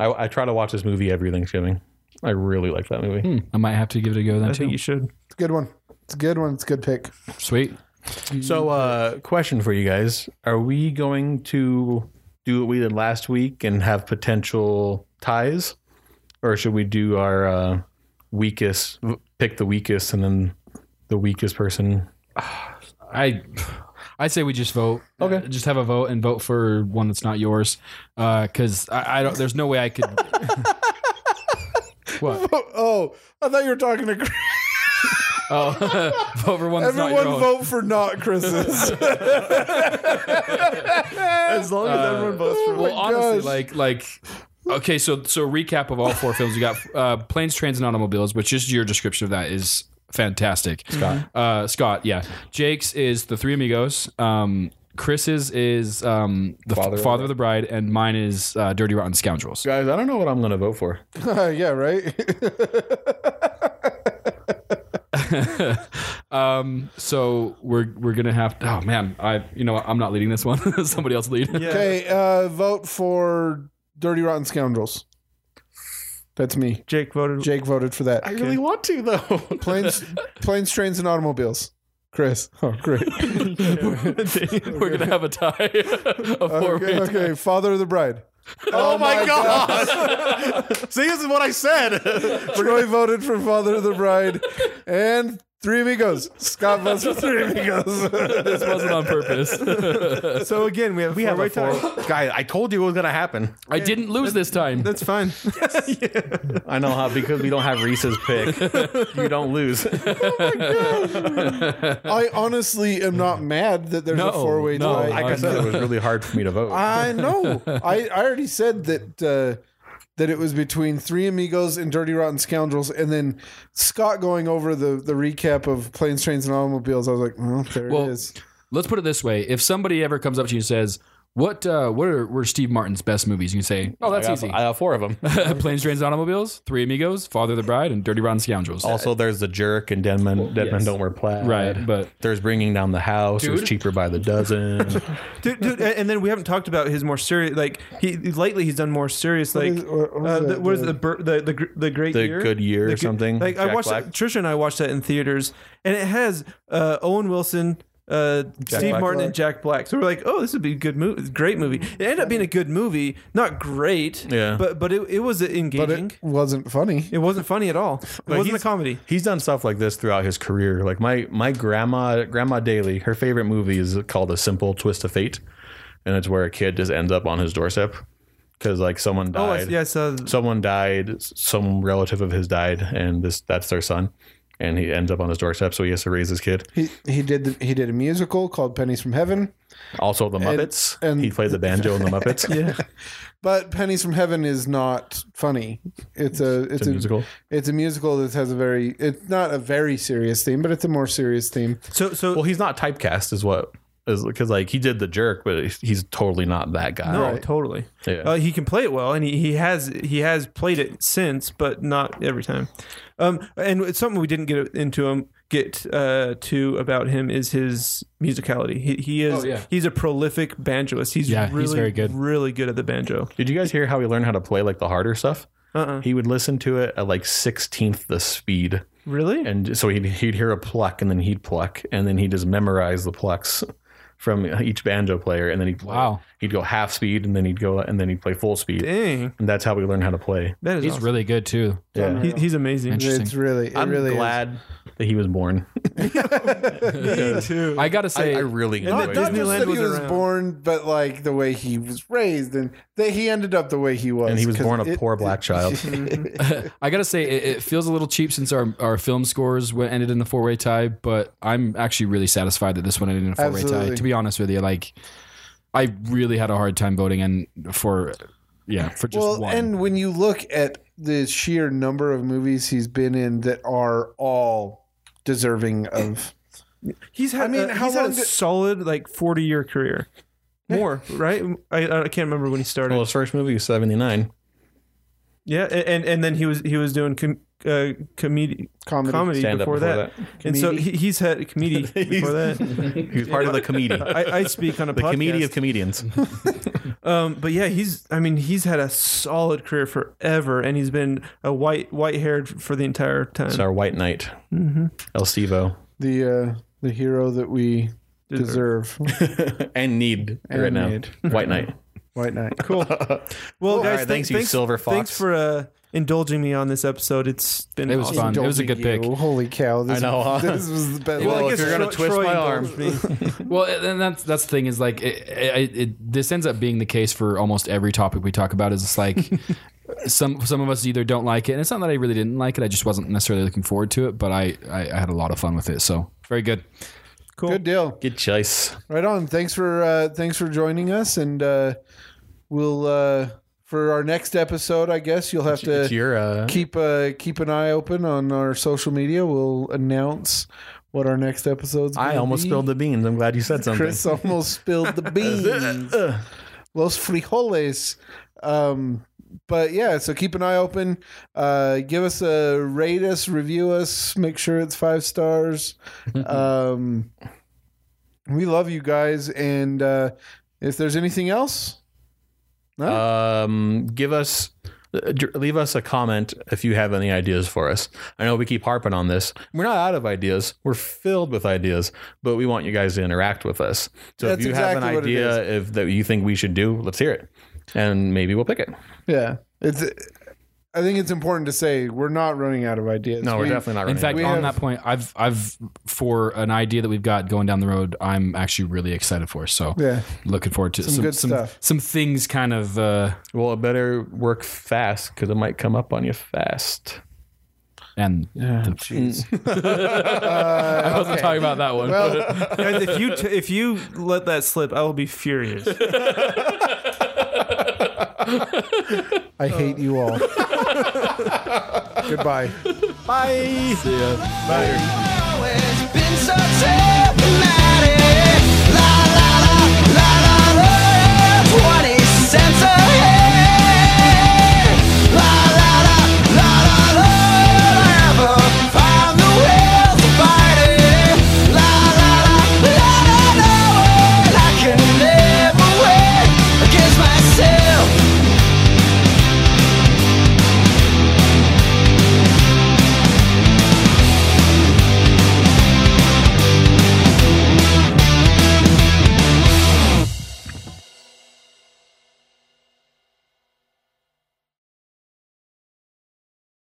Speaker 4: I try to watch this movie every Thanksgiving. I really like that movie.
Speaker 6: I might have to give it a go then
Speaker 5: I
Speaker 6: too.
Speaker 5: think you should.
Speaker 3: It's a good one. It's a good one. It's a good pick.
Speaker 6: Sweet.
Speaker 4: So, uh, question for you guys: Are we going to do what we did last week and have potential ties, or should we do our uh, weakest, pick the weakest, and then the weakest person?
Speaker 6: I I'd say we just vote.
Speaker 4: Okay.
Speaker 6: Uh, just have a vote and vote for one that's not yours. Because I, I don't. There's no way I could. (laughs) what?
Speaker 3: Oh, oh, I thought you were talking to Chris.
Speaker 6: Oh, vote for one
Speaker 3: (laughs)
Speaker 6: that's not your
Speaker 3: everyone.
Speaker 6: own.
Speaker 3: Vote for not
Speaker 6: (laughs)
Speaker 3: Chris's.
Speaker 4: As long as everyone votes for
Speaker 6: Uh, well, honestly,
Speaker 3: gosh.
Speaker 6: like like. Okay, so so recap of all four films. You got uh, planes, trains, and automobiles, which just your description of that is fantastic. Scott, uh, Scott, yeah. Jake's is the Three Amigos. Um, Chris's is um, the Father, Father of the Bride, and mine is uh, Dirty Rotten Scoundrels.
Speaker 4: guys, I don't know what I'm going to vote for.
Speaker 3: (laughs) yeah, right.
Speaker 6: Um, so we're we're gonna have to. Oh man, I you know what, I'm not leading this one. (laughs) Somebody else lead.
Speaker 5: Yeah.
Speaker 3: okay, uh, vote for Dirty Rotten Scoundrels. That's me.
Speaker 5: Jake voted.
Speaker 3: Jake voted for that.
Speaker 4: I really want to (laughs) though.
Speaker 3: (laughs) Planes, planes, trains, and automobiles. Chris. Oh, great.
Speaker 6: (laughs) we're gonna have a tie. (laughs) a
Speaker 3: Okay,
Speaker 6: four-way
Speaker 3: okay, Father of the Bride. Oh,
Speaker 4: my gosh! (laughs) See, this is what I said. (laughs)
Speaker 6: (laughs)
Speaker 3: Troy voted for Father of the Bride, and Three amigos. Scott votes for three amigos.
Speaker 6: This wasn't on purpose.
Speaker 5: (laughs) So again, we have we
Speaker 4: have
Speaker 5: four-way
Speaker 4: a four-
Speaker 5: tie.
Speaker 4: Guy, I told you it was gonna happen.
Speaker 6: I didn't lose this time.
Speaker 5: That's fine.
Speaker 4: I know how because we don't have Reese's (laughs) pick. you don't lose.
Speaker 3: I honestly am not mad that there's a
Speaker 6: No,
Speaker 3: four way
Speaker 6: no,
Speaker 3: tie.
Speaker 6: I
Speaker 4: Like I said, it was really hard for me to vote.
Speaker 3: I
Speaker 6: (laughs)
Speaker 3: know. I, I already said that uh, that it was between Three Amigos and Dirty Rotten Scoundrels, and then Scott going over the, the recap of Planes, Trains, and Automobiles. I was like, well, there
Speaker 6: Well,
Speaker 3: it is.
Speaker 6: Let's put it this way: if somebody ever comes up to you and says, "What uh, what are, were Steve Martin's best movies?" You can say, "Oh, that's
Speaker 4: I got,
Speaker 6: easy:
Speaker 4: I got four of them.
Speaker 6: (laughs) Planes, Trains, and Automobiles, Three Amigos, Father of the Bride, and Dirty Rotten Scoundrels."
Speaker 4: also, there's the jerk and dead men. dead men
Speaker 6: yes.
Speaker 4: don't wear plaid.
Speaker 6: Right, but-
Speaker 4: there's bringing down the house. It was
Speaker 6: Dude.
Speaker 4: cheaper by the dozen.
Speaker 5: dude, dude, and and then we haven't talked about his more serious. Like he lately, he's done more serious. Like
Speaker 3: is- what- what
Speaker 5: uh,
Speaker 3: is
Speaker 5: the-
Speaker 3: that,
Speaker 5: what is
Speaker 3: dude?
Speaker 5: the bur- the the, gr- the great
Speaker 4: The
Speaker 5: year,
Speaker 4: Good Year or something,
Speaker 5: Like I
Speaker 4: Jack
Speaker 5: watched
Speaker 4: Black.
Speaker 5: that, Trisha and I watched that in theaters, and it has uh, Owen Wilson. Uh, Steve
Speaker 4: Black.
Speaker 5: Martin and Jack Black. So we're like, oh, this would be a good movie, great movie. It ended up being a good movie, not great,
Speaker 4: Yeah.
Speaker 5: But but it, it was
Speaker 3: But
Speaker 5: engaging.
Speaker 3: it
Speaker 5: It,
Speaker 3: wasn't funny.
Speaker 5: wasn't funny at all. It wasn't a
Speaker 4: he's-
Speaker 5: comedy.
Speaker 4: He's done stuff like this throughout his career. Like my my grandma grandma Daly, her favorite movie is called A Simple Twist of Fate, and it's where a kid just ends up on his doorstep because like someone
Speaker 5: Oh, I-
Speaker 4: died.
Speaker 5: yeah. So
Speaker 4: someone died, some relative of his died, and this that's their son, and he ends up on his doorstep, so he has to raise his kid.
Speaker 3: He he did the, he did a musical called Pennies from Heaven,
Speaker 4: Also, the Muppets.
Speaker 3: and-
Speaker 4: he played the banjo in the Muppets. yeah,
Speaker 3: but Pennies from Heaven is not funny. It's a it's,
Speaker 4: it's a musical.
Speaker 3: It's a musical that has a very it's not a very serious theme, but it's a more serious theme.
Speaker 5: so so
Speaker 4: Well, he's not typecast, is what is because like he did the jerk, but he's- he's totally not that guy.
Speaker 5: No, Oh, totally.
Speaker 4: Yeah.
Speaker 5: Uh, he can play it well, and he, he has he has played it since, but not every time. Um, and it's something we didn't get into him get uh, to about him is his musicality. He, he is
Speaker 6: Oh, yeah.
Speaker 5: he's a prolific banjoist. He's
Speaker 6: Yeah, he's
Speaker 5: really
Speaker 6: very good.
Speaker 5: really good at the banjo.
Speaker 4: Did you guys hear how he learned how to play like the harder stuff?
Speaker 5: Uh-uh.
Speaker 4: He would listen to it at like sixteenth the speed,
Speaker 5: Really?
Speaker 4: and so he'd he'd hear a pluck, and then he'd pluck, and then he'd just memorize the plucks from each banjo player, and then he'd play.
Speaker 6: Wow.
Speaker 4: He'd go half speed, and then he'd go, and then he'd play full speed,
Speaker 5: Dang,
Speaker 4: and that's how we learned how to play.
Speaker 5: that is
Speaker 6: He's
Speaker 5: awesome.
Speaker 6: really good too.
Speaker 4: Yeah.
Speaker 5: He- he's amazing.
Speaker 6: Interesting.
Speaker 3: It's really it
Speaker 4: I'm
Speaker 3: really is.
Speaker 4: glad that he was born.
Speaker 5: Me too.
Speaker 6: I gotta say,
Speaker 4: I, I really
Speaker 5: then
Speaker 4: enjoyed
Speaker 3: Not
Speaker 4: it.
Speaker 3: just
Speaker 5: Disneyland
Speaker 3: that he
Speaker 5: was
Speaker 3: was
Speaker 5: around.
Speaker 3: born, but like the way he was raised, and that he ended up the way he was.
Speaker 4: And he was
Speaker 3: 'cause
Speaker 4: born a
Speaker 3: it-
Speaker 4: poor black child.
Speaker 3: (laughs)
Speaker 6: I gotta say, it, it feels a little cheap since our, our film scores went, ended in the four way tie, but I'm actually really satisfied that this one ended in a four way tie.
Speaker 3: Absolutely.
Speaker 6: To be honest with you, like I really had a hard time voting and for yeah for just
Speaker 3: Well,
Speaker 6: one.
Speaker 3: and when you look at the sheer number of movies he's been in that are all deserving of,
Speaker 5: He's had.
Speaker 3: I mean,
Speaker 5: uh,
Speaker 3: how
Speaker 5: he's had a
Speaker 3: long did-
Speaker 5: solid like forty year career. More right? I, I can't remember when he started.
Speaker 4: well, his first movie was 79.
Speaker 5: Yeah, a- and and then he was he was doing com- uh, comedy
Speaker 3: Comedy.
Speaker 5: comedy
Speaker 4: Stand up
Speaker 5: before,
Speaker 4: before
Speaker 5: that, and so he, he's had comedy
Speaker 4: (laughs)
Speaker 5: before that.
Speaker 4: He was part of the (laughs) comedy. the
Speaker 5: I, I speak on a podcast,
Speaker 4: comedy of comedians.
Speaker 5: um, but yeah, he's I mean he's had a solid career forever, and he's been a white white haired for the entire time.
Speaker 4: It's our white knight, El Stevo,
Speaker 3: the uh, the hero that we deserve.
Speaker 4: (laughs) and need right now.
Speaker 3: need.
Speaker 4: (laughs) White knight.
Speaker 3: White Knight.
Speaker 5: Cool. Well,
Speaker 4: right,
Speaker 5: guys, thank-
Speaker 4: thanks, you
Speaker 5: thanks,
Speaker 4: silver fox.
Speaker 5: Thanks for uh, indulging me on this episode. It's been
Speaker 6: It was
Speaker 5: awesome.
Speaker 6: fun. It was a good pick.
Speaker 3: You. Holy cow! This,
Speaker 4: know, huh?
Speaker 3: this was the best.
Speaker 4: Well,
Speaker 5: I
Speaker 4: if (laughs)
Speaker 5: guess
Speaker 4: you're gonna
Speaker 5: Tro-
Speaker 4: twist
Speaker 5: Troy
Speaker 4: my arm.
Speaker 5: indulged me.
Speaker 4: (laughs)
Speaker 6: Well, and that's that's the thing is like it, it, it, this ends up being the case for almost every topic we talk about. Is
Speaker 3: (laughs)
Speaker 6: it's like some some of us either don't like it, and it's not that I really didn't like it. I just wasn't necessarily looking forward to it, but I I, I had a lot of fun with it. So very good.
Speaker 5: cool.
Speaker 3: Good deal.
Speaker 4: (laughs) Good choice.
Speaker 3: Right on. Thanks for uh, thanks for joining us, and uh, we'll uh, for our next episode. I guess you'll have to
Speaker 4: It's your, uh,
Speaker 3: keep uh, keep an eye open on our social media. We'll announce what our next episode's.
Speaker 4: I
Speaker 3: gonna
Speaker 4: almost
Speaker 3: be.
Speaker 4: spilled the beans. I'm glad you said something. Uh,
Speaker 3: Chris almost spilled
Speaker 4: (laughs)
Speaker 3: the beans. Los frijoles. Um, but yeah, so keep an eye open. Uh, give us a rate us, review us, make sure it's five stars.
Speaker 4: (laughs)
Speaker 3: um, we love you guys, and uh, if there's anything else,
Speaker 4: um, give us uh, dr- leave us a comment if you have any ideas for us i know we keep harping on this we're not out of ideas we're filled with ideas but we want you guys to interact with us so
Speaker 3: That's
Speaker 4: if you have
Speaker 3: exactly
Speaker 4: an
Speaker 3: what it
Speaker 4: idea if that you think we should do let's hear it and maybe we'll pick it
Speaker 3: yeah, it's. I think it's important to say we're not running out of ideas.
Speaker 4: No, we're
Speaker 3: We-
Speaker 4: definitely not.
Speaker 6: In
Speaker 4: running
Speaker 6: fact,
Speaker 4: out
Speaker 6: on
Speaker 3: have-
Speaker 6: that point, I've I've for an idea that we've got going down the road, I'm actually really excited for. So
Speaker 3: Yeah.
Speaker 6: looking forward to some
Speaker 3: good
Speaker 6: some,
Speaker 3: stuff.
Speaker 6: some things kind of uh,
Speaker 4: of it. well, it better work fast because it might come up on you fast.
Speaker 6: and the, I wasn't talking about that one.
Speaker 5: Guys, if you t- if you let that slip, I will be furious.
Speaker 3: I hate you
Speaker 4: (laughs)
Speaker 3: all. Goodbye.
Speaker 6: Bye.
Speaker 1: always been so